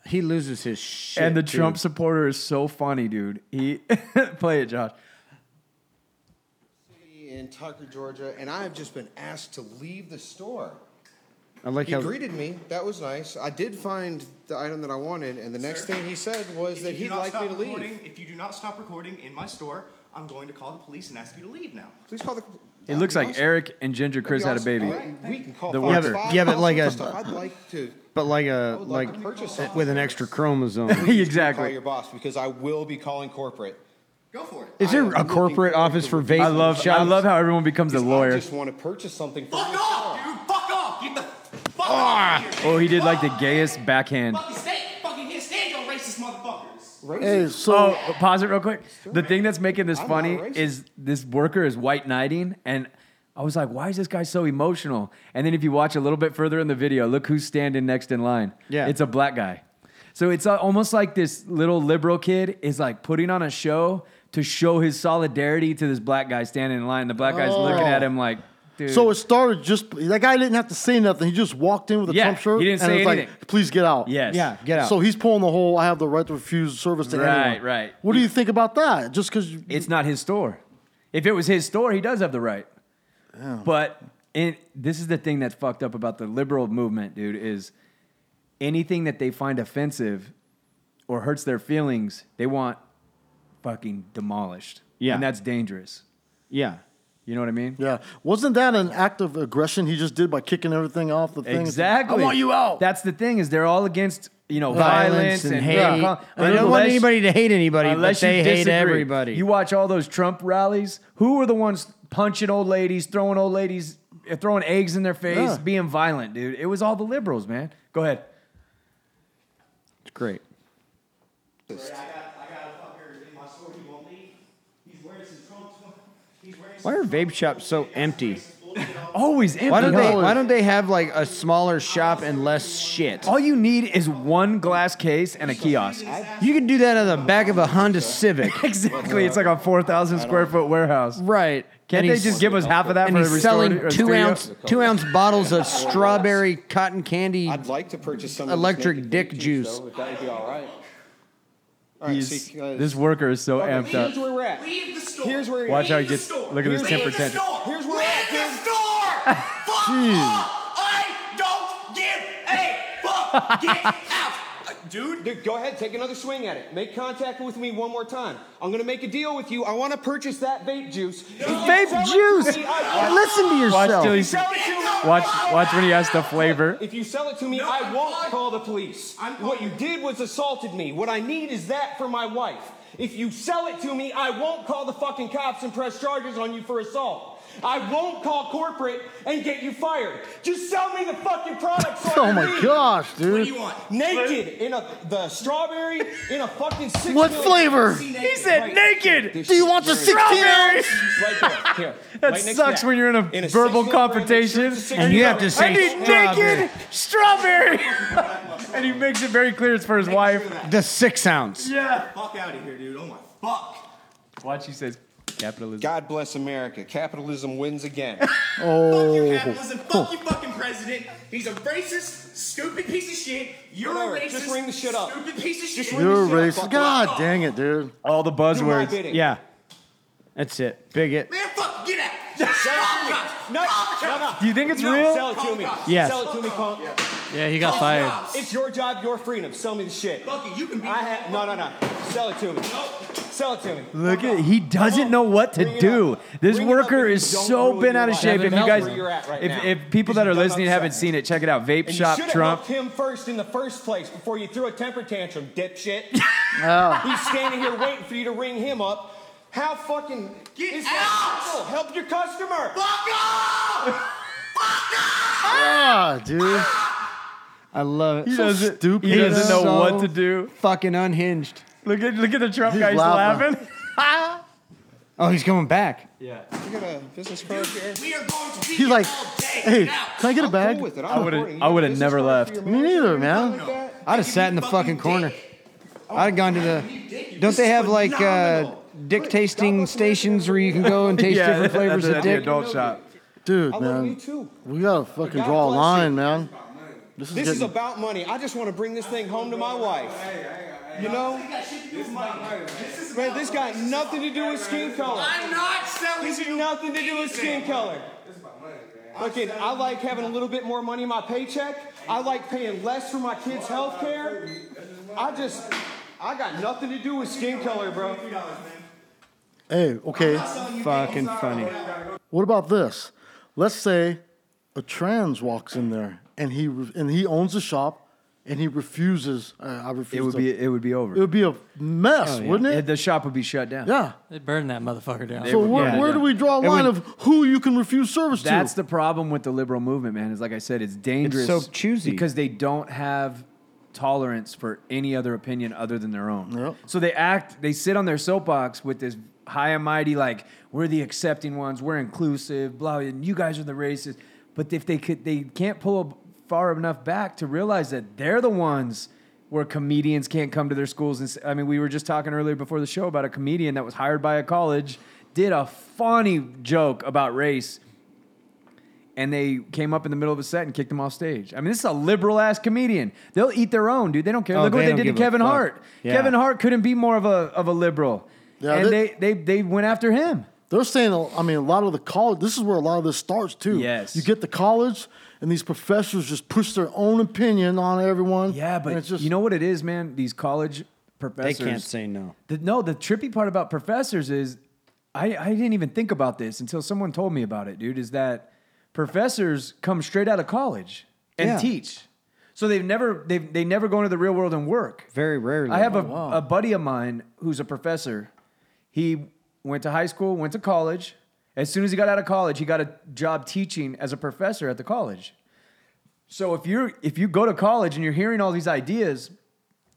[SPEAKER 2] He loses his shit.
[SPEAKER 3] and the
[SPEAKER 2] dude.
[SPEAKER 3] Trump supporter is so funny, dude. He play it, Josh.
[SPEAKER 10] In Tucker, Georgia, and I have just been asked to leave the store.
[SPEAKER 2] I like
[SPEAKER 10] He
[SPEAKER 2] how
[SPEAKER 10] greeted me. That was nice. I did find the item that I wanted, and the next thing he said was that he'd like me to leave.
[SPEAKER 11] If you do not stop recording in my store, I'm going to call the police and ask you to leave now.
[SPEAKER 10] Please call the.
[SPEAKER 3] It looks like Eric and Ginger Chris had a baby.
[SPEAKER 10] We can call
[SPEAKER 3] The
[SPEAKER 10] five-
[SPEAKER 3] worker.
[SPEAKER 10] five
[SPEAKER 2] Yeah, but like
[SPEAKER 10] thousand
[SPEAKER 2] a-
[SPEAKER 10] stuff. I'd like to.
[SPEAKER 2] but like a
[SPEAKER 10] I would like
[SPEAKER 2] like
[SPEAKER 10] to purchase it.
[SPEAKER 2] with an extra chromosome.
[SPEAKER 10] Call
[SPEAKER 3] exactly.
[SPEAKER 10] your boss because I will be calling corporate.
[SPEAKER 11] Go for it.
[SPEAKER 2] Is there
[SPEAKER 10] I am
[SPEAKER 2] a
[SPEAKER 10] looking
[SPEAKER 2] corporate
[SPEAKER 10] forward
[SPEAKER 2] office
[SPEAKER 10] to
[SPEAKER 2] for
[SPEAKER 10] it.
[SPEAKER 2] vape?
[SPEAKER 3] I love I
[SPEAKER 2] shops?
[SPEAKER 3] love how everyone becomes a
[SPEAKER 10] I
[SPEAKER 3] lawyer.
[SPEAKER 10] just want to purchase something. For
[SPEAKER 11] Fuck
[SPEAKER 10] your
[SPEAKER 11] off,
[SPEAKER 10] store.
[SPEAKER 11] dude. Fuck off. Get the fuck off. Here,
[SPEAKER 3] Oh, he did like the gayest backhand.
[SPEAKER 11] Fucking stay. Fucking here. Stand your racist motherfuckers.
[SPEAKER 4] Hey, so
[SPEAKER 3] Oh, pause it real quick. The thing that's making this
[SPEAKER 10] I'm
[SPEAKER 3] funny
[SPEAKER 10] not racist.
[SPEAKER 3] is this worker is white knighting, and I was like, why is this guy so emotional? And then if you watch a little bit further in the video, look who's standing next in line.
[SPEAKER 2] Yeah.
[SPEAKER 3] it's a black guy. So it's uh, almost like this little liberal kid is like putting on a show to show his solidarity to this black guy standing in line. The black guy's looking at him like, dude.
[SPEAKER 4] So it started just that guy didn't have to say nothing. He just walked in with a
[SPEAKER 3] Yeah,
[SPEAKER 4] Trump shirt.
[SPEAKER 3] he didn't
[SPEAKER 4] and
[SPEAKER 3] say
[SPEAKER 4] it was
[SPEAKER 3] anything.
[SPEAKER 4] Like, Please get out.
[SPEAKER 3] yes,
[SPEAKER 2] Yeah, get out.
[SPEAKER 4] So he's pulling the whole. I have the right to refuse service to
[SPEAKER 3] Right,
[SPEAKER 4] anyone.
[SPEAKER 3] right.
[SPEAKER 4] What do you think about that? Just because
[SPEAKER 3] It's not his store. If it was his store, he does have the right.
[SPEAKER 2] Oh.
[SPEAKER 3] But in, this is the thing that's fucked up about the liberal movement, dude, is anything that they find offensive or hurts their feelings, they want fucking demolished.
[SPEAKER 2] Yeah.
[SPEAKER 3] And that's dangerous.
[SPEAKER 2] yeah.
[SPEAKER 3] You know what I mean?
[SPEAKER 4] yeah, wasn't that an act of aggression he just did by kicking everything off the thing?
[SPEAKER 3] Exactly.
[SPEAKER 4] I want you out.
[SPEAKER 3] That's the thing is they're all against, you know,
[SPEAKER 2] Violence,
[SPEAKER 3] violence,
[SPEAKER 2] and, hate.
[SPEAKER 3] Yeah.
[SPEAKER 2] I don't want
[SPEAKER 3] Unless-
[SPEAKER 2] anybody to hate anybody, but
[SPEAKER 3] Unless
[SPEAKER 2] they
[SPEAKER 3] you
[SPEAKER 2] hate
[SPEAKER 3] disagree.
[SPEAKER 2] everybody.
[SPEAKER 3] You watch all those Trump rallies. Who were the ones punching old ladies, throwing old ladies, eh, throwing eggs in their face,
[SPEAKER 4] Yeah.
[SPEAKER 3] being violent, dude? It was all the liberals, man. Go ahead.
[SPEAKER 2] it's great.
[SPEAKER 11] I got, I got a fucker in my store. He won't leave. He's wearing some Trump. He's wearing
[SPEAKER 2] Why are vape shops so empty?
[SPEAKER 3] Always empty.
[SPEAKER 2] Why don't they
[SPEAKER 3] huh?
[SPEAKER 2] Why don't they have like a smaller shop and less shit?
[SPEAKER 3] all you need is one glass case and a kiosk.
[SPEAKER 2] You can do that on the back of a Honda Civic,
[SPEAKER 3] Exactly. It's like a 4,000 square foot warehouse.
[SPEAKER 2] right?
[SPEAKER 3] Can't
[SPEAKER 2] And
[SPEAKER 3] they
[SPEAKER 2] he's-
[SPEAKER 3] just give us half of that
[SPEAKER 2] And
[SPEAKER 3] for
[SPEAKER 2] he's
[SPEAKER 3] every
[SPEAKER 2] selling
[SPEAKER 3] store- or
[SPEAKER 2] two
[SPEAKER 3] studio?
[SPEAKER 2] ounce two ounce bottles of strawberry cotton candy.
[SPEAKER 10] I'd like to purchase some of this
[SPEAKER 2] Electric
[SPEAKER 10] naked
[SPEAKER 2] dick
[SPEAKER 10] meat
[SPEAKER 2] juice.
[SPEAKER 10] Though, if that would be all right. All right,
[SPEAKER 3] He's-
[SPEAKER 10] see, uh,
[SPEAKER 3] this worker is so
[SPEAKER 10] okay,
[SPEAKER 3] amped up.
[SPEAKER 10] Here's where we're at.
[SPEAKER 11] Leave the store.
[SPEAKER 10] Here's where-
[SPEAKER 3] Watch how he
[SPEAKER 11] Leave the
[SPEAKER 3] gets-
[SPEAKER 11] store.
[SPEAKER 3] look at his
[SPEAKER 11] Leave
[SPEAKER 3] temper
[SPEAKER 11] the
[SPEAKER 3] tantrum.
[SPEAKER 11] store.
[SPEAKER 10] Here's where
[SPEAKER 11] Leave
[SPEAKER 10] I
[SPEAKER 11] the
[SPEAKER 10] can-
[SPEAKER 11] store. fuck off. I don't give a fuck. Get out, Uh, dude.
[SPEAKER 10] Dude, go ahead, take another swing at it. Make contact with me one more time. I'm gonna make a deal with you. I want to purchase that vape juice.
[SPEAKER 2] Vape juice. Listen to
[SPEAKER 3] Watch till
[SPEAKER 2] yourself.
[SPEAKER 3] he's- watch, watch when he has the flavor.
[SPEAKER 10] If you sell it to me,
[SPEAKER 11] No,
[SPEAKER 10] I
[SPEAKER 11] I'm
[SPEAKER 10] won't
[SPEAKER 11] not.
[SPEAKER 10] call the police.
[SPEAKER 11] I'm
[SPEAKER 10] what you
[SPEAKER 11] calling.
[SPEAKER 10] did was assaulted me. What I need is that for my wife. If you sell it to me, I won't call the fucking cops and press charges on you for assault. I won't call corporate and get you fired. Just sell me the fucking product. So I
[SPEAKER 4] Oh
[SPEAKER 10] can
[SPEAKER 4] my
[SPEAKER 10] leave.
[SPEAKER 4] gosh, dude. What do you
[SPEAKER 11] want?
[SPEAKER 10] Naked in a the strawberry in a fucking six.
[SPEAKER 4] What
[SPEAKER 10] mil-
[SPEAKER 4] flavor?
[SPEAKER 3] He said naked.
[SPEAKER 4] Do you want the six
[SPEAKER 3] Strawberry. That
[SPEAKER 10] Right next
[SPEAKER 3] sucks
[SPEAKER 10] to that.
[SPEAKER 3] when you're in a,
[SPEAKER 10] In a
[SPEAKER 3] verbal
[SPEAKER 10] six-foot
[SPEAKER 3] confrontation
[SPEAKER 2] And you have to
[SPEAKER 3] I
[SPEAKER 2] say
[SPEAKER 3] need naked strawberry. and he makes it very clear it's for his wife.
[SPEAKER 2] The six ounce.
[SPEAKER 3] Yeah.
[SPEAKER 11] Fuck out of here, dude. Oh my fuck.
[SPEAKER 3] Watch, he says capitalism.
[SPEAKER 10] God bless America. Capitalism wins again. Oh.
[SPEAKER 11] Capitalism, fuck you fucking president. He's a racist, stupid piece of shit. You're
[SPEAKER 10] Whatever,
[SPEAKER 11] a racist,
[SPEAKER 10] just ring the shit up.
[SPEAKER 11] stupid piece of shit.
[SPEAKER 4] You're racist. God dang it, dude.
[SPEAKER 3] All the buzzwords.
[SPEAKER 10] bidding.
[SPEAKER 2] Yeah. That's it. Bigot.
[SPEAKER 11] Man, fuck, get out. Fuck cops.
[SPEAKER 10] No,
[SPEAKER 11] Fuck
[SPEAKER 10] no,
[SPEAKER 11] cops.
[SPEAKER 10] no.
[SPEAKER 2] Do you think it's
[SPEAKER 10] No,
[SPEAKER 2] real?
[SPEAKER 10] Sell it to me.
[SPEAKER 2] Yes.
[SPEAKER 10] Sell it to me, punk.
[SPEAKER 5] Yeah, he got
[SPEAKER 11] Fuck
[SPEAKER 5] fired.
[SPEAKER 11] cops.
[SPEAKER 10] It's your job, your freedom. Sell me the shit.
[SPEAKER 11] Fuck it, you can be.
[SPEAKER 10] I have no, no, no. Sell it to me. Sell it to me.
[SPEAKER 3] Look at he doesn't know what
[SPEAKER 10] Bring
[SPEAKER 3] to
[SPEAKER 10] it
[SPEAKER 3] do.
[SPEAKER 10] up.
[SPEAKER 3] This
[SPEAKER 10] Bring it up
[SPEAKER 3] worker
[SPEAKER 10] if you
[SPEAKER 3] is
[SPEAKER 10] don't
[SPEAKER 3] so
[SPEAKER 10] ruin
[SPEAKER 3] been
[SPEAKER 10] your
[SPEAKER 3] out of
[SPEAKER 10] life.
[SPEAKER 3] shape. If
[SPEAKER 5] Evan
[SPEAKER 3] you guys,
[SPEAKER 10] Meltzer, where you're at right now.
[SPEAKER 3] if, if people that are
[SPEAKER 10] Because you don't
[SPEAKER 3] listening haven't
[SPEAKER 10] upset.
[SPEAKER 3] seen it, check it out. Vape
[SPEAKER 10] And
[SPEAKER 3] shop
[SPEAKER 10] you should have
[SPEAKER 3] Trump.
[SPEAKER 10] helped him first in the first place before you threw a temper tantrum, dipshit.
[SPEAKER 3] Oh.
[SPEAKER 10] He's standing here waiting for you to ring him up. How fucking
[SPEAKER 11] Get
[SPEAKER 10] is
[SPEAKER 11] out!
[SPEAKER 10] that possible? Help your customer.
[SPEAKER 11] Fuck off.
[SPEAKER 4] Ah, dude.
[SPEAKER 2] I love it.
[SPEAKER 3] He
[SPEAKER 4] So
[SPEAKER 3] doesn't.
[SPEAKER 4] stupid.
[SPEAKER 3] He doesn't know
[SPEAKER 2] So
[SPEAKER 3] what to do.
[SPEAKER 2] Fucking unhinged.
[SPEAKER 3] Look at look at the Trump
[SPEAKER 4] He's
[SPEAKER 3] guys
[SPEAKER 4] laughing.
[SPEAKER 3] laughing.
[SPEAKER 2] Oh, he's going back.
[SPEAKER 3] Yeah.
[SPEAKER 10] You got a business card here?
[SPEAKER 11] We are going to be
[SPEAKER 4] He's
[SPEAKER 11] here
[SPEAKER 4] like,
[SPEAKER 11] all day.
[SPEAKER 4] hey,
[SPEAKER 11] Now,
[SPEAKER 4] can I get a bag?
[SPEAKER 10] Cool with it.
[SPEAKER 3] I
[SPEAKER 10] I'm
[SPEAKER 3] would've-
[SPEAKER 10] recording. You
[SPEAKER 3] I
[SPEAKER 10] got a
[SPEAKER 3] would've
[SPEAKER 10] business
[SPEAKER 3] never
[SPEAKER 10] card
[SPEAKER 3] left.
[SPEAKER 10] for your
[SPEAKER 4] Me
[SPEAKER 10] manager or
[SPEAKER 4] neither,
[SPEAKER 10] anything
[SPEAKER 4] man.
[SPEAKER 10] like that?
[SPEAKER 2] I'd have sat in the fucking corner. I'd have gone to the. Don't they have like uh, dick tasting stations where you can go and taste
[SPEAKER 3] Yeah,
[SPEAKER 2] different flavors
[SPEAKER 3] that's
[SPEAKER 2] of
[SPEAKER 3] at the
[SPEAKER 2] dick?
[SPEAKER 3] adult shop.
[SPEAKER 4] Dude,
[SPEAKER 10] I love you
[SPEAKER 4] man.
[SPEAKER 10] too.
[SPEAKER 4] We gotta fucking
[SPEAKER 10] God
[SPEAKER 4] draw a
[SPEAKER 10] bless
[SPEAKER 4] line,
[SPEAKER 10] you.
[SPEAKER 4] man. This is,
[SPEAKER 10] This
[SPEAKER 4] getting,
[SPEAKER 10] is about money. I just want to bring this thing home to my wife. You know? Man, this got nothing to do with skin color.
[SPEAKER 11] I'm not selling
[SPEAKER 10] This has
[SPEAKER 11] you
[SPEAKER 10] nothing to do with skin color. Fucking, I like having a little bit more money in my paycheck. I like paying less for my kids' health care. I just, I got nothing to do with skin color, bro.
[SPEAKER 4] Hey, okay.
[SPEAKER 2] Fucking funny.
[SPEAKER 4] What about this? Let's say a trans walks in there and he re- and he owns the shop and he refuses. Uh, I refuse.
[SPEAKER 3] It would
[SPEAKER 4] to-
[SPEAKER 3] be it would be
[SPEAKER 4] It
[SPEAKER 3] over. Oh,
[SPEAKER 4] would be a mess, wouldn't
[SPEAKER 3] Yeah,
[SPEAKER 4] it?
[SPEAKER 3] The shop would be shut down.
[SPEAKER 4] yeah.
[SPEAKER 5] They burned that motherfucker down.
[SPEAKER 4] So where,
[SPEAKER 3] yeah,
[SPEAKER 4] where
[SPEAKER 3] yeah.
[SPEAKER 4] do we draw a
[SPEAKER 3] It
[SPEAKER 4] line
[SPEAKER 3] would-
[SPEAKER 4] of who you can refuse service
[SPEAKER 3] That's
[SPEAKER 4] to?
[SPEAKER 3] the problem with the liberal movement, man. Is like I said, it's dangerous.
[SPEAKER 2] so choosy.
[SPEAKER 3] because they don't have tolerance for any other opinion other than their own.
[SPEAKER 4] Yep.
[SPEAKER 3] So they act, they sit on their soapbox with this high and mighty, like we're the accepting ones, we're inclusive, blah, and you guys are the racist. But if they could, they can't pull up far enough back to realize that they're the ones where comedians can't come to their schools. And s- I mean, we were just talking earlier before the show about a comedian that was hired by a college, did a funny joke about race and they came up in the middle of a set and kicked him off stage. I mean, this is a liberal ass comedian. They'll eat their own, dude. They don't care.
[SPEAKER 2] Oh,
[SPEAKER 3] Look what
[SPEAKER 2] they
[SPEAKER 3] they
[SPEAKER 2] don't
[SPEAKER 3] did to
[SPEAKER 2] give a
[SPEAKER 3] Kevin
[SPEAKER 2] fuck.
[SPEAKER 3] Hart.
[SPEAKER 2] Yeah.
[SPEAKER 3] Kevin Hart couldn't be more of a of a liberal,
[SPEAKER 4] Yeah,
[SPEAKER 3] and
[SPEAKER 4] they-
[SPEAKER 3] they, they they went after him.
[SPEAKER 4] They're saying, I mean, a lot of the college, this is where a lot of this starts too.
[SPEAKER 3] Yes.
[SPEAKER 4] You get the college, and these professors just push their own opinion on everyone.
[SPEAKER 3] Yeah,
[SPEAKER 4] and
[SPEAKER 3] but
[SPEAKER 4] it's just,
[SPEAKER 3] you know what it is, man. These college professors
[SPEAKER 2] can't say no.
[SPEAKER 3] The, no, the trippy part about professors is, I I didn't even think about this until someone told me about it, dude. Is that professors come straight out of college and
[SPEAKER 2] Yeah.
[SPEAKER 3] teach, so they've never they have they never go into the real world and work.
[SPEAKER 2] Very rarely.
[SPEAKER 3] I have a, a buddy of mine who's a professor. He went to high school, went to college. As soon as he got out of college, he got a job teaching as a professor at the college. So if you're if you go to college and you're hearing all these ideas,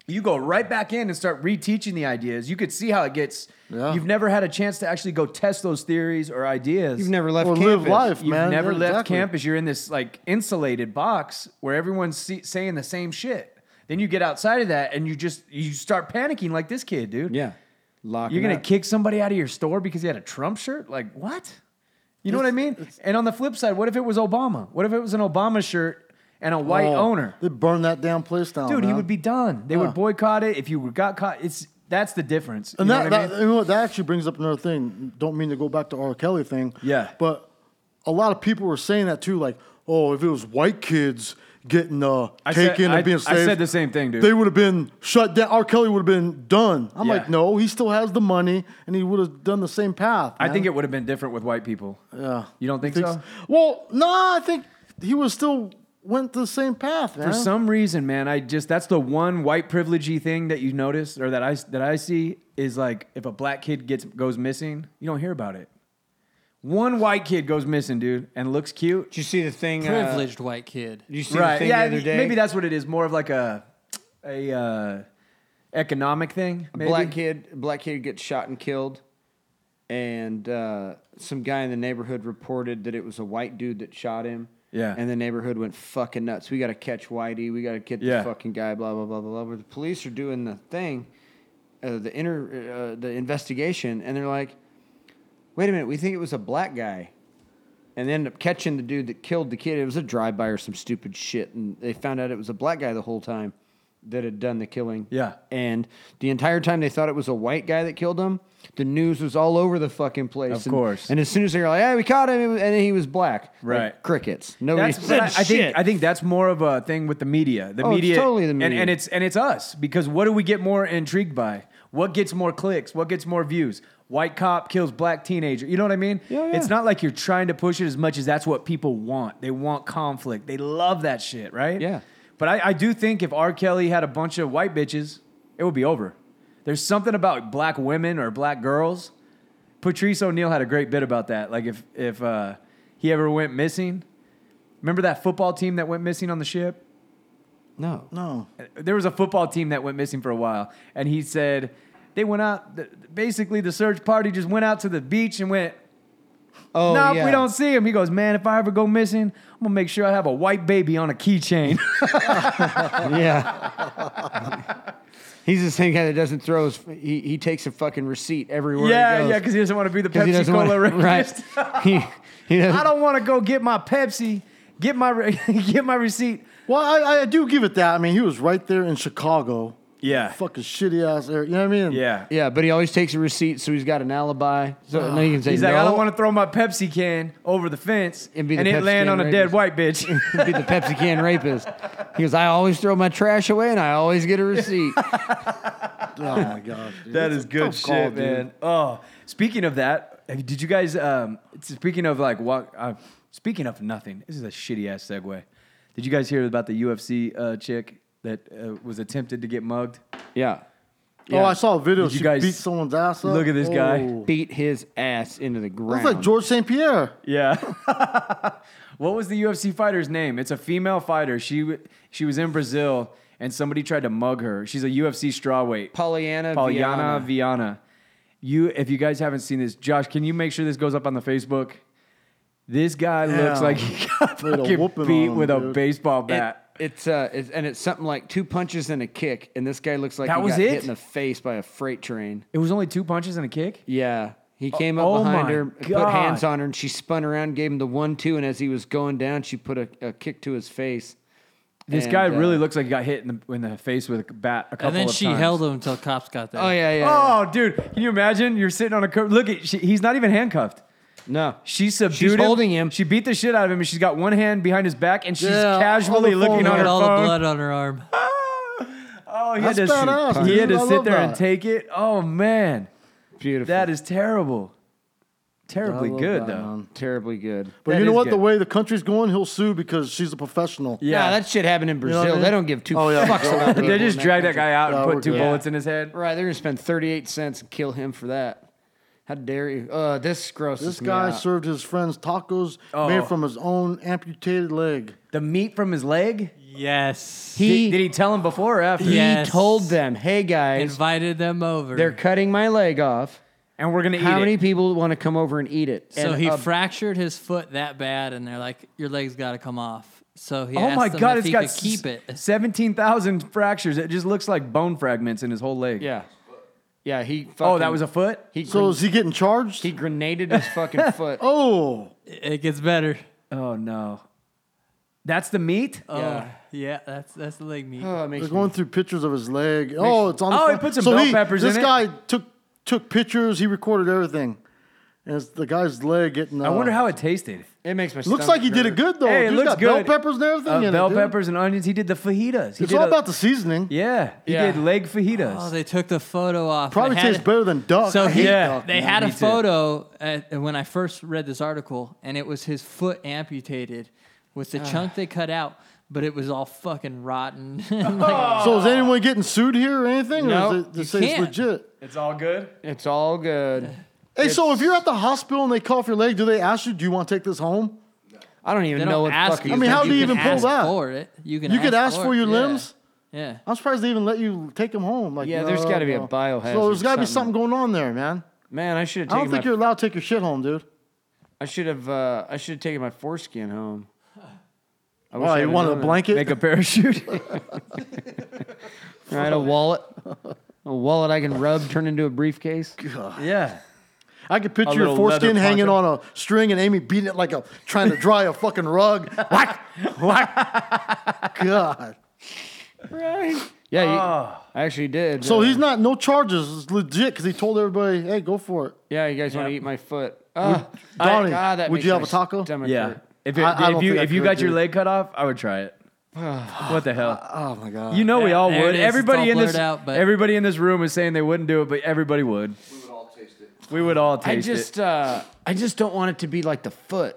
[SPEAKER 3] you go right back in and start reteaching the ideas. You could see how it gets.
[SPEAKER 4] Yeah.
[SPEAKER 3] You've never had a chance to actually go test those theories or ideas.
[SPEAKER 2] You've never left
[SPEAKER 4] Or
[SPEAKER 2] campus.
[SPEAKER 4] live life,
[SPEAKER 3] You've
[SPEAKER 4] man.
[SPEAKER 3] never
[SPEAKER 4] Yeah,
[SPEAKER 3] left
[SPEAKER 4] exactly.
[SPEAKER 3] campus. You're in this like insulated box where everyone's see- saying the same shit. Then you get outside of that and you just you start panicking like this kid, dude.
[SPEAKER 2] Yeah. Lock
[SPEAKER 3] You're
[SPEAKER 2] it
[SPEAKER 3] gonna
[SPEAKER 2] up.
[SPEAKER 3] kick somebody out of your store because he had a Trump shirt? Like what? You know what I mean? And on the flip side, what if it was Obama? What if it was an Obama shirt and a white
[SPEAKER 4] oh,
[SPEAKER 3] owner?
[SPEAKER 4] They burn that damn place down.
[SPEAKER 3] Dude, he
[SPEAKER 4] man.
[SPEAKER 3] would be done. They
[SPEAKER 4] Yeah.
[SPEAKER 3] would boycott it if you got caught. It's that's the difference. You
[SPEAKER 4] And
[SPEAKER 3] know
[SPEAKER 4] that,
[SPEAKER 3] what I
[SPEAKER 4] that,
[SPEAKER 3] mean?
[SPEAKER 4] you know what, that actually brings up another thing. Don't mean to go back to R. Kelly thing.
[SPEAKER 3] Yeah.
[SPEAKER 4] But a lot of people were saying that too, like, oh, if it was white kids getting uh,
[SPEAKER 3] I said-
[SPEAKER 4] taken and
[SPEAKER 3] I-
[SPEAKER 4] being
[SPEAKER 3] I said
[SPEAKER 4] saved,
[SPEAKER 3] the same thing, dude.
[SPEAKER 4] They would have been shut down. R. Kelly would have been done. I'm
[SPEAKER 3] Yeah.
[SPEAKER 4] like, no, he still has the money and he would have done the same path.
[SPEAKER 3] I
[SPEAKER 4] man.
[SPEAKER 3] think it would have been different with white people.
[SPEAKER 4] Yeah.
[SPEAKER 3] You don't think,
[SPEAKER 4] Think
[SPEAKER 3] so?
[SPEAKER 4] s- Well, no, I think he was still went the same path, man.
[SPEAKER 3] For some reason, man, I just that's the one white privilegey thing that you notice or that I that I see is like if a black kid gets goes missing, you don't hear about it. One white kid goes missing, dude, and looks cute. Did
[SPEAKER 2] you see the thing?
[SPEAKER 3] uh,
[SPEAKER 5] Privileged white kid.
[SPEAKER 2] You
[SPEAKER 3] right. yeah, maybe that's what it is. More of like a a uh, economic thing.
[SPEAKER 2] A
[SPEAKER 3] maybe?
[SPEAKER 2] black kid, a black kid gets shot and killed, and uh, some guy in the neighborhood reported that it was a white dude that shot him.
[SPEAKER 3] Yeah.
[SPEAKER 2] and the neighborhood went fucking nuts. We got to catch Whitey. We got to get
[SPEAKER 3] Yeah.
[SPEAKER 2] the fucking guy. Blah blah blah blah blah. But the police are doing the thing, uh, the inner, uh, the investigation, and they're like, "Wait a minute, we think it was a black guy." And they end up catching the dude that killed the kid. It was a drive-by or some stupid shit, and they found out it was a black guy the whole time that had done the killing.
[SPEAKER 3] Yeah.
[SPEAKER 2] And the entire time they thought it was a white guy that killed him, the news was all over the fucking place.
[SPEAKER 3] Of
[SPEAKER 2] And-
[SPEAKER 3] course.
[SPEAKER 2] And as soon as they were like, "Hey, we caught him," and then he was black. Like,
[SPEAKER 3] Right.
[SPEAKER 2] crickets. Nobody
[SPEAKER 3] That's-
[SPEAKER 2] said
[SPEAKER 3] but I, I
[SPEAKER 2] shit.
[SPEAKER 3] think I think that's more of a thing with the media. The
[SPEAKER 2] Oh, it's
[SPEAKER 3] media,
[SPEAKER 2] totally the
[SPEAKER 3] And,
[SPEAKER 2] media.
[SPEAKER 3] and it's and it's us because what do we get more intrigued by? What gets more clicks? What gets more views? White cop kills black teenager. You know what I mean?
[SPEAKER 2] yeah.
[SPEAKER 3] It's not like you're trying to push it as much as that's what people want. They want conflict. They love that shit, right?
[SPEAKER 2] Yeah.
[SPEAKER 3] But I, I do think if R. Kelly had a bunch of white bitches, it would be over. There's something about black women or black girls. Patrice O'Neill had a great bit about that. Like if if uh, he ever went missing, remember that football team that went missing on the ship?
[SPEAKER 2] No.
[SPEAKER 4] No.
[SPEAKER 3] There was a football team that went missing for a while, and he said they went out. th- Basically, the search party just went out to the beach and went.
[SPEAKER 2] Oh,
[SPEAKER 3] nope,
[SPEAKER 2] yeah.
[SPEAKER 3] we don't see him. He goes, man, if I ever go missing, I'm gonna make sure I have a white baby on a keychain.
[SPEAKER 2] yeah. He's the same guy that doesn't throw his. He, he takes a fucking receipt everywhere.
[SPEAKER 3] yeah,
[SPEAKER 2] he goes.
[SPEAKER 3] yeah, because he doesn't want to be the
[SPEAKER 2] 'Cause he
[SPEAKER 3] Pepsi
[SPEAKER 2] doesn't wanna-
[SPEAKER 3] Cola
[SPEAKER 2] right.
[SPEAKER 3] reference.
[SPEAKER 2] He- he doesn't-
[SPEAKER 3] I don't want to go get my Pepsi, get my re- get my receipt.
[SPEAKER 4] Well, I, I do give it that. I mean, he was right there in Chicago.
[SPEAKER 3] Yeah.
[SPEAKER 4] Fucking shitty ass area. You know what I mean?
[SPEAKER 3] Yeah.
[SPEAKER 2] Yeah, but he always takes a receipt, so he's got an alibi. So and then he can say
[SPEAKER 3] He's
[SPEAKER 2] no.
[SPEAKER 3] like, I don't want to throw my Pepsi can over the fence and,
[SPEAKER 2] be the
[SPEAKER 3] it
[SPEAKER 2] Pepsi
[SPEAKER 3] land
[SPEAKER 2] can
[SPEAKER 3] on a dead
[SPEAKER 2] rapist."
[SPEAKER 3] white bitch.
[SPEAKER 2] to be the Pepsi can rapist. He goes, I always throw my trash away and I always get a receipt.
[SPEAKER 4] Oh my god. dude.
[SPEAKER 3] that
[SPEAKER 4] It's
[SPEAKER 3] is
[SPEAKER 4] a
[SPEAKER 3] good
[SPEAKER 4] tough
[SPEAKER 3] shit,
[SPEAKER 4] call, dude.
[SPEAKER 3] man. Oh, speaking of that, have- did you guys? Um, speaking of like walk. Uh, speaking of nothing, this is a shitty ass segue. Did you guys hear about the UFC uh, chick that uh, was attempted to get mugged?
[SPEAKER 2] yeah.
[SPEAKER 4] Oh, I saw a video.
[SPEAKER 3] Did you
[SPEAKER 4] she
[SPEAKER 3] guys-
[SPEAKER 4] beat someone's ass up.
[SPEAKER 3] Look at this guy.
[SPEAKER 4] Oh.
[SPEAKER 2] Beat his ass into the ground.
[SPEAKER 4] That's like George St. Pierre.
[SPEAKER 3] Yeah. what was the UFC fighter's name? It's a female fighter. She w- she was in Brazil and somebody tried to mug her. She's a UFC strawweight.
[SPEAKER 2] Pollyanna.
[SPEAKER 3] Pollyanna Viana. You, if you guys haven't seen this, Josh, can you make sure this goes up on the Facebook? This guy looks
[SPEAKER 4] Damn.
[SPEAKER 3] like he got
[SPEAKER 4] Laid a
[SPEAKER 3] fucking
[SPEAKER 4] whooping on
[SPEAKER 3] beat
[SPEAKER 4] him,
[SPEAKER 3] with a
[SPEAKER 4] dude.
[SPEAKER 3] baseball
[SPEAKER 2] It,
[SPEAKER 3] bat.
[SPEAKER 2] it's uh, it's, and it's something like two punches and a kick, and this guy looks like
[SPEAKER 3] That
[SPEAKER 2] he
[SPEAKER 3] was
[SPEAKER 2] got
[SPEAKER 3] it?
[SPEAKER 2] hit in the face by a freight train.
[SPEAKER 3] It, was only two punches and a kick.
[SPEAKER 2] Yeah, he came up
[SPEAKER 3] oh
[SPEAKER 2] behind
[SPEAKER 3] my
[SPEAKER 2] her, put
[SPEAKER 3] God.
[SPEAKER 2] hands on her, and she spun around, gave him the one two, and as he was going down, she put a, a kick to his face.
[SPEAKER 3] This
[SPEAKER 2] And,
[SPEAKER 3] guy
[SPEAKER 2] uh,
[SPEAKER 3] really looks like he got hit in the in the face with a bat a couple
[SPEAKER 5] And then
[SPEAKER 3] of
[SPEAKER 5] she
[SPEAKER 3] times.
[SPEAKER 5] held him until cops got there.
[SPEAKER 2] Oh yeah, yeah. yeah.
[SPEAKER 3] Oh, dude! Can you imagine? You're sitting on a curb. Look at she, he's not even handcuffed.
[SPEAKER 2] No,
[SPEAKER 3] She subdued
[SPEAKER 2] She's
[SPEAKER 3] him.
[SPEAKER 2] holding him.
[SPEAKER 3] She beat the shit out of him, and she's got one hand behind his back, and she's
[SPEAKER 4] Yeah,
[SPEAKER 3] casually
[SPEAKER 4] on the
[SPEAKER 3] looking on her
[SPEAKER 5] Look
[SPEAKER 4] phone,
[SPEAKER 5] at all
[SPEAKER 3] phone.
[SPEAKER 5] the blood on her arm.
[SPEAKER 3] Oh, he
[SPEAKER 4] That's
[SPEAKER 3] had to,
[SPEAKER 4] badass,
[SPEAKER 3] he had
[SPEAKER 4] dude.
[SPEAKER 3] to
[SPEAKER 4] I
[SPEAKER 3] sit
[SPEAKER 4] love
[SPEAKER 3] there and
[SPEAKER 4] that.
[SPEAKER 3] take it. Oh man,
[SPEAKER 2] beautiful.
[SPEAKER 3] that is terrible. Terribly
[SPEAKER 2] I love
[SPEAKER 3] good
[SPEAKER 2] that,
[SPEAKER 3] though.
[SPEAKER 2] man. Terribly good.
[SPEAKER 4] But
[SPEAKER 3] That
[SPEAKER 4] you know
[SPEAKER 3] is
[SPEAKER 4] what? The
[SPEAKER 3] good.
[SPEAKER 4] way the country's going, he'll sue because she's a professional.
[SPEAKER 2] Yeah,
[SPEAKER 3] Yeah,
[SPEAKER 2] that shit happened in
[SPEAKER 4] know
[SPEAKER 2] Brazil.
[SPEAKER 4] what I mean?
[SPEAKER 2] They don't give two
[SPEAKER 4] Oh, yeah.
[SPEAKER 2] fucks about people
[SPEAKER 3] they
[SPEAKER 2] in
[SPEAKER 3] just dragged that
[SPEAKER 2] country.
[SPEAKER 3] guy out
[SPEAKER 4] Yeah,
[SPEAKER 3] and
[SPEAKER 4] we're
[SPEAKER 3] put two
[SPEAKER 4] good.
[SPEAKER 3] bullets in his head.
[SPEAKER 2] Right, they're gonna spend thirty-eight cents and kill him for that. How dare you? Uh, this grosses
[SPEAKER 4] This
[SPEAKER 2] me
[SPEAKER 4] guy
[SPEAKER 2] out.
[SPEAKER 4] served his friends tacos
[SPEAKER 3] Oh.
[SPEAKER 4] made from his own amputated leg.
[SPEAKER 3] The meat from his leg.
[SPEAKER 5] Yes.
[SPEAKER 3] did, did he tell him before or after?
[SPEAKER 2] he
[SPEAKER 5] Yes.
[SPEAKER 2] told them, "Hey guys,
[SPEAKER 5] invited them over.
[SPEAKER 2] they're cutting my leg off.
[SPEAKER 3] And we're gonna eat
[SPEAKER 2] How many
[SPEAKER 3] it.
[SPEAKER 2] people want to come over and eat it?"
[SPEAKER 5] so
[SPEAKER 2] And
[SPEAKER 5] he
[SPEAKER 2] a-
[SPEAKER 5] fractured his foot that bad, and they're like, "Your leg's got to come off." So he
[SPEAKER 3] Oh
[SPEAKER 5] asked
[SPEAKER 3] my
[SPEAKER 5] them
[SPEAKER 3] god,
[SPEAKER 5] if
[SPEAKER 3] it's
[SPEAKER 5] he
[SPEAKER 3] got
[SPEAKER 5] could keep it.
[SPEAKER 3] seventeen thousand fractures. It just looks like bone fragments in his whole leg.
[SPEAKER 2] yeah, yeah, he. Fucking,
[SPEAKER 3] Oh, that was a foot.
[SPEAKER 2] He
[SPEAKER 4] So
[SPEAKER 2] gren-
[SPEAKER 4] is he getting charged?
[SPEAKER 2] he grenaded his fucking foot.
[SPEAKER 4] oh,
[SPEAKER 5] It gets better.
[SPEAKER 3] Oh no, that's the meat.
[SPEAKER 5] Oh,
[SPEAKER 2] Yeah.
[SPEAKER 5] yeah. that's that's the leg meat.
[SPEAKER 2] Oh, it makes
[SPEAKER 4] they're
[SPEAKER 2] me-
[SPEAKER 4] going through pictures of his leg. Oh, it's on. The
[SPEAKER 3] Oh, he
[SPEAKER 4] front.
[SPEAKER 3] put some
[SPEAKER 4] so
[SPEAKER 3] bell peppers
[SPEAKER 4] This
[SPEAKER 3] in it.
[SPEAKER 4] guy took took pictures. He recorded everything, and it's the guy's leg getting. Uh,
[SPEAKER 3] Oh, I wonder how it tasted.
[SPEAKER 2] it makes my.
[SPEAKER 4] Looks
[SPEAKER 2] stomach
[SPEAKER 4] like he did
[SPEAKER 2] hurt.
[SPEAKER 4] it good though.
[SPEAKER 3] Hey, it
[SPEAKER 4] Dude's
[SPEAKER 3] looks
[SPEAKER 4] Oh, got
[SPEAKER 3] good.
[SPEAKER 4] Bell peppers and everything.
[SPEAKER 3] Uh,
[SPEAKER 4] in it,
[SPEAKER 3] bell
[SPEAKER 4] dude.
[SPEAKER 3] peppers and onions. He did the fajitas. He
[SPEAKER 4] It's
[SPEAKER 3] did
[SPEAKER 4] all
[SPEAKER 3] a-
[SPEAKER 4] about the seasoning.
[SPEAKER 3] Yeah, he
[SPEAKER 2] Yeah.
[SPEAKER 3] did leg fajitas.
[SPEAKER 5] Oh, they took the photo off.
[SPEAKER 4] Probably
[SPEAKER 5] They had
[SPEAKER 4] tastes
[SPEAKER 5] it-
[SPEAKER 4] better than duck.
[SPEAKER 5] So
[SPEAKER 4] I hate
[SPEAKER 5] he,
[SPEAKER 3] Yeah.
[SPEAKER 4] duck.
[SPEAKER 5] they
[SPEAKER 3] No,
[SPEAKER 5] had
[SPEAKER 3] me
[SPEAKER 5] a
[SPEAKER 3] too.
[SPEAKER 5] photo at, when I first read this article, and it was his foot amputated with
[SPEAKER 2] Ah.
[SPEAKER 5] the chunk they cut out, but it was all fucking rotten. Like,
[SPEAKER 4] So is anyone getting sued here or anything?
[SPEAKER 2] No,
[SPEAKER 4] or is it,
[SPEAKER 2] you
[SPEAKER 4] this say it's
[SPEAKER 5] can't.
[SPEAKER 4] legit?
[SPEAKER 3] it's all good.
[SPEAKER 2] It's all good.
[SPEAKER 4] Hey, so if you're at the hospital and they cut off your leg, do they ask you, do you want to take this home?
[SPEAKER 2] I don't
[SPEAKER 5] They don't ask you.
[SPEAKER 4] I mean, how do you
[SPEAKER 5] can
[SPEAKER 4] even pull
[SPEAKER 5] ask
[SPEAKER 4] that?
[SPEAKER 5] For it. You can.
[SPEAKER 4] you could ask for your
[SPEAKER 5] it, yeah.
[SPEAKER 4] limbs.
[SPEAKER 5] Yeah.
[SPEAKER 4] I'm surprised they even let you take them home. Like,
[SPEAKER 2] Yeah,
[SPEAKER 4] no,
[SPEAKER 2] there's gotta be a
[SPEAKER 4] no.
[SPEAKER 2] biohazard
[SPEAKER 4] So there's got to be something
[SPEAKER 2] something.
[SPEAKER 4] going on there, man.
[SPEAKER 2] Man, I should have
[SPEAKER 4] I
[SPEAKER 2] taken
[SPEAKER 4] don't think
[SPEAKER 2] my,
[SPEAKER 4] you're allowed to take your shit home, dude.
[SPEAKER 2] I should have uh, I should have taken my foreskin home. I
[SPEAKER 4] Oh, you
[SPEAKER 2] had've
[SPEAKER 4] wanted a
[SPEAKER 2] done that.
[SPEAKER 4] blanket? Make a
[SPEAKER 3] parachute.
[SPEAKER 2] right, a wallet. A wallet I can rub, turn into a briefcase.
[SPEAKER 3] Yeah.
[SPEAKER 4] I could
[SPEAKER 2] A
[SPEAKER 4] picture your
[SPEAKER 2] little leather
[SPEAKER 4] foreskin hanging
[SPEAKER 2] pocket.
[SPEAKER 4] on a string and Amy beating it like a trying to dry a fucking rug. Whack, whack. God.
[SPEAKER 2] Right. Yeah, you, I actually did.
[SPEAKER 4] Ah. So
[SPEAKER 2] uh,
[SPEAKER 4] he's not no charges. It's legit because he told everybody, "Hey, go for it."
[SPEAKER 2] Yeah, you guys want to eat my foot? Uh,
[SPEAKER 4] Donnie,
[SPEAKER 2] God, that
[SPEAKER 4] would
[SPEAKER 2] makes
[SPEAKER 4] you have
[SPEAKER 2] my
[SPEAKER 4] a taco?
[SPEAKER 2] stomach
[SPEAKER 3] Yeah.
[SPEAKER 2] hurt.
[SPEAKER 3] If, it,
[SPEAKER 4] I- I
[SPEAKER 3] if
[SPEAKER 4] don't
[SPEAKER 3] you
[SPEAKER 4] think I
[SPEAKER 3] if you
[SPEAKER 4] could,
[SPEAKER 3] got your
[SPEAKER 4] dude.
[SPEAKER 3] leg cut off, I would try it. what the hell?
[SPEAKER 4] Oh my god.
[SPEAKER 3] You know we
[SPEAKER 5] Yeah,
[SPEAKER 3] all
[SPEAKER 5] there
[SPEAKER 3] would.
[SPEAKER 5] it is. It's
[SPEAKER 3] Everybody
[SPEAKER 5] all
[SPEAKER 3] in this
[SPEAKER 5] blurred out, but-
[SPEAKER 3] everybody in this room is saying they wouldn't do it, but everybody would. We would all
[SPEAKER 2] I
[SPEAKER 3] taste it.
[SPEAKER 2] just, uh, I just don't want it to be like the foot.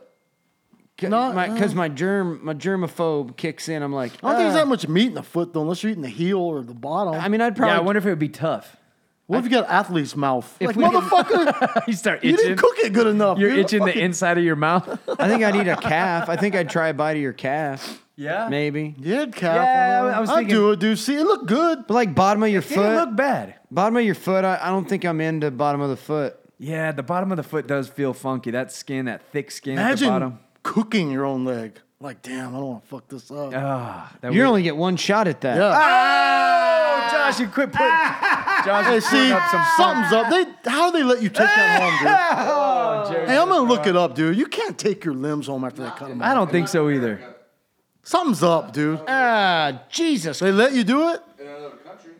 [SPEAKER 2] Because my, 'cause my germ, my germaphobe kicks in. I'm like,
[SPEAKER 4] I don't think there's
[SPEAKER 2] "Ah."
[SPEAKER 4] that much meat in the foot though, unless you're eating the heel or the bottom.
[SPEAKER 2] I mean, I'd probably.
[SPEAKER 3] yeah, I wonder if it would be tough.
[SPEAKER 4] what if you got an athlete's mouth?
[SPEAKER 2] If
[SPEAKER 4] like,
[SPEAKER 2] we didn't-
[SPEAKER 4] motherfucker,
[SPEAKER 3] you start
[SPEAKER 4] you
[SPEAKER 3] itching.
[SPEAKER 4] didn't cook it good enough.
[SPEAKER 3] You're
[SPEAKER 4] dude.
[SPEAKER 3] itching the
[SPEAKER 4] Fucking-
[SPEAKER 3] inside of your mouth.
[SPEAKER 2] I think I'd eat a calf. I think I'd try a bite of your calf.
[SPEAKER 3] Yeah.
[SPEAKER 2] Maybe.
[SPEAKER 4] Yeah, cow.
[SPEAKER 3] Yeah, I was
[SPEAKER 4] I
[SPEAKER 3] thinking-
[SPEAKER 4] do it, dude. See, it looked good.
[SPEAKER 2] But like bottom of your
[SPEAKER 3] It didn't
[SPEAKER 2] foot.
[SPEAKER 3] look bad.
[SPEAKER 2] bottom of your foot. I, I don't think I'm into bottom of the foot.
[SPEAKER 3] Yeah, the bottom of the foot does feel funky. That skin, that thick skin at the
[SPEAKER 4] Imagine
[SPEAKER 3] bottom.
[SPEAKER 4] cooking your own leg. Like, damn, I don't want to fuck this up.
[SPEAKER 3] Ah, that
[SPEAKER 2] You
[SPEAKER 3] would-
[SPEAKER 2] only get one shot at that.
[SPEAKER 4] yeah.
[SPEAKER 3] Ah! Oh, Josh, you quit putting. Josh,
[SPEAKER 4] Hey,
[SPEAKER 3] is putting
[SPEAKER 4] see,
[SPEAKER 3] up some
[SPEAKER 4] something's up. They, how do they let you take that home,
[SPEAKER 3] Oh,
[SPEAKER 4] dude?
[SPEAKER 3] Jerry.
[SPEAKER 4] Hey, I'm gonna look it up, dude. You can't take your limbs home after they cut them.
[SPEAKER 3] I
[SPEAKER 4] off.
[SPEAKER 3] don't think so either.
[SPEAKER 4] Something's up, dude.
[SPEAKER 2] Ah, Jesus.
[SPEAKER 4] They let you do it?
[SPEAKER 6] In another country.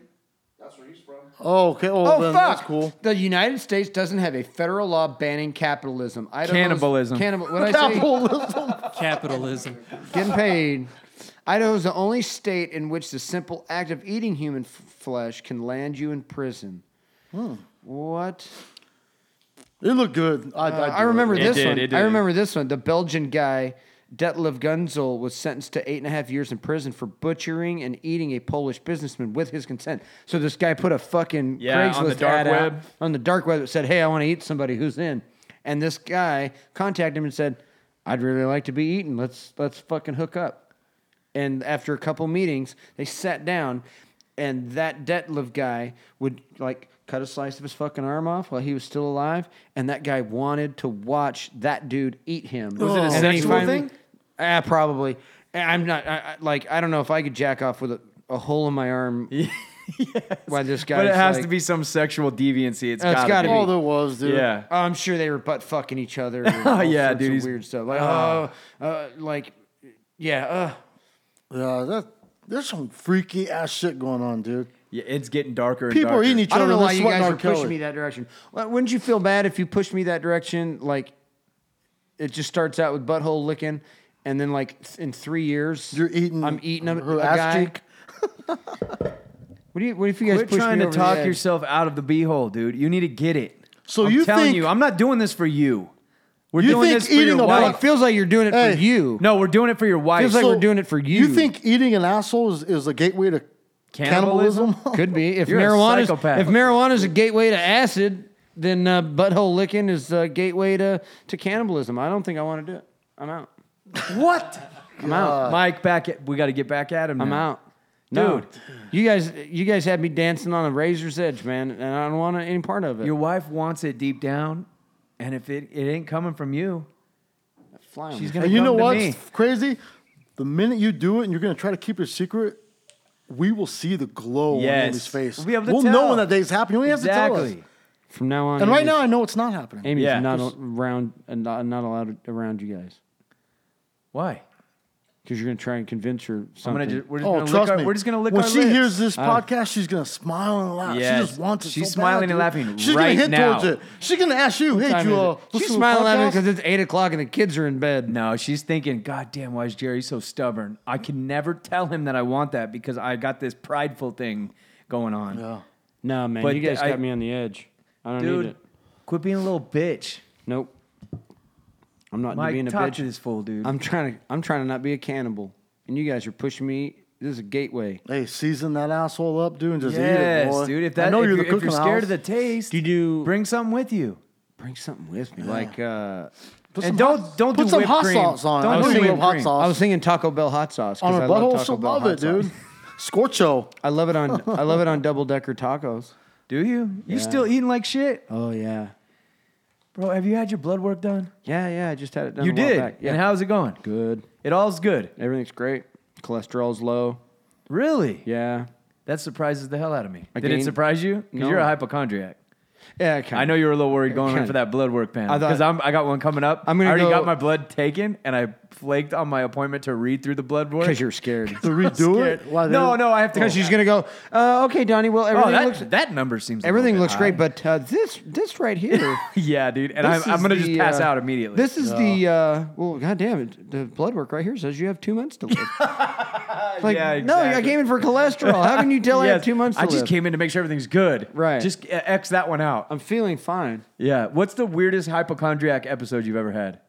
[SPEAKER 6] That's where he's from.
[SPEAKER 4] Oh, okay. Oh,
[SPEAKER 2] Oh
[SPEAKER 4] then
[SPEAKER 2] fuck!
[SPEAKER 4] that's cool.
[SPEAKER 2] The United States doesn't have a federal law banning capitalism. Idaho's,
[SPEAKER 3] Cannibalism.
[SPEAKER 2] Cannibal. What I say?
[SPEAKER 5] Capitalism.
[SPEAKER 2] Getting paid. Idaho's the only state in which the simple act of eating human f- flesh can land you in prison.
[SPEAKER 4] Hmm.
[SPEAKER 2] What?
[SPEAKER 4] It looked good. I,
[SPEAKER 2] Uh,
[SPEAKER 4] I,
[SPEAKER 2] I remember
[SPEAKER 3] It
[SPEAKER 2] this
[SPEAKER 3] did,
[SPEAKER 2] one.
[SPEAKER 3] it
[SPEAKER 2] I
[SPEAKER 3] did.
[SPEAKER 2] remember this one. The Belgian guy Detlev Gunzel was sentenced to eight and a half years in prison for butchering and eating a Polish businessman with his consent. So this guy put a fucking
[SPEAKER 3] Yeah,
[SPEAKER 2] Craigslist
[SPEAKER 3] on the dark
[SPEAKER 2] ad out
[SPEAKER 3] web.
[SPEAKER 2] on the dark web that said, "Hey, I want to eat somebody who's in," and this guy contacted him and said, "I'd really like to be eaten. Let's let's fucking hook up." And after a couple meetings, they sat down, and that Detlev guy would like cut a slice of his fucking arm off while he was still alive, and that guy wanted to watch that dude eat him.
[SPEAKER 4] Was it a
[SPEAKER 2] And then he
[SPEAKER 3] sexual thing?
[SPEAKER 2] Ah, probably. I'm not I, I- like I don't know if I could jack off with a, a hole in my arm. Why this guy?
[SPEAKER 3] But it has to be some sexual deviancy. It's
[SPEAKER 2] Oh, it's
[SPEAKER 3] got
[SPEAKER 2] gotta
[SPEAKER 3] to
[SPEAKER 2] be.
[SPEAKER 3] be.
[SPEAKER 4] Oh, there was, dude.
[SPEAKER 3] Yeah.
[SPEAKER 2] Oh, I'm sure they were butt fucking each other. and all
[SPEAKER 3] Yeah,
[SPEAKER 2] sorts
[SPEAKER 3] dude,
[SPEAKER 2] of
[SPEAKER 3] he's-
[SPEAKER 2] weird stuff. Like, oh, uh, like, yeah, uh,
[SPEAKER 4] Yeah, that, there's some freaky ass shit going on, dude.
[SPEAKER 3] Yeah, it's getting darker and
[SPEAKER 4] People
[SPEAKER 3] darker.
[SPEAKER 4] are eating each
[SPEAKER 2] I
[SPEAKER 4] other.
[SPEAKER 2] don't know
[SPEAKER 4] They're
[SPEAKER 2] why you
[SPEAKER 4] sweating
[SPEAKER 2] guys
[SPEAKER 4] R.
[SPEAKER 2] were pushing
[SPEAKER 4] Kelly.
[SPEAKER 2] me that direction. Well, wouldn't you feel bad if you pushed me that direction? Like, it just starts out with butthole licking, and then like th- in three years,
[SPEAKER 4] You're eating.
[SPEAKER 2] I'm eating a,
[SPEAKER 4] her
[SPEAKER 2] a
[SPEAKER 4] ass
[SPEAKER 2] guy.
[SPEAKER 4] cheek.
[SPEAKER 2] What do you? What if you guys
[SPEAKER 3] Quit
[SPEAKER 2] push
[SPEAKER 3] trying
[SPEAKER 2] me
[SPEAKER 3] to
[SPEAKER 2] over the
[SPEAKER 3] talk
[SPEAKER 2] edge?
[SPEAKER 3] yourself out of the beehole, dude. You need to get it.
[SPEAKER 4] So
[SPEAKER 3] I'm
[SPEAKER 4] you
[SPEAKER 3] telling
[SPEAKER 4] think-
[SPEAKER 3] you, I'm not doing this for you. We're
[SPEAKER 4] You
[SPEAKER 3] doing
[SPEAKER 4] think
[SPEAKER 3] this for your
[SPEAKER 4] eating a
[SPEAKER 2] No,
[SPEAKER 3] wife.
[SPEAKER 2] it feels like you're doing it
[SPEAKER 4] Hey.
[SPEAKER 2] for you.
[SPEAKER 3] No, we're doing it for your wife.
[SPEAKER 2] Feels like we're doing it for you.
[SPEAKER 4] You think eating an asshole is, is a gateway to
[SPEAKER 3] Cannibalism?
[SPEAKER 4] cannibalism?
[SPEAKER 2] Could be if
[SPEAKER 3] You're a
[SPEAKER 2] marijuana.
[SPEAKER 3] psychopath.
[SPEAKER 2] If marijuana is a gateway to acid, then uh, butthole licking is a gateway to, to cannibalism. I don't think I want to do it. I'm out.
[SPEAKER 3] what?
[SPEAKER 2] I'm out.
[SPEAKER 3] Mike, back. At, we got to get back at him.
[SPEAKER 2] Uh, I'm
[SPEAKER 3] now.
[SPEAKER 2] out. No,
[SPEAKER 3] Dude.
[SPEAKER 2] you guys, you guys had me dancing on a razor's edge, man, and I don't want any part of it.
[SPEAKER 3] Your wife wants it deep down, and if it, it ain't coming from you,
[SPEAKER 2] flying.
[SPEAKER 3] she's gonna.
[SPEAKER 4] And you
[SPEAKER 3] come
[SPEAKER 4] know
[SPEAKER 3] to
[SPEAKER 4] what's
[SPEAKER 3] me.
[SPEAKER 4] crazy? The minute you do it and you're going to try to keep it a secret, we will see the glow on
[SPEAKER 3] Yes.
[SPEAKER 4] Amy's face.
[SPEAKER 3] We'll be able to
[SPEAKER 4] know
[SPEAKER 3] tell.
[SPEAKER 4] when that day's happening. We have to tell
[SPEAKER 3] Exactly.
[SPEAKER 4] us.
[SPEAKER 2] From now on,
[SPEAKER 4] And right
[SPEAKER 2] Amy's-
[SPEAKER 4] now, I know it's not happening.
[SPEAKER 2] Amy's
[SPEAKER 3] Yeah.
[SPEAKER 2] not al- around, uh, not, not allowed around you guys
[SPEAKER 3] Why?
[SPEAKER 2] because you're gonna try and convince her
[SPEAKER 3] I'm
[SPEAKER 2] something.
[SPEAKER 3] gonna just, we're just
[SPEAKER 4] Oh,
[SPEAKER 3] gonna lick
[SPEAKER 4] trust
[SPEAKER 3] our,
[SPEAKER 4] me.
[SPEAKER 3] We're just gonna lick
[SPEAKER 4] when
[SPEAKER 3] our
[SPEAKER 4] she
[SPEAKER 3] lips. Uh,
[SPEAKER 4] hears this podcast, she's gonna smile and laugh. She
[SPEAKER 3] Yes.
[SPEAKER 4] just wants it.
[SPEAKER 3] She's
[SPEAKER 4] so bad,
[SPEAKER 3] smiling and
[SPEAKER 4] dude.
[SPEAKER 3] laughing
[SPEAKER 4] She's
[SPEAKER 3] right
[SPEAKER 4] gonna hit
[SPEAKER 3] now.
[SPEAKER 4] towards it. She's gonna ask you, "Hey,
[SPEAKER 2] Time
[SPEAKER 4] you
[SPEAKER 2] is
[SPEAKER 4] uh,
[SPEAKER 2] it?
[SPEAKER 4] listen
[SPEAKER 2] She's
[SPEAKER 4] to the
[SPEAKER 2] smiling at me
[SPEAKER 4] podcast?
[SPEAKER 2] because it's eight o'clock and the kids are in bed.
[SPEAKER 3] No, she's thinking, God damn, why is Jerry so stubborn? I can never tell him that I want that because I got this prideful thing going on.
[SPEAKER 4] Yeah.
[SPEAKER 2] No, man,
[SPEAKER 3] But
[SPEAKER 2] you guys
[SPEAKER 3] I-
[SPEAKER 2] got me on the edge. I don't need
[SPEAKER 3] Dude,
[SPEAKER 2] it.
[SPEAKER 3] quit being a little bitch.
[SPEAKER 2] Nope. I'm not
[SPEAKER 3] Mike,
[SPEAKER 2] being a
[SPEAKER 3] talk
[SPEAKER 2] bitch.
[SPEAKER 3] to this fool, dude.
[SPEAKER 2] I'm trying to. I'm trying to not be a cannibal, and you guys are pushing me. This is a gateway.
[SPEAKER 4] Hey, season that asshole up, dude, and just eat it,
[SPEAKER 3] yes,
[SPEAKER 4] boy.
[SPEAKER 3] dude. If
[SPEAKER 4] I
[SPEAKER 3] that,
[SPEAKER 4] know
[SPEAKER 3] if
[SPEAKER 4] you're
[SPEAKER 3] you're,
[SPEAKER 4] the
[SPEAKER 3] if
[SPEAKER 4] cook
[SPEAKER 3] you're
[SPEAKER 4] in the
[SPEAKER 3] scared
[SPEAKER 4] house.
[SPEAKER 3] of the taste,
[SPEAKER 2] Do you do
[SPEAKER 3] bring something with you.
[SPEAKER 2] bring something with me, like. Uh,
[SPEAKER 4] Put some
[SPEAKER 2] and don't
[SPEAKER 4] hot-
[SPEAKER 2] don't
[SPEAKER 4] put
[SPEAKER 2] do
[SPEAKER 4] some
[SPEAKER 2] whipped
[SPEAKER 4] hot
[SPEAKER 2] cream.
[SPEAKER 4] sauce on it.
[SPEAKER 2] Don't
[SPEAKER 4] I was
[SPEAKER 2] do
[SPEAKER 4] thinking
[SPEAKER 2] whipped
[SPEAKER 4] hot
[SPEAKER 2] cream.
[SPEAKER 4] sauce.
[SPEAKER 2] I was thinking Taco Bell hot sauce. 'cause
[SPEAKER 4] On
[SPEAKER 2] I
[SPEAKER 4] a
[SPEAKER 2] love
[SPEAKER 4] butthole,
[SPEAKER 2] Taco
[SPEAKER 4] she'll
[SPEAKER 2] Bell
[SPEAKER 4] love
[SPEAKER 2] hot
[SPEAKER 4] it,
[SPEAKER 2] sauce.
[SPEAKER 4] dude. Scorcho.
[SPEAKER 2] I love it on I love it on double decker tacos.
[SPEAKER 3] Do you? You
[SPEAKER 2] Yeah.
[SPEAKER 3] still eating like shit,
[SPEAKER 2] Oh yeah,
[SPEAKER 3] bro? Have you had your blood work done?
[SPEAKER 2] yeah, yeah. I just had it done.
[SPEAKER 3] you
[SPEAKER 2] a while
[SPEAKER 3] did.
[SPEAKER 2] back. Yeah.
[SPEAKER 3] And how's it going?
[SPEAKER 2] Good.
[SPEAKER 3] It all's good.
[SPEAKER 2] Everything's great. Cholesterol's low.
[SPEAKER 3] Really?
[SPEAKER 2] Yeah.
[SPEAKER 3] That surprises the hell out of me.
[SPEAKER 2] I
[SPEAKER 3] Did it
[SPEAKER 2] gained-
[SPEAKER 3] surprise you? Because
[SPEAKER 2] No.
[SPEAKER 3] you're a hypochondriac.
[SPEAKER 2] Yeah. Kinda.
[SPEAKER 3] I know you were a little worried going in
[SPEAKER 2] Kinda.
[SPEAKER 3] for that blood work panel
[SPEAKER 2] I thought-
[SPEAKER 3] because I'm I got one coming up.
[SPEAKER 2] I'm gonna
[SPEAKER 3] I already
[SPEAKER 2] go-
[SPEAKER 3] got my blood taken and I flaked on my appointment to read through the blood work.
[SPEAKER 2] because you're scared.
[SPEAKER 4] To redo it? Why,
[SPEAKER 3] no,
[SPEAKER 4] they-
[SPEAKER 3] no, I have to.
[SPEAKER 2] Because she's gonna go. Uh, okay, Donnie. Well,
[SPEAKER 3] Oh,
[SPEAKER 2] everything
[SPEAKER 3] that,
[SPEAKER 2] looks
[SPEAKER 3] that number seems. a little
[SPEAKER 2] everything
[SPEAKER 3] bit
[SPEAKER 2] looks
[SPEAKER 3] high.
[SPEAKER 2] great, but uh, this this right here.
[SPEAKER 3] yeah, dude, and I'm,
[SPEAKER 2] this
[SPEAKER 3] I'm
[SPEAKER 2] is
[SPEAKER 3] gonna just
[SPEAKER 2] the,
[SPEAKER 3] pass
[SPEAKER 2] uh,
[SPEAKER 3] out immediately. Oh.
[SPEAKER 2] This is the uh, well, goddamn it! The blood work right here says you have two months to live. like,
[SPEAKER 3] Yeah,
[SPEAKER 2] no, I
[SPEAKER 3] exactly.
[SPEAKER 2] came in for cholesterol. How can you tell I have
[SPEAKER 3] Yes,
[SPEAKER 2] two months? To
[SPEAKER 3] I just
[SPEAKER 2] live?
[SPEAKER 3] came in to make sure everything's good.
[SPEAKER 2] Right.
[SPEAKER 3] Just uh, X that one out.
[SPEAKER 2] I'm feeling fine.
[SPEAKER 3] Yeah. What's the weirdest hypochondriac episode you've ever had?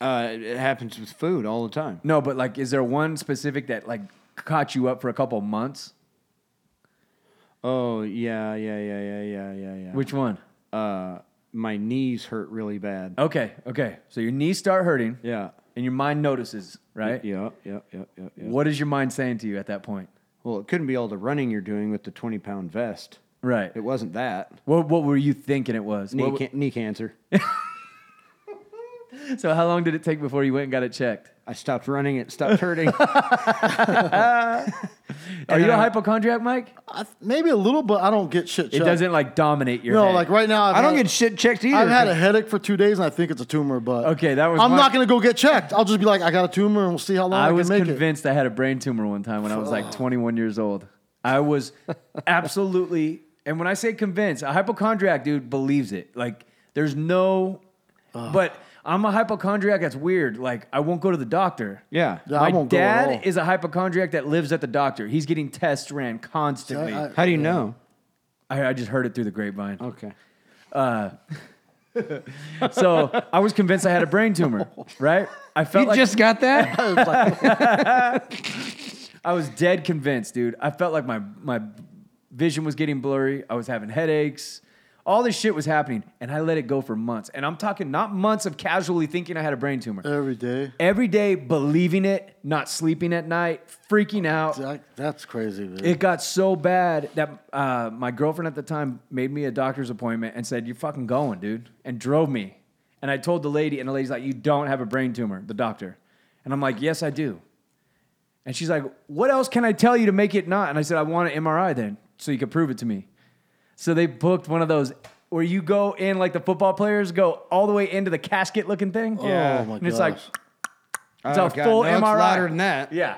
[SPEAKER 2] Uh, it- it happens with food all the time.
[SPEAKER 3] No, but like, is there one specific that like caught you up for a couple months?
[SPEAKER 2] Oh yeah, yeah, yeah, yeah, yeah, yeah, yeah.
[SPEAKER 3] Which one?
[SPEAKER 2] uh, my knees hurt really bad.
[SPEAKER 3] Okay. Okay. So your knees start hurting,
[SPEAKER 2] Yeah.
[SPEAKER 3] and your mind notices, right?
[SPEAKER 2] Yeah, yeah, yeah, yeah, yeah.
[SPEAKER 3] What is your mind saying to you at that point?
[SPEAKER 2] Well, it couldn't be all the running you're doing with the 20 pound vest.
[SPEAKER 3] Right.
[SPEAKER 2] It wasn't that.
[SPEAKER 3] What What were you thinking it was?
[SPEAKER 2] Knee,
[SPEAKER 3] What-
[SPEAKER 2] can- knee cancer.
[SPEAKER 3] so how long did it take before you went and got it checked?
[SPEAKER 2] I stopped running. It stopped hurting.
[SPEAKER 3] Are you a
[SPEAKER 2] I-
[SPEAKER 3] hypochondriac, Mike?
[SPEAKER 4] I th- maybe a little, but I don't get shit.
[SPEAKER 3] It
[SPEAKER 4] checked.
[SPEAKER 3] doesn't like dominate your.
[SPEAKER 4] No,
[SPEAKER 3] head.
[SPEAKER 4] like right now, I've
[SPEAKER 2] I don't
[SPEAKER 4] had-
[SPEAKER 2] get shit checked either.
[SPEAKER 4] I've had a headache for two days, and I think it's a tumor. But
[SPEAKER 3] Okay, that was
[SPEAKER 4] I'm
[SPEAKER 3] my-
[SPEAKER 4] not gonna go get checked. I'll just be like, I got a tumor, and we'll see how long I,
[SPEAKER 3] I was
[SPEAKER 4] can make
[SPEAKER 3] convinced I had a brain tumor one time when I was like 21 years old. I was absolutely, and when I say convinced, a hypochondriac dude believes it. Like, there's no, but I'm a hypochondriac. That's weird. Like, I won't go to the doctor.
[SPEAKER 2] yeah.
[SPEAKER 4] Yeah,
[SPEAKER 3] My
[SPEAKER 4] I won't go at
[SPEAKER 3] dad
[SPEAKER 4] all.
[SPEAKER 3] is a hypochondriac that lives at the doctor. He's getting tests ran constantly.
[SPEAKER 4] I-
[SPEAKER 3] I,
[SPEAKER 2] How do you know?
[SPEAKER 3] I just heard it through the grapevine.
[SPEAKER 2] Okay.
[SPEAKER 3] So I was convinced I had a brain tumor, right? I felt
[SPEAKER 2] Oh. You
[SPEAKER 3] like
[SPEAKER 2] just got that?
[SPEAKER 4] it. It's like,
[SPEAKER 3] I was dead convinced, dude. I felt like my my vision was getting blurry. I was having headaches. All this shit was happening, and I let it go for months. And I'm talking not months of casually thinking I had a brain tumor.
[SPEAKER 2] Uh,
[SPEAKER 4] every day.
[SPEAKER 3] Every day believing it, not sleeping at night, freaking out.
[SPEAKER 4] That, that's crazy. Dude.
[SPEAKER 3] It got so bad that uh, my girlfriend at the time made me a doctor's appointment and said, "You're fucking going, dude," and drove me. And I told the lady, and the lady's like, "You don't have a brain tumor." The doctor, and I'm like, "Yes, I do." And she's like, "What else can I tell you to make it not?" And I said, "I want an MRI then, so you can prove it to me." So they booked one of those where you go in like the football players go all the way into the casket looking thing.
[SPEAKER 4] Yeah. Oh, my
[SPEAKER 3] and it's like
[SPEAKER 4] gosh.
[SPEAKER 3] it's
[SPEAKER 2] Oh,
[SPEAKER 3] a
[SPEAKER 2] God,
[SPEAKER 3] full
[SPEAKER 2] no, it's
[SPEAKER 3] MRI.
[SPEAKER 2] louder than that.
[SPEAKER 3] Yeah.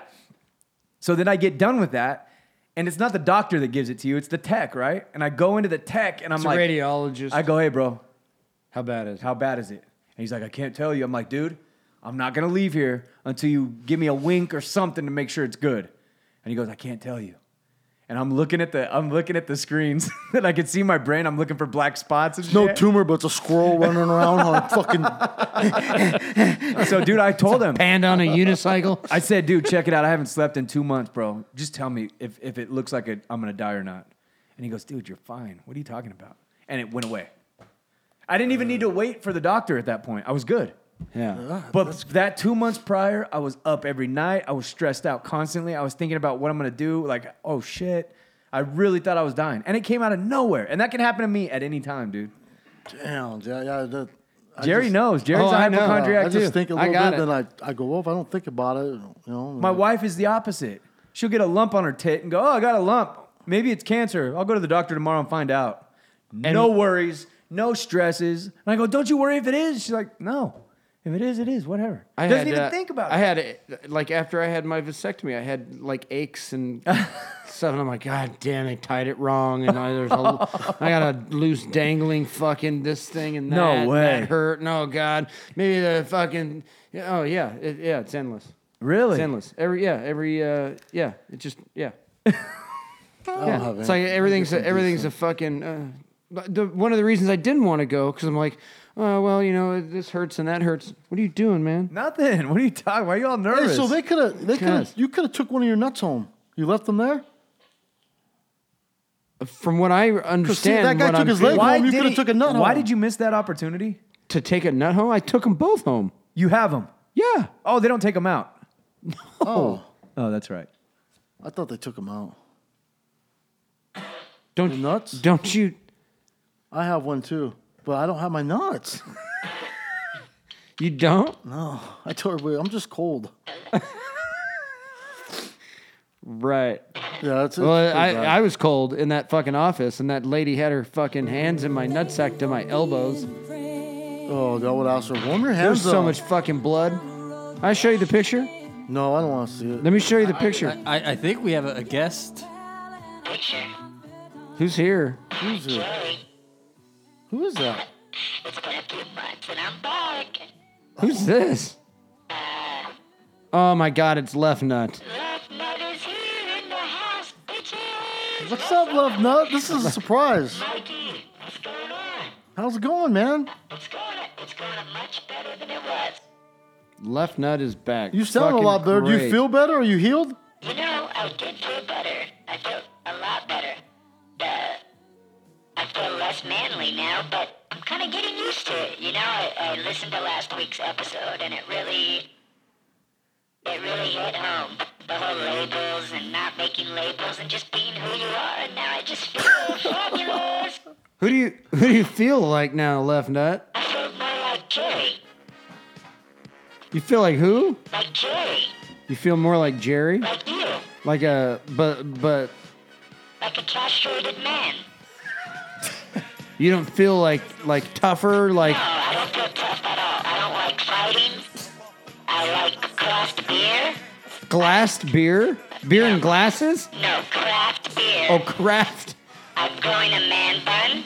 [SPEAKER 3] So then I get done with that, and it's not the doctor that gives it to you; it's the tech, right? And I go into the tech, and I'm
[SPEAKER 2] It's a
[SPEAKER 3] like,
[SPEAKER 2] radiologist.
[SPEAKER 3] I go, hey, bro,
[SPEAKER 2] How bad is it?
[SPEAKER 3] how bad is it? And he's like, I can't tell you. I'm like, dude, I'm not gonna leave here until you give me a wink or something to make sure it's good. And he goes, I can't tell you. And I'm looking at the I'm looking at the screens, and I can see my brain. I'm looking for black spots. And
[SPEAKER 4] no
[SPEAKER 3] shit.
[SPEAKER 4] tumor, but it's a squirrel running around on a fucking.
[SPEAKER 3] So, dude, I told him.
[SPEAKER 2] Panned on a unicycle?
[SPEAKER 3] I said, dude, check it out. I haven't slept in two months, bro. Just tell me if, if it looks like i am I'm gonna die or not. And he goes, dude, you're fine. What are you talking about? And it went away. I didn't even need to wait for the doctor at that point. I was good.
[SPEAKER 2] yeah.
[SPEAKER 3] But that two months prior, I was up every night. I was stressed out constantly. I was thinking about what I'm gonna do. Like, oh shit. I really thought I was dying. And it came out of nowhere. And that can happen to me at any time, dude.
[SPEAKER 4] Damn. Yeah. Yeah. That, I
[SPEAKER 3] Jerry
[SPEAKER 4] just-
[SPEAKER 3] knows. Jerry's
[SPEAKER 2] Oh,
[SPEAKER 3] a
[SPEAKER 2] I know.
[SPEAKER 3] hypochondriac
[SPEAKER 4] I
[SPEAKER 3] too.
[SPEAKER 4] just think a
[SPEAKER 2] I
[SPEAKER 4] little
[SPEAKER 2] got
[SPEAKER 4] bit,
[SPEAKER 2] it.
[SPEAKER 4] then I, I go, well, if I don't think about it, you know.
[SPEAKER 3] My wife is the opposite. She'll get a lump on her tit and go, "Oh, I got a lump. Maybe it's cancer. I'll go to the doctor tomorrow and find out." no worries, no stresses. And I go, "Don't you worry if it is." She's like, "No, if it is, it is. Whatever."
[SPEAKER 2] I
[SPEAKER 3] Doesn't
[SPEAKER 2] had,
[SPEAKER 3] even
[SPEAKER 2] uh,
[SPEAKER 3] think about
[SPEAKER 2] I
[SPEAKER 3] it.
[SPEAKER 2] had it like after I had my vasectomy, I had like aches and stuff, and I'm like, God damn, they tied it wrong, and I, there's a, I got a loose dangling fucking this thing and that,
[SPEAKER 3] No
[SPEAKER 2] and
[SPEAKER 3] way.
[SPEAKER 2] that hurt. No God, maybe the fucking oh yeah, it, yeah, it's endless,
[SPEAKER 3] really?
[SPEAKER 2] it's endless. Every yeah, every uh, yeah, it just yeah.
[SPEAKER 3] Oh,
[SPEAKER 4] I don't
[SPEAKER 2] Yeah,
[SPEAKER 4] have
[SPEAKER 2] it's like
[SPEAKER 4] any-
[SPEAKER 2] everything's a, everything's a fucking. Uh, but the, one of the reasons I didn't want to go because I'm like, oh, well, you know, this hurts and that hurts. What are you doing, man?
[SPEAKER 3] Nothing. What are you talking? Why are you all nervous?
[SPEAKER 4] Hey, so they could have. They could.
[SPEAKER 2] Yes.
[SPEAKER 4] You could have took one of your nuts home. You left them there.
[SPEAKER 2] from what I understand,
[SPEAKER 4] that guy
[SPEAKER 2] what
[SPEAKER 4] took
[SPEAKER 2] I'm
[SPEAKER 4] his
[SPEAKER 2] feeling-
[SPEAKER 4] leg home, you could've took a nut
[SPEAKER 3] Why
[SPEAKER 4] home.
[SPEAKER 3] did you miss that opportunity?
[SPEAKER 2] to take a nut home. I took them both home.
[SPEAKER 3] You have them.
[SPEAKER 2] Yeah.
[SPEAKER 3] Oh, they don't take them out.
[SPEAKER 4] Oh,
[SPEAKER 3] Oh, that's right.
[SPEAKER 4] I thought they took him out.
[SPEAKER 2] Don't
[SPEAKER 4] The nuts?
[SPEAKER 2] don't you?
[SPEAKER 4] I have one too, but I don't have my nuts.
[SPEAKER 2] You don't?
[SPEAKER 4] No, I told everybody I'm just cold.
[SPEAKER 2] Right.
[SPEAKER 4] Yeah, that's it.
[SPEAKER 2] Well, I, I was cold in that fucking office, and that lady had her fucking hands in my nutsack to my elbows.
[SPEAKER 4] oh, that would ask her. Warm your hands
[SPEAKER 2] There's so
[SPEAKER 4] up.
[SPEAKER 2] much fucking blood. I show you the picture.
[SPEAKER 4] No, I don't want to see it.
[SPEAKER 2] Let me show you the picture.
[SPEAKER 5] I, I think we have a, a guest.
[SPEAKER 2] Who's here?
[SPEAKER 4] Who's it? Who is that?
[SPEAKER 2] Who's this? Oh my god, it's left nut.
[SPEAKER 4] What's up, love nut? This is a surprise. How's it going, man?
[SPEAKER 2] Left nut is back.
[SPEAKER 4] You sound
[SPEAKER 2] Fucking
[SPEAKER 4] a lot better. Do
[SPEAKER 2] great.
[SPEAKER 4] you feel better? Are you healed?
[SPEAKER 2] Who do you who do you feel like now, left nut? I feel more like Jerry. You feel like who? Like Jerry. You feel more like Jerry? Like you. Like a but but You don't feel like like tougher, like glassed beer? Beer and glasses?
[SPEAKER 11] No, craft beer.
[SPEAKER 2] Oh craft.
[SPEAKER 11] I'm growing a man bun.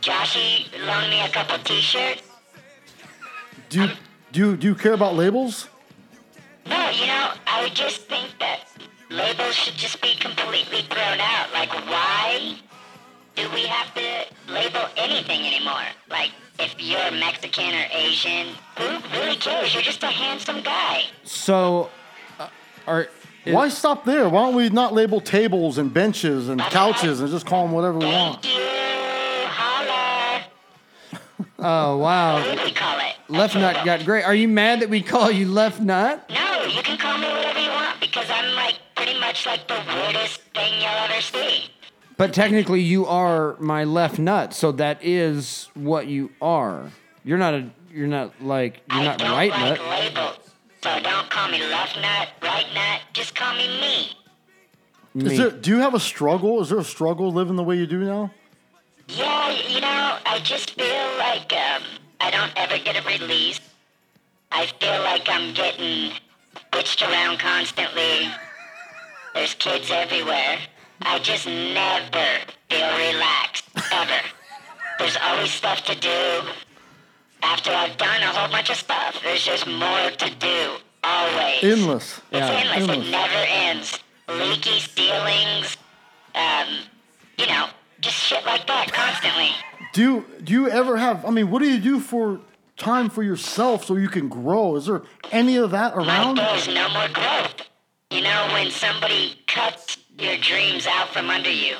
[SPEAKER 11] Joshy loaned me a couple t-shirts.
[SPEAKER 4] Do you, do you, do you care about labels?
[SPEAKER 11] No, you know, I would just think that labels should just be completely thrown out. Like, why do we have to label anything anymore? Like, if you're Mexican or Asian, who really cares? You're just a handsome guy.
[SPEAKER 2] So uh, are
[SPEAKER 4] Why stop there? Why don't we not label tables and benches and couches and just call them whatever we want?
[SPEAKER 2] Oh wow. Left nut got great. Are you mad that we call you left nut?
[SPEAKER 11] No, you can call me whatever you want because I'm like pretty much like the weirdest thing you'll ever see.
[SPEAKER 2] But technically you are my left nut, so that is what you are. You're not a you're not like you're not right nut.
[SPEAKER 11] Labels. So don't call me left nut, right nut, just call me me.
[SPEAKER 4] Is there, do you have a struggle? Is there a struggle living the way you do now?
[SPEAKER 11] Yeah, you know, I just feel like um, I don't ever get a release. I feel like I'm getting bitched around constantly. There's kids everywhere. I just never feel relaxed, ever. There's always stuff to do. After I've done a whole bunch of stuff, there's just more to do, always.
[SPEAKER 4] Endless.
[SPEAKER 2] Yeah.
[SPEAKER 11] Endless. It never ends. Leaky ceilings, um, you know, just shit like that constantly.
[SPEAKER 4] Do you, do you ever have? I mean, what do you do for time for yourself so you can grow? Is there any of that around?
[SPEAKER 11] There's no more growth. You know, when somebody cuts your dreams out from under you,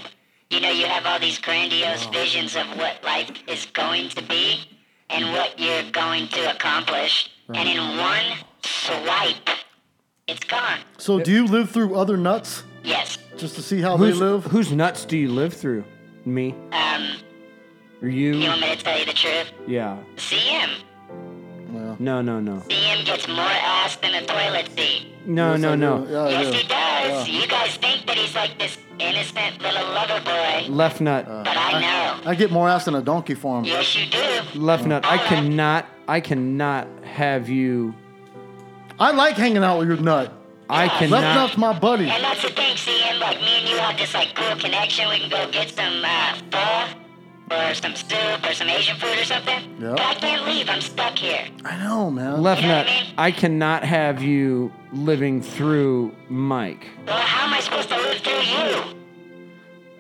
[SPEAKER 11] you know, you have all these grandiose visions of what life is going to be and what you're going to accomplish. And in one swipe, it's gone.
[SPEAKER 4] So do you live through other nuts
[SPEAKER 11] Yes.
[SPEAKER 4] just to see how
[SPEAKER 2] Whose,
[SPEAKER 4] they live?
[SPEAKER 2] whose nuts do you live through? Me?
[SPEAKER 11] Um,
[SPEAKER 2] Or
[SPEAKER 11] you
[SPEAKER 2] you?
[SPEAKER 11] want me to tell you the truth?
[SPEAKER 2] Yeah.
[SPEAKER 11] CM.
[SPEAKER 2] No, no, no.
[SPEAKER 11] CM gets more ass than a toilet seat.
[SPEAKER 2] No,
[SPEAKER 4] Yes,
[SPEAKER 2] no,
[SPEAKER 4] I
[SPEAKER 2] no.
[SPEAKER 4] do. Yeah, Oh, I
[SPEAKER 11] Yes,
[SPEAKER 4] do.
[SPEAKER 11] he does. You guys think that he's like this innocent little lover boy,
[SPEAKER 2] Left nut.
[SPEAKER 11] but I know.
[SPEAKER 4] I get more ass than a donkey farm.
[SPEAKER 11] Yes, you do.
[SPEAKER 2] Left nut. I cannot I cannot have you
[SPEAKER 4] I like hanging out with your nut.
[SPEAKER 2] I cannot
[SPEAKER 4] Left nut's my buddy.
[SPEAKER 11] And that's the thing, see, and like me and you have this like cool connection. We can go get some uh, pho or some soup or some Asian food or something.
[SPEAKER 4] Yep.
[SPEAKER 11] But I can't leave. I'm stuck here.
[SPEAKER 4] I know, man.
[SPEAKER 2] Left
[SPEAKER 11] You know
[SPEAKER 2] nut.
[SPEAKER 11] what I mean?
[SPEAKER 2] I cannot have you living through Mike.
[SPEAKER 11] Well, how am I supposed to live through you?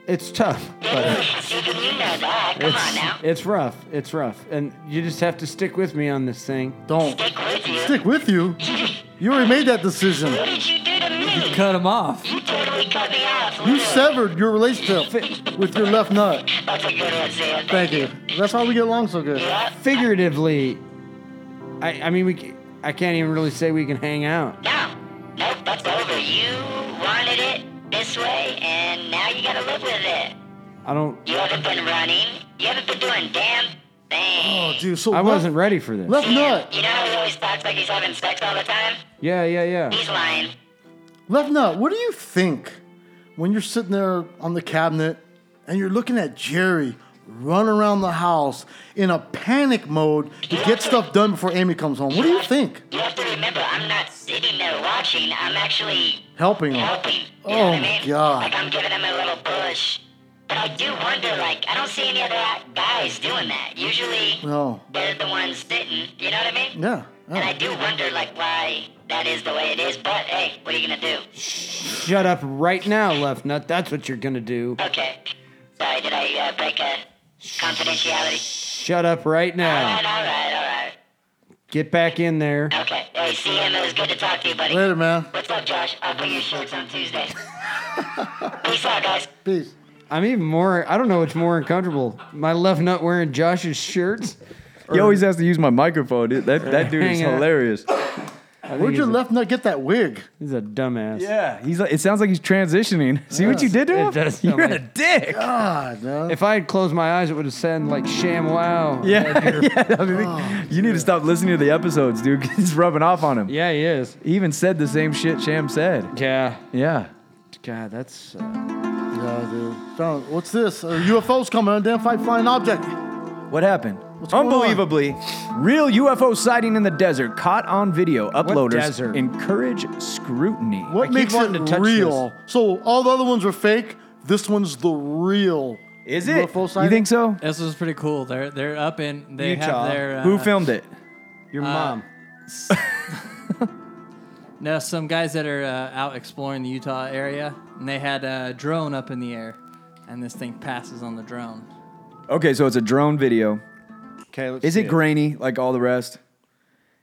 [SPEAKER 2] It's tough, but
[SPEAKER 11] See, even you know that. Come on now.
[SPEAKER 2] it's it's rough. It's rough, and you just have to stick with me on this thing.
[SPEAKER 4] Don't
[SPEAKER 11] Stick with you.
[SPEAKER 4] stick with you. You already made that decision.
[SPEAKER 11] What did you do to me?
[SPEAKER 5] Cut him off.
[SPEAKER 11] You totally He cut me off.
[SPEAKER 4] You severed your relationship with your left nut.
[SPEAKER 11] That's a good one, Sam.
[SPEAKER 4] Thank you. That's why we get along so good.
[SPEAKER 2] Figuratively, I, I mean, we, c- I can't even really say we can hang out.
[SPEAKER 11] No, nope, that's over. You wanted it this way, and now you gotta live with it.
[SPEAKER 2] I don't.
[SPEAKER 11] You haven't been running. You haven't been doing damn thing.
[SPEAKER 4] Oh, dude. So
[SPEAKER 2] I
[SPEAKER 4] left-
[SPEAKER 2] wasn't ready for this.
[SPEAKER 4] Left nut.
[SPEAKER 11] You know how he always talks like he's having sex all the time?
[SPEAKER 2] Yeah, yeah, yeah.
[SPEAKER 11] He's lying.
[SPEAKER 4] Left nut. What do you think when you're sitting there on the cabinet and you're looking at Jerry run around the house in a panic mode to get stuff done before Amy comes home? What do you think?
[SPEAKER 11] You have to remember, I'm not sitting there watching. I'm actually
[SPEAKER 4] Helping him.
[SPEAKER 11] helping. You know
[SPEAKER 4] Oh
[SPEAKER 11] what I mean?
[SPEAKER 4] my
[SPEAKER 11] Like
[SPEAKER 4] god.
[SPEAKER 11] I'm giving him a little push. But I do wonder, like, I don't see any other guys doing that. Usually,
[SPEAKER 4] No.
[SPEAKER 11] they're the ones sitting. You know what I mean?
[SPEAKER 4] Yeah.
[SPEAKER 11] And I
[SPEAKER 4] yeah.
[SPEAKER 11] do wonder, like, why that is the way it is. But hey, what are you gonna do?
[SPEAKER 2] Shut up right now, left nut. That's what you're gonna do.
[SPEAKER 11] Okay. Sorry, did I uh, break a confidentiality?
[SPEAKER 2] Shut up right
[SPEAKER 11] All right,
[SPEAKER 2] now.
[SPEAKER 11] all right, all right.
[SPEAKER 2] Get back in there.
[SPEAKER 11] Okay. Hey, CM, it was good to talk to you, buddy.
[SPEAKER 4] Later, man.
[SPEAKER 11] What's up, Josh? I'll bring your shirts on Tuesday. Peace out, guys.
[SPEAKER 4] Peace.
[SPEAKER 2] I'm even more. I don't know what's more uncomfortable. My left nut wearing Josh's shirts.
[SPEAKER 3] He always has to use my microphone. dude. That that dude is
[SPEAKER 2] Hang on.
[SPEAKER 3] hilarious.
[SPEAKER 2] I think
[SPEAKER 4] Where'd
[SPEAKER 2] he's
[SPEAKER 4] your
[SPEAKER 2] a-
[SPEAKER 4] left nut get that wig?
[SPEAKER 2] He's a dumbass.
[SPEAKER 3] Yeah, he's like. It sounds like he's transitioning. See what you did to
[SPEAKER 2] It
[SPEAKER 3] him?
[SPEAKER 2] does sound
[SPEAKER 3] You're a
[SPEAKER 2] like-
[SPEAKER 3] dick.
[SPEAKER 4] God, man.
[SPEAKER 2] If I had closed my eyes, it would have sounded like sham wow.
[SPEAKER 3] Yeah, yeah. I mean, you need to stop listening to the episodes, dude. 'cause It's rubbing off on him.
[SPEAKER 2] Yeah, he is.
[SPEAKER 3] He even said the same shit Sham said.
[SPEAKER 2] Yeah.
[SPEAKER 3] Yeah.
[SPEAKER 2] God, that's. Uh,
[SPEAKER 4] Yeah, dude. Found- What's this? Uh, A UFO's coming. Unidentified flying object.
[SPEAKER 3] What happened?
[SPEAKER 4] going on?
[SPEAKER 3] Unbelievably, real UFO sighting in the desert caught on video. Uploaders
[SPEAKER 2] desert?
[SPEAKER 3] encourage scrutiny.
[SPEAKER 4] What
[SPEAKER 2] keep
[SPEAKER 4] makes it
[SPEAKER 2] wanting to touch
[SPEAKER 4] real? So all the other ones were fake. This one's the real.
[SPEAKER 3] Is it?
[SPEAKER 4] UFO
[SPEAKER 3] you
[SPEAKER 4] sighting?
[SPEAKER 3] think so?
[SPEAKER 5] This was pretty cool. They're they're up in they
[SPEAKER 2] Utah.
[SPEAKER 5] have their uh,
[SPEAKER 3] Who filmed it?
[SPEAKER 2] your mom.
[SPEAKER 5] No, some guys that are uh, out exploring the Utah area, and they had a drone up in the air, and this thing passes on the drone.
[SPEAKER 3] Okay, so it's a drone video.
[SPEAKER 2] Okay, let's
[SPEAKER 3] Is
[SPEAKER 2] see
[SPEAKER 3] it grainy like all the rest?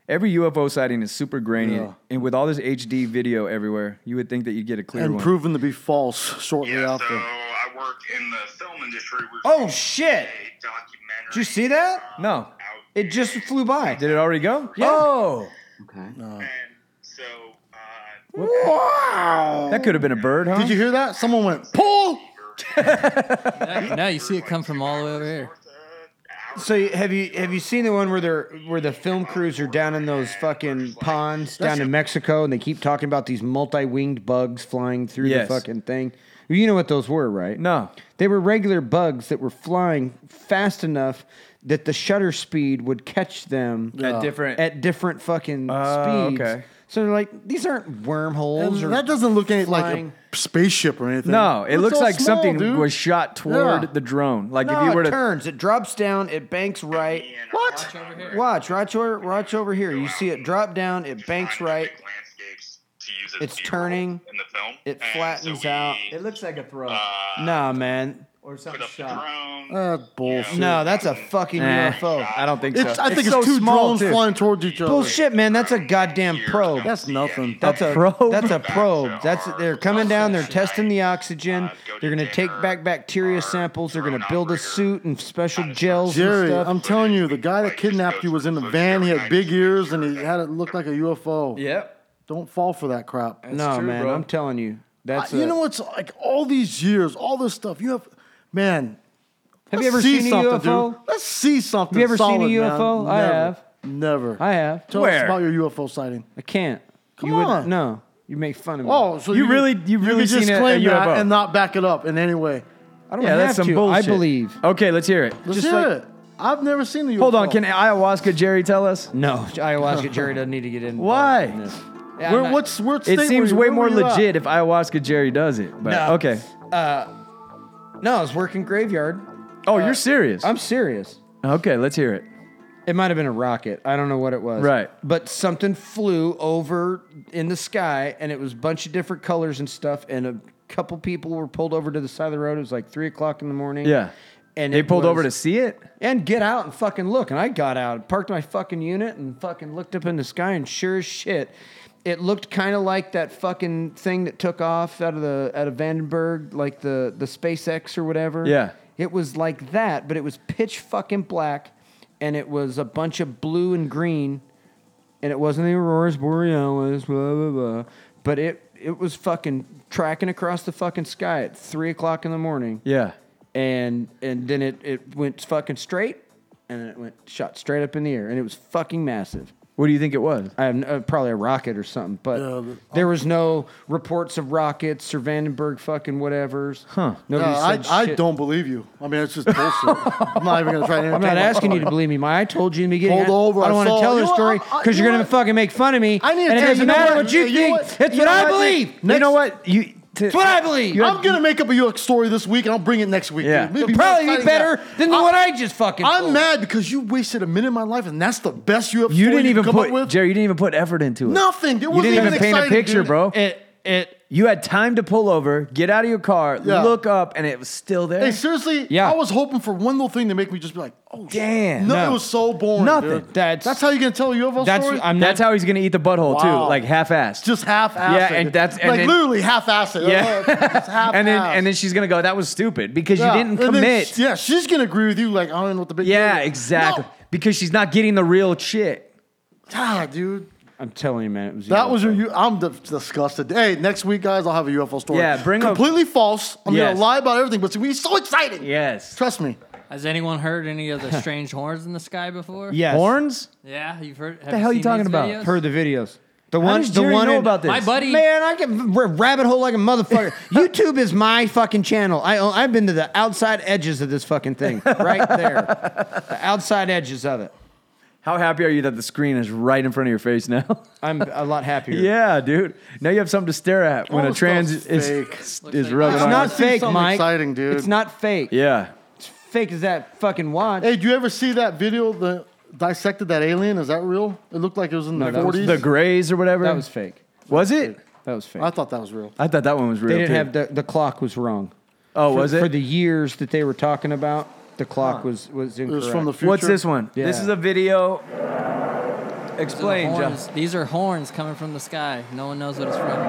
[SPEAKER 3] Every UFO sighting is super grainy,
[SPEAKER 4] Yeah.
[SPEAKER 3] and with all this HD video everywhere, you would think that you'd get a clear
[SPEAKER 4] And
[SPEAKER 3] one.
[SPEAKER 4] proven to be false shortly
[SPEAKER 6] Yeah, so
[SPEAKER 4] after.
[SPEAKER 6] I work in the film industry. We're
[SPEAKER 2] Oh shit!
[SPEAKER 6] a documentary.
[SPEAKER 2] Did you see that?
[SPEAKER 3] no,
[SPEAKER 6] out
[SPEAKER 2] It just flew by.
[SPEAKER 3] did it already go? Oh,
[SPEAKER 6] and so uh,
[SPEAKER 3] that could have been a bird, huh?
[SPEAKER 4] Did you hear that? Someone went pull.
[SPEAKER 5] Now now you see it come from all the way over here.
[SPEAKER 2] So you- have you have you seen the one where they're where the film crews are down in those fucking ponds down in Mexico and they keep talking about these multi winged bugs flying through
[SPEAKER 3] Yes.
[SPEAKER 2] the fucking thing? You know what those were, right?
[SPEAKER 3] No.
[SPEAKER 2] They were regular bugs that were flying fast enough that the shutter speed would catch them
[SPEAKER 3] At different-
[SPEAKER 2] at different fucking
[SPEAKER 3] Oh,
[SPEAKER 2] speeds.
[SPEAKER 3] okay.
[SPEAKER 2] So they're like, these aren't wormholes or
[SPEAKER 4] That doesn't look any, like
[SPEAKER 2] flying.
[SPEAKER 4] a spaceship or anything.
[SPEAKER 3] No, it
[SPEAKER 4] It's
[SPEAKER 3] looks
[SPEAKER 4] all
[SPEAKER 3] like
[SPEAKER 4] small,
[SPEAKER 3] something
[SPEAKER 4] dude.
[SPEAKER 3] was shot toward
[SPEAKER 4] Yeah.
[SPEAKER 3] the drone. Like
[SPEAKER 2] No,
[SPEAKER 3] if you were
[SPEAKER 2] it
[SPEAKER 3] to
[SPEAKER 2] turns, it drops down, it banks right.
[SPEAKER 4] What?
[SPEAKER 5] Over here.
[SPEAKER 2] Watch, watch over, watch over here. You see it drop down, it banks
[SPEAKER 6] find
[SPEAKER 2] right.
[SPEAKER 6] epic landscapes to use as
[SPEAKER 2] It's
[SPEAKER 6] B-roll
[SPEAKER 2] turning.
[SPEAKER 6] in the film.
[SPEAKER 2] It
[SPEAKER 6] And so
[SPEAKER 2] flattens
[SPEAKER 6] we
[SPEAKER 2] out.
[SPEAKER 6] Put
[SPEAKER 2] looks like a throw.
[SPEAKER 6] Uh,
[SPEAKER 2] nah, man.
[SPEAKER 6] up the drone.
[SPEAKER 4] That Ah, bullshit.
[SPEAKER 2] No, that's a fucking
[SPEAKER 3] Nah,
[SPEAKER 2] UFO.
[SPEAKER 3] I don't think
[SPEAKER 4] It's,
[SPEAKER 3] so.
[SPEAKER 4] I think it's,
[SPEAKER 3] so
[SPEAKER 4] two
[SPEAKER 3] small,
[SPEAKER 4] drones
[SPEAKER 3] too.
[SPEAKER 4] flying towards each other.
[SPEAKER 2] Bullshit, man. That's a goddamn
[SPEAKER 6] uh,
[SPEAKER 2] probe.
[SPEAKER 4] That's nothing.
[SPEAKER 2] That's a,
[SPEAKER 3] probe?
[SPEAKER 2] That's a probe. That's they're coming down. They're testing the oxygen.
[SPEAKER 6] Uh,
[SPEAKER 2] They're gonna take back bacteria samples. They're gonna build a suit and special gels and
[SPEAKER 4] Jerry,
[SPEAKER 2] stuff.
[SPEAKER 4] I'm telling you, the guy that kidnapped you was in a van. He had big ears and he had it look like a UFO.
[SPEAKER 3] Yep.
[SPEAKER 4] Don't fall for that crap.
[SPEAKER 2] no,
[SPEAKER 3] true,
[SPEAKER 2] man.
[SPEAKER 3] bro.
[SPEAKER 2] I'm telling you. That's
[SPEAKER 4] you
[SPEAKER 2] a-
[SPEAKER 4] know what's like all these years, all this stuff. You have, man.
[SPEAKER 2] Have
[SPEAKER 4] let's
[SPEAKER 2] you ever
[SPEAKER 4] see
[SPEAKER 2] seen a
[SPEAKER 4] something,
[SPEAKER 2] UFO?
[SPEAKER 4] Dude. Let's see something.
[SPEAKER 2] Have you ever seen a
[SPEAKER 4] solid, man.
[SPEAKER 2] UFO? I
[SPEAKER 4] Never.
[SPEAKER 2] have.
[SPEAKER 4] Never.
[SPEAKER 2] I have.
[SPEAKER 4] Tell us
[SPEAKER 3] Where?
[SPEAKER 4] about your UFO sighting.
[SPEAKER 2] I can't.
[SPEAKER 4] Come
[SPEAKER 2] you would-
[SPEAKER 4] on.
[SPEAKER 2] No, you make fun of me.
[SPEAKER 4] Oh, so
[SPEAKER 3] You
[SPEAKER 4] you,
[SPEAKER 3] really- you really
[SPEAKER 4] could just
[SPEAKER 3] seen a- a
[SPEAKER 4] claim that
[SPEAKER 3] UFO?
[SPEAKER 4] and not back it up in any way.
[SPEAKER 2] I don't
[SPEAKER 3] Yeah,
[SPEAKER 2] have
[SPEAKER 3] that's some
[SPEAKER 2] to.
[SPEAKER 3] bullshit.
[SPEAKER 2] I believe.
[SPEAKER 3] Okay, let's hear it.
[SPEAKER 4] Let's
[SPEAKER 2] Just
[SPEAKER 4] hear
[SPEAKER 2] like-
[SPEAKER 4] it. I've never seen the UFO.
[SPEAKER 3] Hold on, can ayahuasca Jerry tell us?
[SPEAKER 2] No, ayahuasca Jerry doesn't need to get in.
[SPEAKER 3] Why?
[SPEAKER 2] in this. Yeah, I'm
[SPEAKER 4] Where,
[SPEAKER 2] not-
[SPEAKER 4] what's where state
[SPEAKER 3] It
[SPEAKER 4] were
[SPEAKER 3] seems
[SPEAKER 4] you-
[SPEAKER 3] way more
[SPEAKER 4] where were you at?
[SPEAKER 3] legit if ayahuasca Jerry does it. But
[SPEAKER 2] No.
[SPEAKER 3] okay.
[SPEAKER 2] No, I was working graveyard.
[SPEAKER 3] Oh,
[SPEAKER 4] Uh,
[SPEAKER 3] you're serious.
[SPEAKER 2] I'm serious.
[SPEAKER 3] okay, let's hear it.
[SPEAKER 2] It might have been a rocket. I don't know what it was.
[SPEAKER 3] Right.
[SPEAKER 2] But something flew over in the sky, and it was a bunch of different colors and stuff. And a couple people were pulled over to the side of the road. It was like three o'clock in the morning.
[SPEAKER 3] Yeah.
[SPEAKER 2] And
[SPEAKER 3] They
[SPEAKER 2] it
[SPEAKER 3] pulled over
[SPEAKER 2] was-
[SPEAKER 3] to see it?
[SPEAKER 2] and get out and fucking look. And I got out, parked my fucking unit, and fucking looked up in the sky. And sure as shit, it looked kind of like that fucking thing that took off out of the out of Vandenberg, like the the SpaceX or whatever.
[SPEAKER 3] Yeah.
[SPEAKER 2] it was like that, but it was pitch fucking black, and it was a bunch of blue and green, and it wasn't the auroras borealis, blah blah blah, but it. It was fucking tracking across the fucking sky at three o'clock in the morning
[SPEAKER 3] Yeah.
[SPEAKER 2] and and then it it went fucking straight, and then it went shot straight up in the air, and it was fucking massive.
[SPEAKER 3] What do you think it was?
[SPEAKER 2] I have uh, probably a rocket or something, but
[SPEAKER 4] Yeah, but-
[SPEAKER 2] there was no reports of rockets or Vandenberg fucking whatever's. Huh? Nobody
[SPEAKER 4] No,
[SPEAKER 2] said
[SPEAKER 4] I, I
[SPEAKER 2] shit.
[SPEAKER 4] don't believe you. I mean, it's just bullshit. I'm not even gonna try to.
[SPEAKER 2] I'm not
[SPEAKER 4] entertain
[SPEAKER 2] asking
[SPEAKER 4] my
[SPEAKER 2] you to believe me, Mike. I told you in the beginning.
[SPEAKER 4] Pulled
[SPEAKER 2] I-
[SPEAKER 4] over,
[SPEAKER 2] I
[SPEAKER 4] I
[SPEAKER 2] don't want
[SPEAKER 4] saw-
[SPEAKER 2] to tell
[SPEAKER 4] you
[SPEAKER 2] the
[SPEAKER 4] know
[SPEAKER 2] story
[SPEAKER 4] what? I- I-
[SPEAKER 2] because
[SPEAKER 4] you
[SPEAKER 2] you're
[SPEAKER 4] know
[SPEAKER 2] gonna
[SPEAKER 4] what?
[SPEAKER 2] fucking make fun of me.
[SPEAKER 4] I need to
[SPEAKER 2] and
[SPEAKER 4] tell
[SPEAKER 2] it
[SPEAKER 4] you,
[SPEAKER 2] doesn't
[SPEAKER 4] you know
[SPEAKER 2] matter
[SPEAKER 4] what?
[SPEAKER 2] what, you
[SPEAKER 4] You know
[SPEAKER 2] think.
[SPEAKER 4] what?
[SPEAKER 2] It's
[SPEAKER 4] You
[SPEAKER 2] what
[SPEAKER 4] know
[SPEAKER 2] I
[SPEAKER 4] what?
[SPEAKER 2] believe.
[SPEAKER 3] You know what? You. to-
[SPEAKER 2] It's what I believe.
[SPEAKER 4] I'm gonna make up a York story this week, and I'll bring it next week.
[SPEAKER 3] Yeah.
[SPEAKER 4] dude. It'll
[SPEAKER 2] It'll probably be
[SPEAKER 4] exciting now.
[SPEAKER 2] better than the
[SPEAKER 4] I-
[SPEAKER 2] one I just fucking.
[SPEAKER 4] I'm
[SPEAKER 2] told.
[SPEAKER 4] mad because you wasted a minute of my life, and that's the best you have.
[SPEAKER 3] You didn't
[SPEAKER 4] can
[SPEAKER 3] even
[SPEAKER 4] come
[SPEAKER 3] put
[SPEAKER 4] up with
[SPEAKER 3] Jerry. You didn't even put effort into it.
[SPEAKER 4] nothing. It
[SPEAKER 3] You
[SPEAKER 4] wasn't
[SPEAKER 3] didn't even paint a
[SPEAKER 4] exciting,
[SPEAKER 3] picture,
[SPEAKER 4] dude.
[SPEAKER 3] bro.
[SPEAKER 2] It it
[SPEAKER 3] you had time to pull over, get out of your car,
[SPEAKER 4] Yeah.
[SPEAKER 3] look up, and it was still there.
[SPEAKER 4] Hey, seriously,
[SPEAKER 2] Yeah.
[SPEAKER 4] I was hoping for one little thing to make me just be like, "Oh, shit.
[SPEAKER 3] Damn.
[SPEAKER 4] no,
[SPEAKER 2] no.
[SPEAKER 4] it was so boring."
[SPEAKER 3] Nothing.
[SPEAKER 4] dude.
[SPEAKER 2] That's-
[SPEAKER 4] That's how you gonna tell your UFO
[SPEAKER 2] that's
[SPEAKER 4] story.
[SPEAKER 2] I'm not
[SPEAKER 3] That's how he's gonna eat the butthole
[SPEAKER 4] Wow.
[SPEAKER 3] too, like half-assed.
[SPEAKER 4] just half assed.
[SPEAKER 3] Yeah, and that's- and
[SPEAKER 4] like
[SPEAKER 3] then-
[SPEAKER 4] literally Oh, half assed.
[SPEAKER 3] Yeah.
[SPEAKER 4] half
[SPEAKER 3] and then and then she's gonna go, "That was stupid because you didn't commit."
[SPEAKER 4] yeah, she's gonna agree with you. Like I don't even know what the big.
[SPEAKER 3] yeah,
[SPEAKER 4] deal is.
[SPEAKER 3] exactly.
[SPEAKER 4] No.
[SPEAKER 3] Because she's not getting the real shit.
[SPEAKER 4] God, dude.
[SPEAKER 2] I'm telling you, man. It was
[SPEAKER 4] That
[SPEAKER 2] you.
[SPEAKER 4] was your. U- I'm d- disgusted. Hey, next week, guys, I'll have a UFO story.
[SPEAKER 3] Yeah, bring a-
[SPEAKER 4] completely false. I'm
[SPEAKER 3] Yes.
[SPEAKER 4] gonna lie about everything, but it's gonna be so exciting.
[SPEAKER 3] Yes.
[SPEAKER 4] Trust me.
[SPEAKER 5] Has anyone heard any of the strange horns in the sky before?
[SPEAKER 2] Yes.
[SPEAKER 3] Horns?
[SPEAKER 5] Yeah, you've heard. What
[SPEAKER 3] the hell you talking about?
[SPEAKER 2] Heard the videos. The
[SPEAKER 3] How
[SPEAKER 2] one,
[SPEAKER 3] does
[SPEAKER 2] the
[SPEAKER 3] Jerry
[SPEAKER 2] one
[SPEAKER 3] know
[SPEAKER 2] in-
[SPEAKER 3] about this?
[SPEAKER 5] My buddy,
[SPEAKER 2] Man, I can r- rabbit hole like a motherfucker. YouTube is my fucking channel. I I've been to the outside edges of this fucking thing, right there, the outside edges of it.
[SPEAKER 3] How happy are you that the screen is right in front of your face now?
[SPEAKER 2] I'm a lot happier.
[SPEAKER 3] yeah, dude. Now you have something to stare at when
[SPEAKER 4] All
[SPEAKER 3] a
[SPEAKER 4] this
[SPEAKER 3] trans
[SPEAKER 4] stuff's
[SPEAKER 3] is
[SPEAKER 4] fake.
[SPEAKER 3] is,
[SPEAKER 5] like-
[SPEAKER 3] rubbing
[SPEAKER 2] it's
[SPEAKER 3] on
[SPEAKER 2] not
[SPEAKER 3] you.
[SPEAKER 2] fake,
[SPEAKER 4] something
[SPEAKER 2] Mike.
[SPEAKER 4] exciting, dude.
[SPEAKER 2] It's not fake.
[SPEAKER 3] Yeah.
[SPEAKER 2] It's fake as that fucking watch.
[SPEAKER 4] Hey, do you ever see that video that dissected that alien? Is that real? It looked like it was in the
[SPEAKER 2] that was
[SPEAKER 4] 40s.
[SPEAKER 3] The grays or whatever.
[SPEAKER 2] that was fake.
[SPEAKER 3] Was it?
[SPEAKER 2] That was fake.
[SPEAKER 4] I thought that was real.
[SPEAKER 3] I thought that one was real.
[SPEAKER 2] they didn't
[SPEAKER 3] too.
[SPEAKER 2] have the the clock was wrong.
[SPEAKER 3] Oh,
[SPEAKER 2] for,
[SPEAKER 3] was it?
[SPEAKER 2] for the years that they were talking about? The clock was was
[SPEAKER 4] It
[SPEAKER 2] incorrect.
[SPEAKER 4] was from the future.
[SPEAKER 3] What's this one?
[SPEAKER 2] Yeah.
[SPEAKER 3] This is a video.
[SPEAKER 5] these are
[SPEAKER 3] Explain, John.
[SPEAKER 5] horns- These are horns coming from the sky. No one knows what it's from.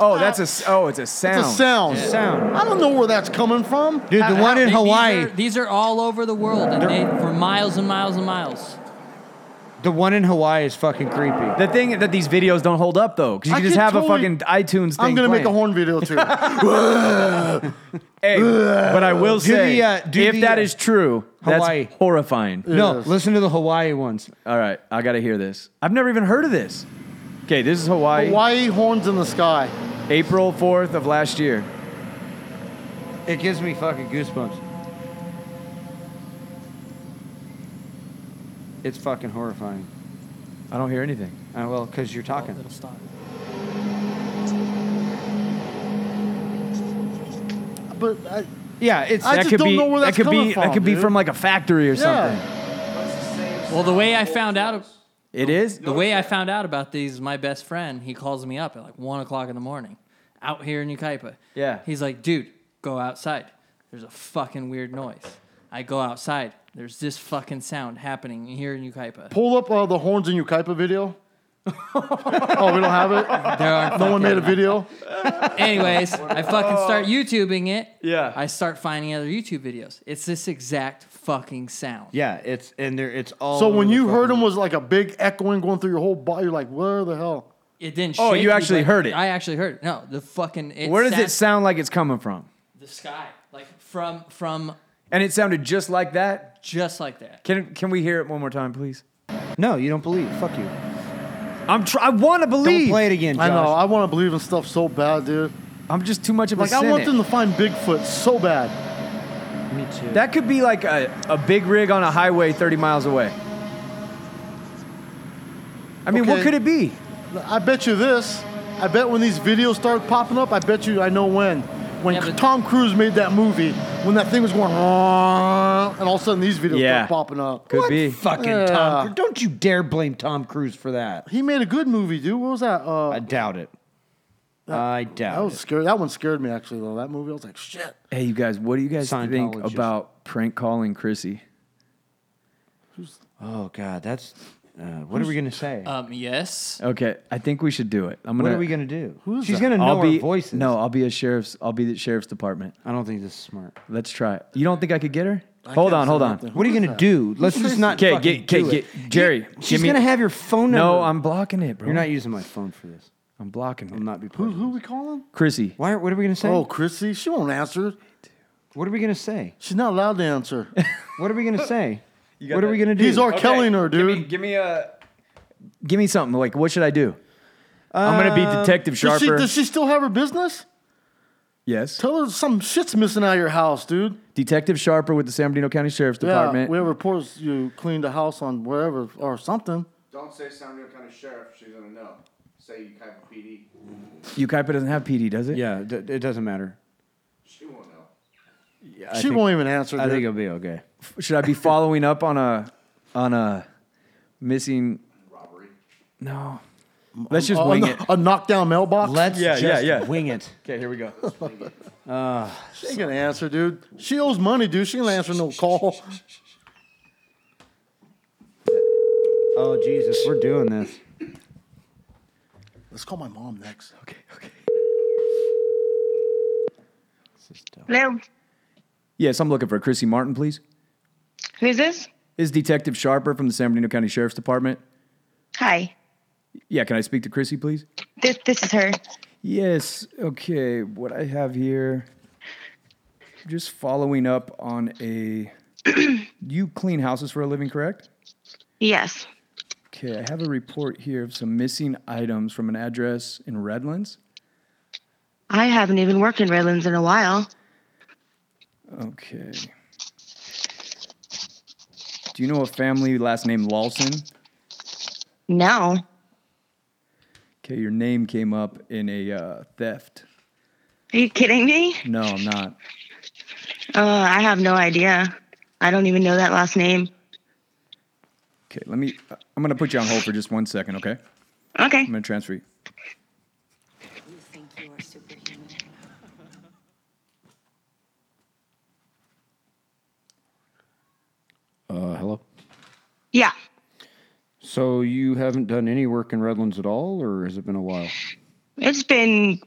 [SPEAKER 3] Oh, that's a. s- Oh, it's a sound.
[SPEAKER 4] It's a sound.
[SPEAKER 2] sound.
[SPEAKER 4] I don't know where that's coming from.
[SPEAKER 2] Dude, the
[SPEAKER 5] How-
[SPEAKER 2] one
[SPEAKER 5] how-
[SPEAKER 2] in
[SPEAKER 5] these are-
[SPEAKER 2] Hawaii,
[SPEAKER 5] These are, all over the world, and they for miles and miles and miles.
[SPEAKER 2] the one in Hawaii is fucking creepy.
[SPEAKER 3] The thing that these videos don't hold up though, because you
[SPEAKER 4] I
[SPEAKER 3] can just
[SPEAKER 4] can
[SPEAKER 3] have
[SPEAKER 4] totally-
[SPEAKER 3] a fucking iTunes thing.
[SPEAKER 4] I'm gonna make a
[SPEAKER 3] playing.
[SPEAKER 4] horn video too.
[SPEAKER 3] Hey, but I will
[SPEAKER 2] Do
[SPEAKER 3] say,
[SPEAKER 2] the, uh, do
[SPEAKER 3] if
[SPEAKER 2] the,
[SPEAKER 3] that
[SPEAKER 2] uh,
[SPEAKER 3] is true,
[SPEAKER 2] Hawaii.
[SPEAKER 3] that's horrifying.
[SPEAKER 2] No,
[SPEAKER 4] Yes.
[SPEAKER 2] listen to the Hawaii ones.
[SPEAKER 3] All right, I gotta hear this. I've never even heard of this. Okay, this is Hawaii,
[SPEAKER 4] Hawaii horns in the sky.
[SPEAKER 3] April fourth of last year.
[SPEAKER 2] It gives me fucking goosebumps. It's fucking horrifying.
[SPEAKER 3] I don't hear anything.
[SPEAKER 2] Uh, well, because you're talking.
[SPEAKER 5] It'll stop.
[SPEAKER 4] But uh, I,
[SPEAKER 2] Yeah, it's.
[SPEAKER 4] I
[SPEAKER 3] that
[SPEAKER 4] just
[SPEAKER 3] could
[SPEAKER 4] don't
[SPEAKER 3] be.
[SPEAKER 4] know where
[SPEAKER 3] that
[SPEAKER 4] that's
[SPEAKER 3] could be.
[SPEAKER 4] coming
[SPEAKER 3] that
[SPEAKER 4] from,
[SPEAKER 3] could be
[SPEAKER 4] dude.
[SPEAKER 3] from like a factory or something.
[SPEAKER 4] yeah,
[SPEAKER 5] Well, the way I found out,
[SPEAKER 3] It is.
[SPEAKER 5] the way I found out about these, my best friend, he calls me up at like one o'clock in the morning, out here in Ukaipa.
[SPEAKER 3] Yeah.
[SPEAKER 5] He's like, dude, go outside. There's a fucking weird noise. I go outside. There's this fucking sound happening here in Ukaipa.
[SPEAKER 4] pull up uh, the horns in Ukaipa video. oh, we don't have it.
[SPEAKER 5] There are
[SPEAKER 4] No one made a video.
[SPEAKER 5] Anyways, I fucking start YouTubing it.
[SPEAKER 3] Yeah.
[SPEAKER 5] I start finding other YouTube videos. It's this exact fucking sound.
[SPEAKER 2] Yeah, it's and there. It's all.
[SPEAKER 4] So when
[SPEAKER 2] over the
[SPEAKER 4] you heard
[SPEAKER 2] fucking-
[SPEAKER 4] them was like a big echoing going through your whole body. You're like, where the hell?
[SPEAKER 5] It didn't.
[SPEAKER 3] Oh,
[SPEAKER 5] shake
[SPEAKER 3] you
[SPEAKER 5] me,
[SPEAKER 3] actually
[SPEAKER 5] but
[SPEAKER 3] heard it.
[SPEAKER 5] I actually heard it. No, the fucking. It
[SPEAKER 3] Where does
[SPEAKER 5] sat-
[SPEAKER 3] it sound like it's coming from?
[SPEAKER 5] The sky, like from from
[SPEAKER 3] And it sounded just like that.
[SPEAKER 5] just like that.
[SPEAKER 3] Can Can we hear it one more time, please?
[SPEAKER 2] No, you don't believe. Fuck you.
[SPEAKER 3] I'm. Tr- I want to believe.
[SPEAKER 2] Don't play it again, Josh.
[SPEAKER 4] I know. I want to believe in stuff so bad, dude.
[SPEAKER 3] I'm just too much of a
[SPEAKER 4] Like I want
[SPEAKER 3] cynic.
[SPEAKER 4] them to find Bigfoot so bad.
[SPEAKER 2] Me too.
[SPEAKER 3] That could be like a, a big rig on a highway 30 miles away. I mean, what
[SPEAKER 4] Okay.
[SPEAKER 3] could it be?
[SPEAKER 4] I bet you this. I bet when these videos start popping up, I bet you I know when. When
[SPEAKER 5] Yeah, but-
[SPEAKER 4] Tom Cruise made that movie, when that thing was going, and all of a sudden these videos
[SPEAKER 3] Yeah.
[SPEAKER 4] start popping up.
[SPEAKER 3] Could
[SPEAKER 2] What
[SPEAKER 3] be.
[SPEAKER 2] fucking
[SPEAKER 4] Yeah.
[SPEAKER 2] Tom. Cruise. Don't you dare blame Tom Cruise for that.
[SPEAKER 4] He made a good movie, dude. What was that?
[SPEAKER 2] I
[SPEAKER 4] Uh,
[SPEAKER 2] doubt it.
[SPEAKER 3] I doubt
[SPEAKER 4] That was scary. That one scared me actually though. That movie, I was like, shit.
[SPEAKER 3] Hey, you guys, what do you guys think
[SPEAKER 4] Scientologist.
[SPEAKER 3] about prank calling Chrissy?
[SPEAKER 6] Oh God, that's. Uh, what are we gonna say?
[SPEAKER 5] Um, yes.
[SPEAKER 3] Okay, I think we should do it. I'm gonna.
[SPEAKER 6] what are we gonna do?
[SPEAKER 4] Who's
[SPEAKER 6] She's
[SPEAKER 4] that?
[SPEAKER 6] gonna know
[SPEAKER 3] I'll be,
[SPEAKER 6] our voices.
[SPEAKER 3] No, I'll be a sheriff's. I'll be the sheriff's department.
[SPEAKER 6] I don't think this is smart.
[SPEAKER 3] Let's try it. You don't think I could get her?
[SPEAKER 4] I
[SPEAKER 3] hold
[SPEAKER 4] can't
[SPEAKER 3] on,
[SPEAKER 4] say
[SPEAKER 3] hold on.
[SPEAKER 4] nothing.
[SPEAKER 6] What are you gonna do? Let's just not.
[SPEAKER 3] Okay,
[SPEAKER 6] fucking
[SPEAKER 3] get, get,
[SPEAKER 6] do
[SPEAKER 3] get,
[SPEAKER 6] it.
[SPEAKER 3] Jerry.
[SPEAKER 6] She's
[SPEAKER 3] give me-
[SPEAKER 6] gonna have your phone number.
[SPEAKER 3] No, I'm blocking it, bro.
[SPEAKER 6] You're not using my phone for this.
[SPEAKER 3] I'm blocking
[SPEAKER 6] I'll
[SPEAKER 3] it.
[SPEAKER 6] not be.
[SPEAKER 4] Who
[SPEAKER 6] Who,
[SPEAKER 4] who we calling?
[SPEAKER 3] Chrissy.
[SPEAKER 6] Why? What are we gonna say?
[SPEAKER 4] Oh, Chrissy. She won't answer.
[SPEAKER 6] What are we gonna say?
[SPEAKER 4] She's not allowed to answer.
[SPEAKER 6] What are we gonna say?
[SPEAKER 3] got
[SPEAKER 6] what are we
[SPEAKER 3] that?
[SPEAKER 6] gonna do?
[SPEAKER 4] He's R. Kellying her,
[SPEAKER 3] Give me,
[SPEAKER 4] dude.
[SPEAKER 3] give me a. Give me something. Like, what should I do? I'm gonna be Detective
[SPEAKER 4] Um, Does she,
[SPEAKER 3] Sharper.
[SPEAKER 4] does she still have her business?
[SPEAKER 3] yes,
[SPEAKER 4] Tell her some shit's missing out of your house, dude.
[SPEAKER 3] Detective Sharper with the San Bernardino County Sheriff's Department.
[SPEAKER 4] Yeah, we have reports you cleaned the house on wherever or something.
[SPEAKER 6] Don't say San Diego County Sheriff. She's gonna know. Say you kind of PD.
[SPEAKER 3] Ukaipa doesn't have PD, does it?
[SPEAKER 6] Yeah, d- it doesn't matter.
[SPEAKER 12] She won't know.
[SPEAKER 4] she won't even answer.
[SPEAKER 6] I
[SPEAKER 4] dude.
[SPEAKER 6] think it'll be okay.
[SPEAKER 3] Should I be following up on a on a missing robbery? No. Let's just
[SPEAKER 4] Oh,
[SPEAKER 3] wing
[SPEAKER 4] no,
[SPEAKER 3] it.
[SPEAKER 4] A knockdown mailbox.
[SPEAKER 6] Let's
[SPEAKER 3] Yeah, yeah,
[SPEAKER 6] just
[SPEAKER 3] yeah.
[SPEAKER 6] wing it.
[SPEAKER 3] Okay, here we go.
[SPEAKER 4] she ain't gonna answer, dude. She owes money, dude. She ain't answer no call.
[SPEAKER 6] Oh Jesus, we're doing this.
[SPEAKER 4] Let's call my mom next. Okay, okay.
[SPEAKER 13] Hello.
[SPEAKER 3] Yes, I'm looking for Chrissy Martin, please.
[SPEAKER 13] Who's this?
[SPEAKER 3] Is Detective Sharper from the San Bernardino County Sheriff's Department?
[SPEAKER 13] Hi.
[SPEAKER 3] Yeah, can I speak to Chrissy, please?
[SPEAKER 13] This this is her.
[SPEAKER 3] Yes. Okay. What I have here, just following up on a. you clean houses for a living, correct?
[SPEAKER 13] Yes.
[SPEAKER 3] Okay. I have a report here of some missing items from an address in Redlands.
[SPEAKER 13] I haven't even worked in Redlands in a while.
[SPEAKER 3] Okay. Do you know a family last name Lawson?
[SPEAKER 13] No.
[SPEAKER 3] Okay, your name came up in a uh, theft.
[SPEAKER 13] Are you kidding me?
[SPEAKER 3] No, I'm not.
[SPEAKER 13] Uh, I have no idea. I don't even know that last name.
[SPEAKER 3] Okay, let me. I'm gonna put you on hold for just one second. Okay, I'm
[SPEAKER 13] Okay.
[SPEAKER 3] gonna transfer you.
[SPEAKER 14] You think you are superhuman?
[SPEAKER 6] Uh, hello.
[SPEAKER 13] Yeah.
[SPEAKER 6] So you haven't done any work in Redlands at all, or has it been a while?
[SPEAKER 13] It's been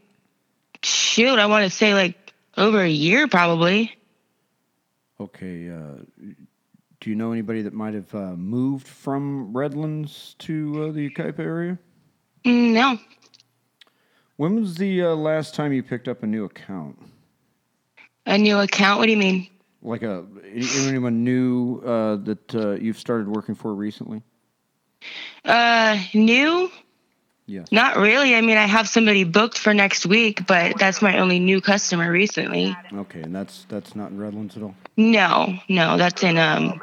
[SPEAKER 13] shoot, I want to say like over a year probably.
[SPEAKER 6] Okay. Uh, do you know anybody that might have uh, moved from Redlands to uh, the Ukaipa area?
[SPEAKER 13] Mm, No.
[SPEAKER 6] When was the uh, last time you picked up a new account?
[SPEAKER 13] A new account? What do you mean?
[SPEAKER 6] Like a any- anyone new uh, that uh, you've started working for recently?
[SPEAKER 13] Uh, new?
[SPEAKER 6] Yes.
[SPEAKER 13] Not really. I mean, I have somebody booked for next week, but that's my only new customer recently.
[SPEAKER 6] Okay, and that's that's not in Redlands at all.
[SPEAKER 13] No, no, that's in um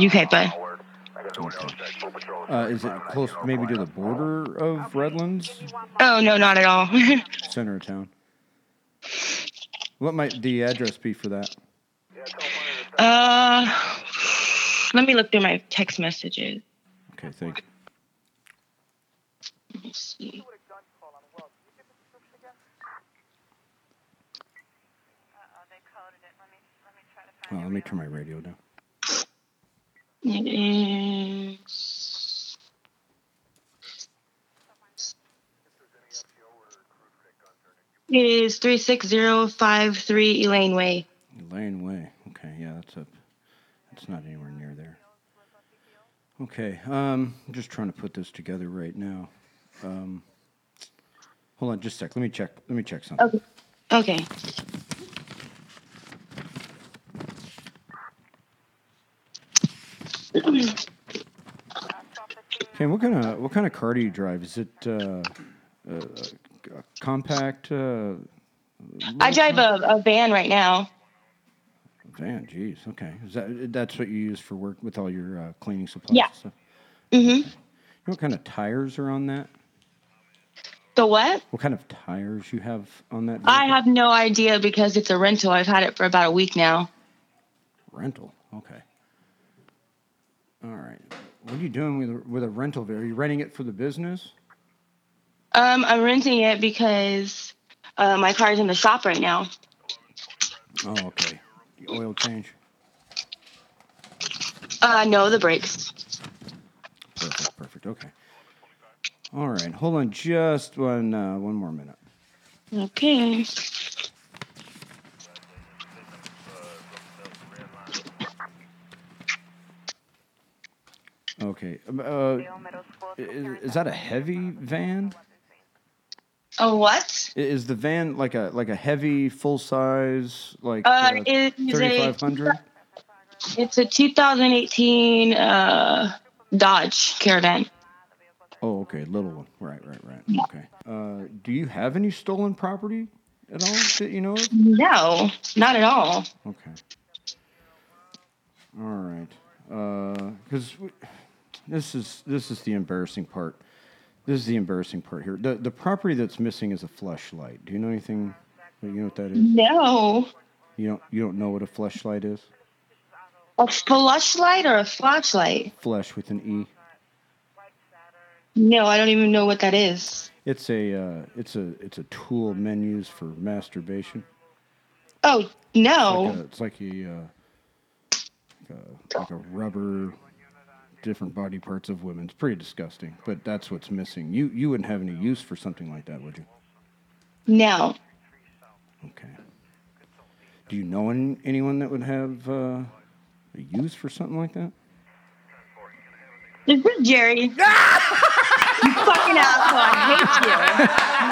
[SPEAKER 13] UK, but
[SPEAKER 6] Uh, is it close maybe to the border of Redlands,
[SPEAKER 13] oh no, not at all.
[SPEAKER 6] center of town? What might the address be for that?
[SPEAKER 13] uh, let me look through my text messages.
[SPEAKER 6] Okay, thank you.
[SPEAKER 13] Let's see.
[SPEAKER 6] Well, Oh, let me turn my radio down.
[SPEAKER 13] It is. It is three six zero five three Elaine Way.
[SPEAKER 6] Lane Way. Okay, yeah, that's up. That's not anywhere near there. Okay, um, I'm just trying to put this together right now. Um, hold on, just a sec. Let me check. Let me check something.
[SPEAKER 13] Okay.
[SPEAKER 6] Ken, what kind of what kind of car do you drive? Is it uh, uh, a compact uh,
[SPEAKER 13] I drive a, a van right now.
[SPEAKER 6] van? Jeez. Okay, is that that's what you use for work with all your uh, cleaning supplies?
[SPEAKER 13] Yeah.
[SPEAKER 6] And stuff?
[SPEAKER 13] Mhm.
[SPEAKER 6] You know what kind of tires are on that?
[SPEAKER 13] The what?
[SPEAKER 6] What kind of tires you have on that?
[SPEAKER 13] I
[SPEAKER 6] vehicle?
[SPEAKER 13] have no idea because it's a rental. I've had it for about a week now.
[SPEAKER 6] Rental. Okay. All right. What are you doing with a, with a rental there? Are you renting it for the business?
[SPEAKER 13] Um, I'm renting it because uh, my car's in the shop right now.
[SPEAKER 6] Oh, okay. The oil change.
[SPEAKER 13] Uh, no, the brakes.
[SPEAKER 6] Perfect. Perfect. Okay. All right. Hold on, just one uh, one more minute.
[SPEAKER 13] Okay.
[SPEAKER 6] Okay. Um, Uh, i- is, is that a heavy van?
[SPEAKER 13] A what?
[SPEAKER 6] I- Is the van like a like a heavy full size like
[SPEAKER 13] Uh, it is a-
[SPEAKER 6] thirty five hundred?
[SPEAKER 13] It's a 2018 uh, Dodge Caravan.
[SPEAKER 6] Oh, okay, little one. Right, right, right. Okay. Uh, do you have any stolen property at all that you know of?
[SPEAKER 13] No, not at all.
[SPEAKER 6] Okay. All right. Because this is this is the embarrassing part. This is the embarrassing part here. The the property that's missing is a flashlight. Do you know anything? You know what that is?
[SPEAKER 13] No.
[SPEAKER 6] You don't you don't know what a flashlight is?
[SPEAKER 13] A flashlight or a flashlight?
[SPEAKER 6] Flesh with an e.
[SPEAKER 13] No, I don't even know what that is.
[SPEAKER 6] It's a uh, it's a it's a tool men use for masturbation.
[SPEAKER 13] Oh, no.
[SPEAKER 6] Like a- it's like a, uh, like a like a rubber, different body parts of women. It's pretty disgusting, but that's what's missing. You you wouldn't have any use for something like that, would you?
[SPEAKER 13] No.
[SPEAKER 6] Do you know any, anyone that would have uh, a use for something like that?
[SPEAKER 13] This is Jerry. you fucking asshole. I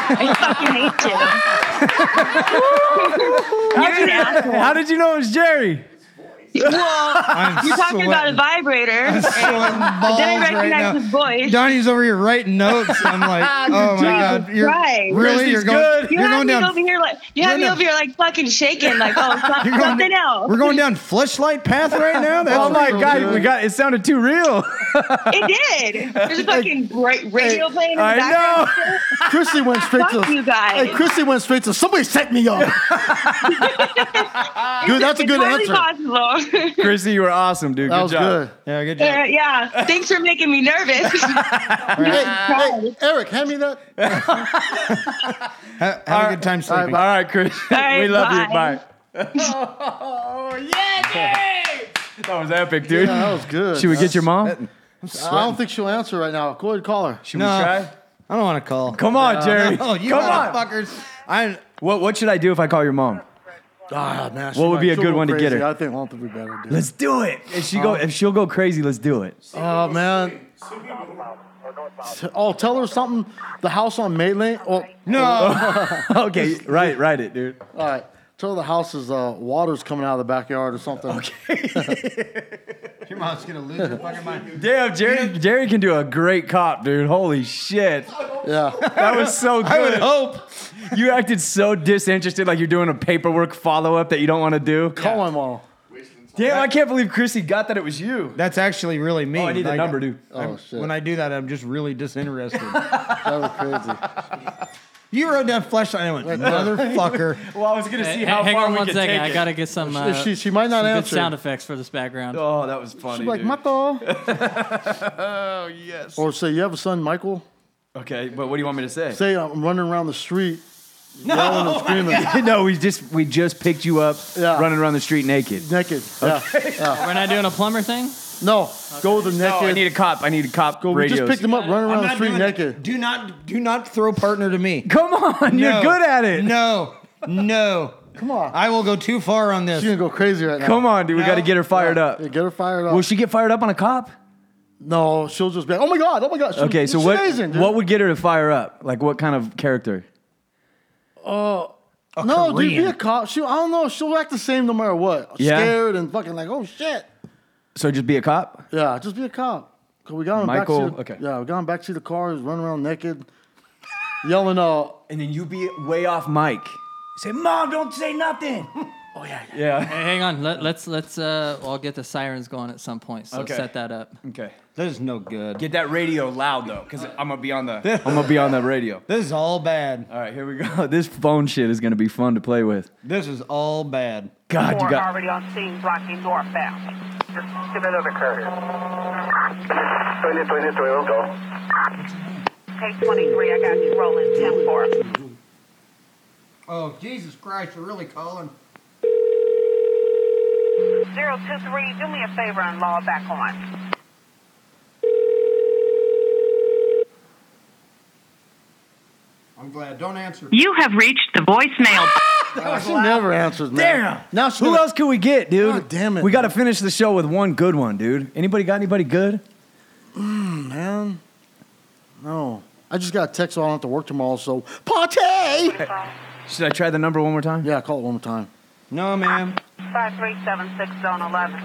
[SPEAKER 13] hate you. I fucking hate you.
[SPEAKER 3] How did, how did you know it was Jerry?
[SPEAKER 13] Well,
[SPEAKER 3] I'm
[SPEAKER 13] you're talking about a
[SPEAKER 3] sweating.
[SPEAKER 13] vibrator.
[SPEAKER 3] I'm
[SPEAKER 13] and-
[SPEAKER 3] sweating
[SPEAKER 13] but then I
[SPEAKER 6] balls right
[SPEAKER 13] recognize
[SPEAKER 6] now.
[SPEAKER 13] his voice.
[SPEAKER 6] Donnie's over here writing notes. I'm like, oh my god, you're
[SPEAKER 13] right.
[SPEAKER 6] really you're going,
[SPEAKER 13] You
[SPEAKER 6] you're
[SPEAKER 13] have
[SPEAKER 6] going
[SPEAKER 13] me
[SPEAKER 6] down.
[SPEAKER 13] over here like you have
[SPEAKER 6] you're
[SPEAKER 13] me
[SPEAKER 6] gonna-
[SPEAKER 13] over here like fucking shaking like oh fuck,
[SPEAKER 6] You're going
[SPEAKER 13] something else.
[SPEAKER 6] We're going down fleshlight path right now. That's
[SPEAKER 3] oh my
[SPEAKER 6] real
[SPEAKER 3] god,
[SPEAKER 6] good.
[SPEAKER 3] we got it. Sounded too real.
[SPEAKER 13] It did. There's a fucking great radio playing in the
[SPEAKER 3] I
[SPEAKER 13] background.
[SPEAKER 4] Chrissy went straight
[SPEAKER 13] Fuck
[SPEAKER 4] to
[SPEAKER 13] you guys.
[SPEAKER 4] Hey, Chrissy went straight to somebody set me up. Dude, that's
[SPEAKER 13] It's
[SPEAKER 4] a good
[SPEAKER 13] totally
[SPEAKER 4] answer.
[SPEAKER 13] Possible.
[SPEAKER 3] Chrissy, you were awesome, dude.
[SPEAKER 4] That
[SPEAKER 3] good
[SPEAKER 4] was
[SPEAKER 3] job.
[SPEAKER 4] good.
[SPEAKER 3] Yeah, good job.
[SPEAKER 13] Uh, yeah. Thanks for making me nervous.
[SPEAKER 4] Hey, Eric, hand me that.
[SPEAKER 6] Ha- have a good time sleeping.
[SPEAKER 3] All right, Chris. we love you. Bye.
[SPEAKER 15] oh, yeah, Dave!
[SPEAKER 3] That was epic, dude.
[SPEAKER 4] Yeah, that was good.
[SPEAKER 3] Should we get your mom?
[SPEAKER 4] I don't think she'll answer right now. Go ahead, call her.
[SPEAKER 3] Should we try?
[SPEAKER 6] I don't want to call.
[SPEAKER 3] Come on,
[SPEAKER 4] No,
[SPEAKER 3] Jerry.
[SPEAKER 4] no, you
[SPEAKER 3] Come on,
[SPEAKER 6] fuckers. I.
[SPEAKER 3] What What should I do if I call your mom?
[SPEAKER 4] Ah, man, she
[SPEAKER 3] What would
[SPEAKER 4] might-
[SPEAKER 3] be a
[SPEAKER 4] she'll
[SPEAKER 3] good one to get
[SPEAKER 4] crazy.
[SPEAKER 3] her?
[SPEAKER 4] I think one would be better. Dude.
[SPEAKER 3] Let's do it. If she go,
[SPEAKER 4] Oh.
[SPEAKER 3] if she'll go crazy, let's do it.
[SPEAKER 4] Oh man. Oh, tell her something. The house on Maitland. Oh
[SPEAKER 3] No. okay, right, write it, dude.
[SPEAKER 4] All right. Tell her the house is uh, water's coming out of the backyard or something. Okay.
[SPEAKER 6] Your mom's gonna lose her fucking mind.
[SPEAKER 3] Damn, Jerry. Jerry can do a great cop, dude. Holy shit.
[SPEAKER 4] Yeah.
[SPEAKER 3] That was so good.
[SPEAKER 6] I would hope.
[SPEAKER 3] You acted so disinterested, like you're doing a paperwork follow up that you don't want to do.
[SPEAKER 4] Call my mom.
[SPEAKER 3] Damn, I can't believe Chrissy got that it was you.
[SPEAKER 6] That's actually really me.
[SPEAKER 3] Oh, I need the
[SPEAKER 6] Like,
[SPEAKER 3] number, dude.
[SPEAKER 6] I'm-
[SPEAKER 4] Oh, shit.
[SPEAKER 6] When I do that, I'm just really disinterested.
[SPEAKER 4] That was crazy.
[SPEAKER 6] you wrote down flashlight. I went, motherfucker.
[SPEAKER 3] Well, I was gonna
[SPEAKER 5] Hey,
[SPEAKER 3] see how
[SPEAKER 5] hang
[SPEAKER 3] far
[SPEAKER 5] on
[SPEAKER 3] we
[SPEAKER 5] one
[SPEAKER 3] could
[SPEAKER 5] second.
[SPEAKER 3] take
[SPEAKER 5] I
[SPEAKER 3] it.
[SPEAKER 5] gotta get some.
[SPEAKER 4] She-
[SPEAKER 5] Uh,
[SPEAKER 4] she- she might not
[SPEAKER 5] some
[SPEAKER 4] answer.
[SPEAKER 5] Good sound effects for this background.
[SPEAKER 3] Oh, that was funny.
[SPEAKER 4] She's like,
[SPEAKER 3] dude.
[SPEAKER 4] Michael.
[SPEAKER 3] oh yes.
[SPEAKER 4] Or say, you have a son, Michael?
[SPEAKER 3] Okay, but what do you want me to say?
[SPEAKER 4] Say, I'm running around the street. yelling and screaming.
[SPEAKER 3] no, we just we just picked you up
[SPEAKER 4] Yeah.
[SPEAKER 3] running around the street naked.
[SPEAKER 4] Naked. Yeah. yeah.
[SPEAKER 5] We're not doing a plumber thing.
[SPEAKER 4] No, go with the
[SPEAKER 3] No, Oh, I
[SPEAKER 4] naked.
[SPEAKER 3] need a cop. I need a cop.
[SPEAKER 4] go, we
[SPEAKER 3] radios.
[SPEAKER 4] just picked him up, running around the
[SPEAKER 6] not
[SPEAKER 4] street
[SPEAKER 6] doing that.
[SPEAKER 4] naked.
[SPEAKER 6] Do not, do not throw partner to me.
[SPEAKER 3] Come on, you're
[SPEAKER 6] No.
[SPEAKER 3] good at it.
[SPEAKER 6] No, no.
[SPEAKER 4] Come on.
[SPEAKER 6] I will go too far on this.
[SPEAKER 4] She's going to go crazy right now.
[SPEAKER 3] Come on, dude. We
[SPEAKER 6] No.
[SPEAKER 3] got to get her fired up.
[SPEAKER 4] Yeah, get her fired up.
[SPEAKER 3] Will she get fired up on a cop?
[SPEAKER 4] no, she'll just be like, oh my God, oh my God. She'll-
[SPEAKER 3] Okay, so
[SPEAKER 4] she's
[SPEAKER 3] what
[SPEAKER 4] Amazing, dude.
[SPEAKER 3] what would get her to fire up? Like what kind of character?
[SPEAKER 4] No, dude, be a
[SPEAKER 6] Korean.
[SPEAKER 4] cop. She, I don't know. She'll act the same no matter what.
[SPEAKER 3] Yeah?
[SPEAKER 4] Scared and fucking like, oh shit.
[SPEAKER 3] So just be a cop?
[SPEAKER 4] Yeah, just be a cop. Cause we got him
[SPEAKER 3] Michael-
[SPEAKER 4] back to
[SPEAKER 3] okay.
[SPEAKER 4] the, Yeah, we got him back to the car. He's running around naked, yelling out.
[SPEAKER 3] And then you be way off mic. Say, Mom, don't say nothing.
[SPEAKER 4] Oh yeah, yeah.
[SPEAKER 3] Yeah.
[SPEAKER 5] Hey, hang on. Let, let's let's uh, all get the sirens going at some point. So
[SPEAKER 3] Okay.
[SPEAKER 5] set that up.
[SPEAKER 3] Okay.
[SPEAKER 6] This is no good.
[SPEAKER 3] Get that radio loud though, because I'm gonna be on the I'm gonna be on the radio.
[SPEAKER 6] This is all bad.
[SPEAKER 3] All right, here we go. This phone shit is gonna be fun to play with.
[SPEAKER 6] This is all bad.
[SPEAKER 3] God, you got
[SPEAKER 12] already on scene, blocking northbound. Just give another curve. 20, 20, 12, go. page 23. I got you rolling 10 4.
[SPEAKER 2] Oh, Jesus Christ, you're really calling.
[SPEAKER 12] 023, do me a favor and log back on.
[SPEAKER 2] I'm glad. Don't answer.
[SPEAKER 12] You have reached the voicemail.
[SPEAKER 4] she never answers, man.
[SPEAKER 3] Damn.
[SPEAKER 4] Now
[SPEAKER 3] Who else can we get, dude?
[SPEAKER 4] God damn it,
[SPEAKER 3] We got to finish the show with one good one, dude. Anybody got anybody good?
[SPEAKER 4] Mm, man. No. I just got a text, so I don't have to work tomorrow, so. Party!
[SPEAKER 3] Should I try the number one more time?
[SPEAKER 4] Yeah, call it one more time.
[SPEAKER 3] No, ma'am.
[SPEAKER 12] 5376 zone 11.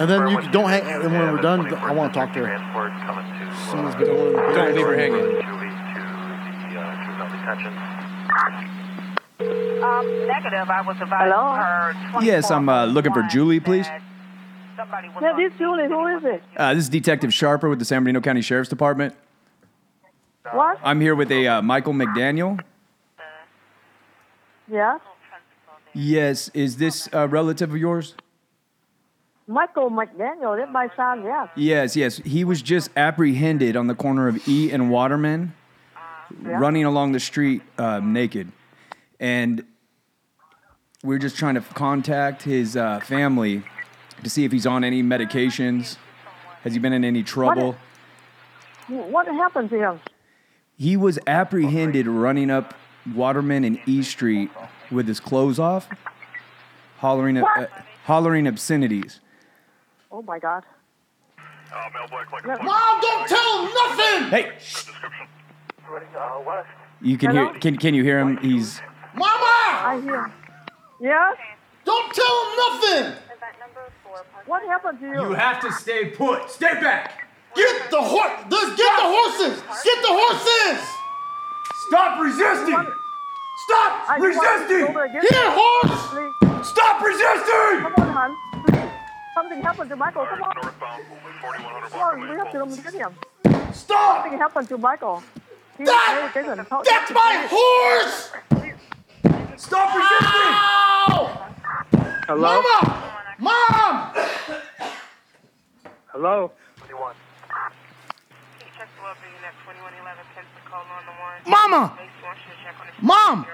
[SPEAKER 4] And then you don't hang, and when we're done, I want to talk to her. Someone's been going to
[SPEAKER 3] Don't leave her hanging.
[SPEAKER 12] Um, negative, I was advised
[SPEAKER 16] Hello?
[SPEAKER 12] her 24.
[SPEAKER 3] Yes, I'm uh, looking for Julie, please.
[SPEAKER 16] Yeah, this Julie, who is it?
[SPEAKER 3] Uh, this is Detective Sharper with the San Bernardino County Sheriff's Department.
[SPEAKER 16] What?
[SPEAKER 3] I'm here with a uh, Michael McDaniel.
[SPEAKER 16] Yeah?
[SPEAKER 3] Yes, is this a relative of yours?
[SPEAKER 16] Michael McDaniel, that might sound, yeah.
[SPEAKER 3] Yes, yes. He was just apprehended on the corner of E and Waterman,
[SPEAKER 16] Yeah.
[SPEAKER 3] running along the street uh, naked, and we are just trying to contact his uh, family to see if he's on any medications. Has he been in any trouble?
[SPEAKER 16] What happened to him?
[SPEAKER 3] He was apprehended running up Waterman and E Street with his clothes off, hollering, uh,
[SPEAKER 16] What?
[SPEAKER 3] hollering obscenities.
[SPEAKER 16] Oh, my God.
[SPEAKER 4] Mom, don't tell him nothing!
[SPEAKER 3] Hey, you can hear? Can can you hear him? He's
[SPEAKER 4] Mama! I
[SPEAKER 16] hear. Yeah?
[SPEAKER 4] Don't tell him nothing!
[SPEAKER 16] What happened to you?
[SPEAKER 3] to stay put. Stay back.
[SPEAKER 4] Get the horse! Let's get the horses! Get the horses!
[SPEAKER 7] Stop resisting! Stop
[SPEAKER 16] I just wanted to
[SPEAKER 7] resisting!
[SPEAKER 16] go over again.
[SPEAKER 7] Get horse!
[SPEAKER 16] Please,
[SPEAKER 7] Stop resisting!
[SPEAKER 16] Come on, hon. Please. Something happened to Michael. Come on. Come on, we have to get him.
[SPEAKER 7] Stop!
[SPEAKER 16] Something happened to Michael. He's
[SPEAKER 7] That-
[SPEAKER 16] medicated.
[SPEAKER 7] That's my horse! Stop resisting!
[SPEAKER 17] Hello?
[SPEAKER 7] Mama! Mom!
[SPEAKER 17] Hello?
[SPEAKER 4] Mama! Mom!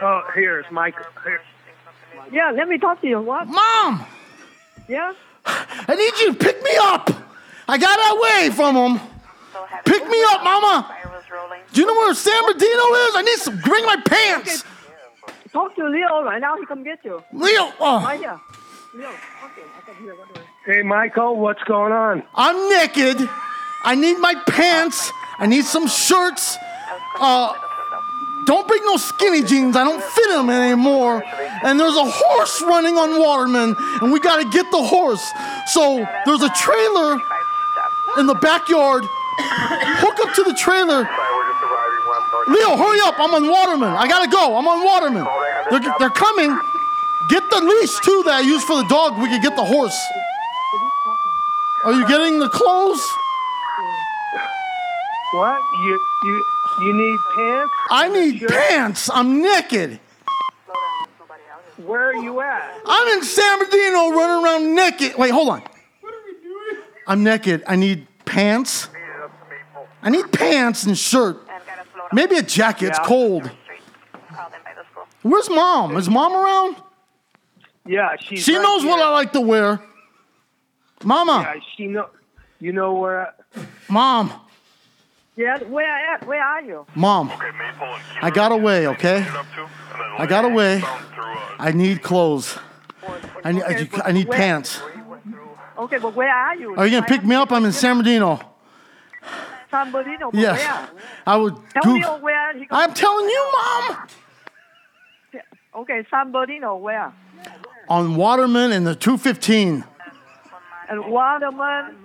[SPEAKER 17] Oh, here's Mike. Here.
[SPEAKER 16] Yeah, let me talk to you. What?
[SPEAKER 4] Mom!
[SPEAKER 16] Yeah?
[SPEAKER 4] I need you to pick me up! I got away from him! Pick me up, Mama! Do you know where San Bernardino is? I need some bring my pants!
[SPEAKER 16] Talk to Leo right now. He come get you.
[SPEAKER 4] Leo! Oh.
[SPEAKER 16] Right here. Leo, talk to him. I can hear what you're-
[SPEAKER 17] Hey, Michael, what's going on?
[SPEAKER 4] I'm naked. I need my pants. I need some shirts. Uh, don't bring no skinny jeans. I don't fit them anymore. And there's a horse running on Waterman, and we gotta get the horse. So there's a trailer in the backyard. Hook up to the trailer. Leo, hurry up. I'm on Waterman. I gotta go. I'm on Waterman. They're, they're coming. Get the leash too that I used for the dog. We can get the horse. Are you getting the clothes?
[SPEAKER 17] What? You you you need pants?
[SPEAKER 4] I need pants. I'm naked.
[SPEAKER 17] Where are you at?
[SPEAKER 4] I'm in San Bernardino running around naked. Wait, hold on. What are we doing? I'm naked. I need pants. I need pants and shirt. Maybe a jacket. It's cold. Where's mom? Is mom around?
[SPEAKER 17] Yeah, she's.
[SPEAKER 4] she
[SPEAKER 17] right
[SPEAKER 4] knows what
[SPEAKER 17] here.
[SPEAKER 4] I like to wear. Mama,
[SPEAKER 17] Yeah, she know. You know where?
[SPEAKER 4] mom,
[SPEAKER 16] Yeah, where at? Where are you?
[SPEAKER 4] mom. I got away, okay? I got away. I need clothes. I need, I, I need pants.
[SPEAKER 16] Okay, but where are you?
[SPEAKER 4] Are you gonna pick me up? I'm in San Bernardino.
[SPEAKER 16] San Bernardino, but
[SPEAKER 4] Yes.
[SPEAKER 16] where?
[SPEAKER 4] I would.
[SPEAKER 16] Tell
[SPEAKER 4] Google.
[SPEAKER 16] me where he
[SPEAKER 4] I'm telling you, Mom.
[SPEAKER 16] Okay, San Bernardino, where?
[SPEAKER 4] on Waterman and the 215.
[SPEAKER 16] And Waterman,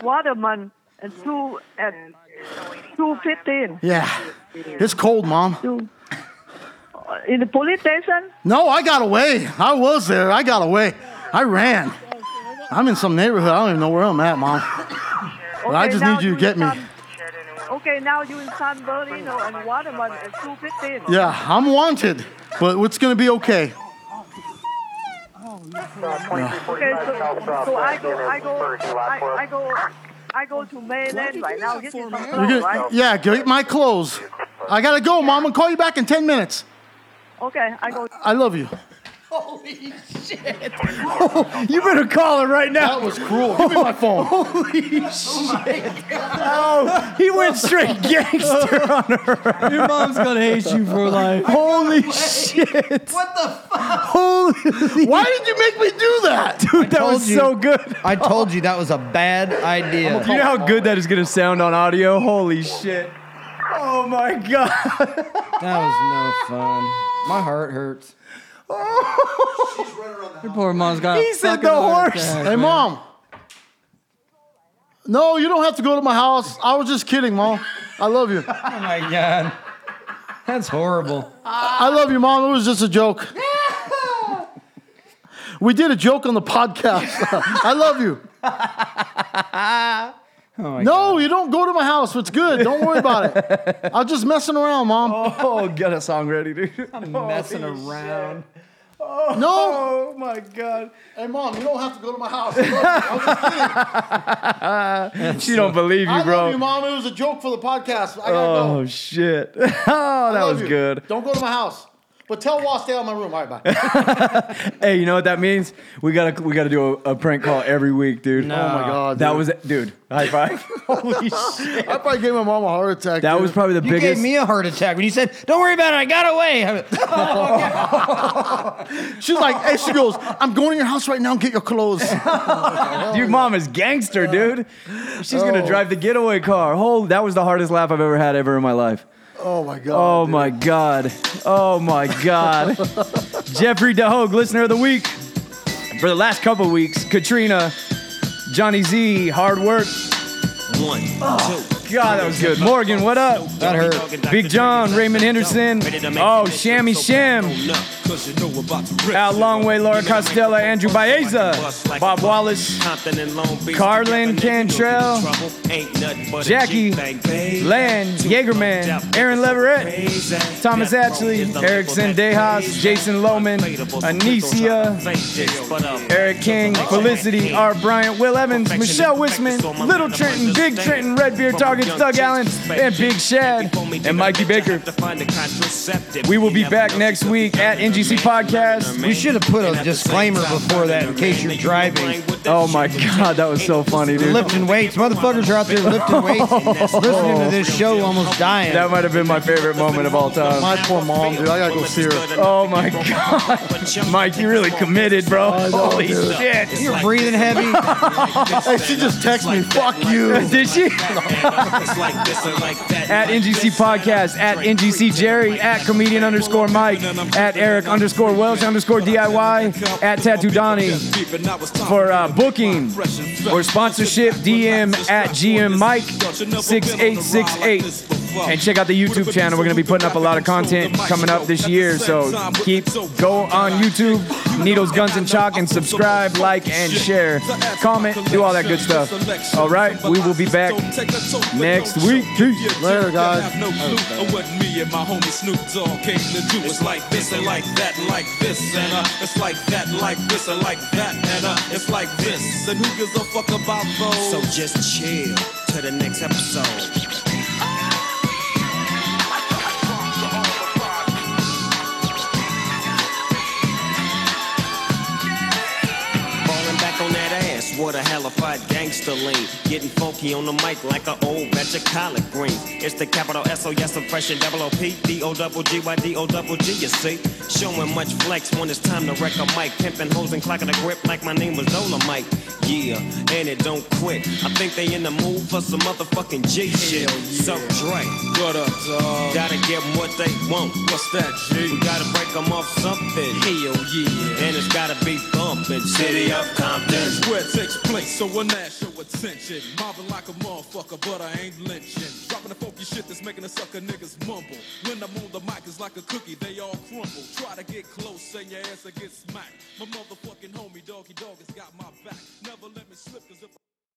[SPEAKER 16] Waterman, and two and two fifteen
[SPEAKER 4] Yeah. It's cold, Mom.
[SPEAKER 16] in the police station.
[SPEAKER 4] No, I got away. I was there. I got away. I ran. I'm in some neighborhood. I don't even know where I'm at, Mom. But I
[SPEAKER 16] Okay,
[SPEAKER 4] just
[SPEAKER 16] now
[SPEAKER 4] need you
[SPEAKER 16] you
[SPEAKER 4] to get me.
[SPEAKER 16] come- Okay, now you in San Bernardino and Waterman and two fifteen.
[SPEAKER 4] Yeah, I'm wanted, but it's going to be okay.
[SPEAKER 16] Okay, so, so I go, I go, I, I go I go to mainland right now. This is my
[SPEAKER 4] You're
[SPEAKER 16] phone,
[SPEAKER 4] gonna,
[SPEAKER 16] right?
[SPEAKER 4] yeah, get my clothes. I gotta go, Mom. I'll call you back in ten minutes.
[SPEAKER 16] Okay, I go.
[SPEAKER 4] I love you.
[SPEAKER 16] Holy shit!
[SPEAKER 4] you better call her right now. That was cruel. Give me my phone. Holy shit! Oh, he went straight gangster on her.
[SPEAKER 5] Your mom's gonna hate you for life.
[SPEAKER 4] Holy shit!
[SPEAKER 18] What the fuck?
[SPEAKER 4] Holy! Why did you make me do that, dude?
[SPEAKER 2] That was so good. I told you that was a bad idea.
[SPEAKER 3] You know how good that is gonna sound on audio? Holy shit.
[SPEAKER 2] Oh my god. that was no fun. My heart hurts.
[SPEAKER 5] Your poor mom's got. a
[SPEAKER 4] He said
[SPEAKER 5] fucking
[SPEAKER 4] the
[SPEAKER 5] heart
[SPEAKER 4] horse.
[SPEAKER 5] attack,
[SPEAKER 4] Hey,
[SPEAKER 5] man.
[SPEAKER 4] mom. No, you don't have to go to my house. I was just kidding, mom. I love you.
[SPEAKER 2] Oh my god. That's horrible.
[SPEAKER 4] I love you, mom. It was just a joke. we did a joke on the podcast. I love you.
[SPEAKER 3] Oh
[SPEAKER 4] no, you don't go to my house. It's good. Don't worry about it. I'm just messing around, mom.
[SPEAKER 3] Oh, get a song ready, dude. I'm
[SPEAKER 4] messing
[SPEAKER 3] around.
[SPEAKER 4] No.
[SPEAKER 3] Oh my god.
[SPEAKER 4] Hey, mom, you don't have to go to my house. I love you. I was just kidding.
[SPEAKER 3] she don't believe
[SPEAKER 4] I
[SPEAKER 3] you,
[SPEAKER 4] love
[SPEAKER 3] bro.
[SPEAKER 4] you, mom. It was a joke for the podcast. I gotta go.
[SPEAKER 3] Oh shit. Oh, that
[SPEAKER 4] love
[SPEAKER 3] was
[SPEAKER 4] you.
[SPEAKER 3] good.
[SPEAKER 4] Don't go to my house. But tell Wall stay out of my room. All right, bye.
[SPEAKER 3] Hey, you know what that means? We gotta we gotta do a, a prank call every week, dude.
[SPEAKER 4] No. Oh my God,
[SPEAKER 3] That
[SPEAKER 4] dude.
[SPEAKER 3] was dude. High five. Holy
[SPEAKER 4] shit. I probably gave my mom a heart attack.
[SPEAKER 3] That
[SPEAKER 4] dude.
[SPEAKER 3] was probably the
[SPEAKER 2] You
[SPEAKER 3] biggest.
[SPEAKER 2] gave me a heart attack when you said, "Don't worry about it. I got away." I went,
[SPEAKER 4] She's like, hey, she goes, I'm going to your house right now and get your clothes.
[SPEAKER 3] Your mom is gangster,
[SPEAKER 2] Uh,
[SPEAKER 3] dude. She's gonna
[SPEAKER 4] Oh.
[SPEAKER 3] drive the getaway car. Oh, that was the hardest laugh I've ever had ever in my life.
[SPEAKER 4] oh my God.
[SPEAKER 3] Oh my god. Oh my god. Jeffrey DeHogue, listener of the week. For the last couple weeks, Katrina, Johnny Z, hard work.
[SPEAKER 19] One,
[SPEAKER 3] two. God, that was good. Morgan, what up? That hurt. Big John, Raymond Henderson. Oh, Shammy Sham. Al Longway, Laura Costello, Andrew Baeza, Bob Wallace, Carlin Cantrell, Jackie, Lan, Jaegerman, Aaron Leverett, Thomas Ashley, Erickson Dejas, Jason Lohman,
[SPEAKER 16] uh,
[SPEAKER 3] Anicia, Eric King, Felicity, R. Bryant, Will Evans, Michelle Wisman, Little Trenton, Big Trenton, Red Beard Target, Doug Allen, and Big Shad, and Mikey Baker. We will be back next week at NGC Podcast.
[SPEAKER 2] We should have put a disclaimer before that in case you're driving.
[SPEAKER 3] Oh my God, that was so funny, dude.
[SPEAKER 2] Lifting weights. Motherfuckers are out there lifting weights, listening to this show, almost dying.
[SPEAKER 3] That might have been my favorite moment of all time.
[SPEAKER 4] My poor mom, dude. I gotta go see her.
[SPEAKER 3] Oh my god, Mike, you really committed, bro. Holy shit,
[SPEAKER 2] You're breathing heavy.
[SPEAKER 4] hey, she just texted me, fuck you.
[SPEAKER 3] Did she? at NGC Podcast, at NGC Jerry, at comedian underscore Mike, at Eric underscore Welsh underscore DIY, at Tattoo Donnie. For uh, booking or sponsorship, DM at GM Mike 6868. And check out the YouTube channel. We're going to be putting up a lot of content coming up this year. So keep go on YouTube, Needles, Guns, and Chalk, and subscribe, like, and share. Comment, do all that good stuff. All right, we will be back next week.
[SPEAKER 4] Later, guys.
[SPEAKER 19] have no clue of what me and my homie Snoop Dogg came to do. It's like this and like that, like this and uh, it's like that, like this and like that and uh, it's like this. And who gives a fuck about those? So just chill to the next episode. Falling back on that ass, what a hellified gangster lean. Getting funky on the mic like an old batch of collard greens. It's the capital S-O-S impression, double O-P, D-O-double-G-Y-D-O double G, you see. Showing much flex when it's time to wreck a mic. Pimping hoes and clocking a grip like my name was Dolomite. Yeah, and it don't quit. I think they in the mood for some motherfucking G shit. So Drake, what up, dog? Gotta give 'em what they want. What's that, G? We gotta break 'em off something. Hell yeah. And it's gotta be bumping. City of Compton.
[SPEAKER 20] That's where it takes place, so I national attention. Mobbing like a motherfucker, but I ain't lynching. Dropping the funky shit that's making the sucker niggas mumble. When I'm on the mic, it's like a cookie, they all crumble. Try to get close, and your ass will get smacked. My motherfucking homie, doggy dog, has got my back. Never let me slip, cause if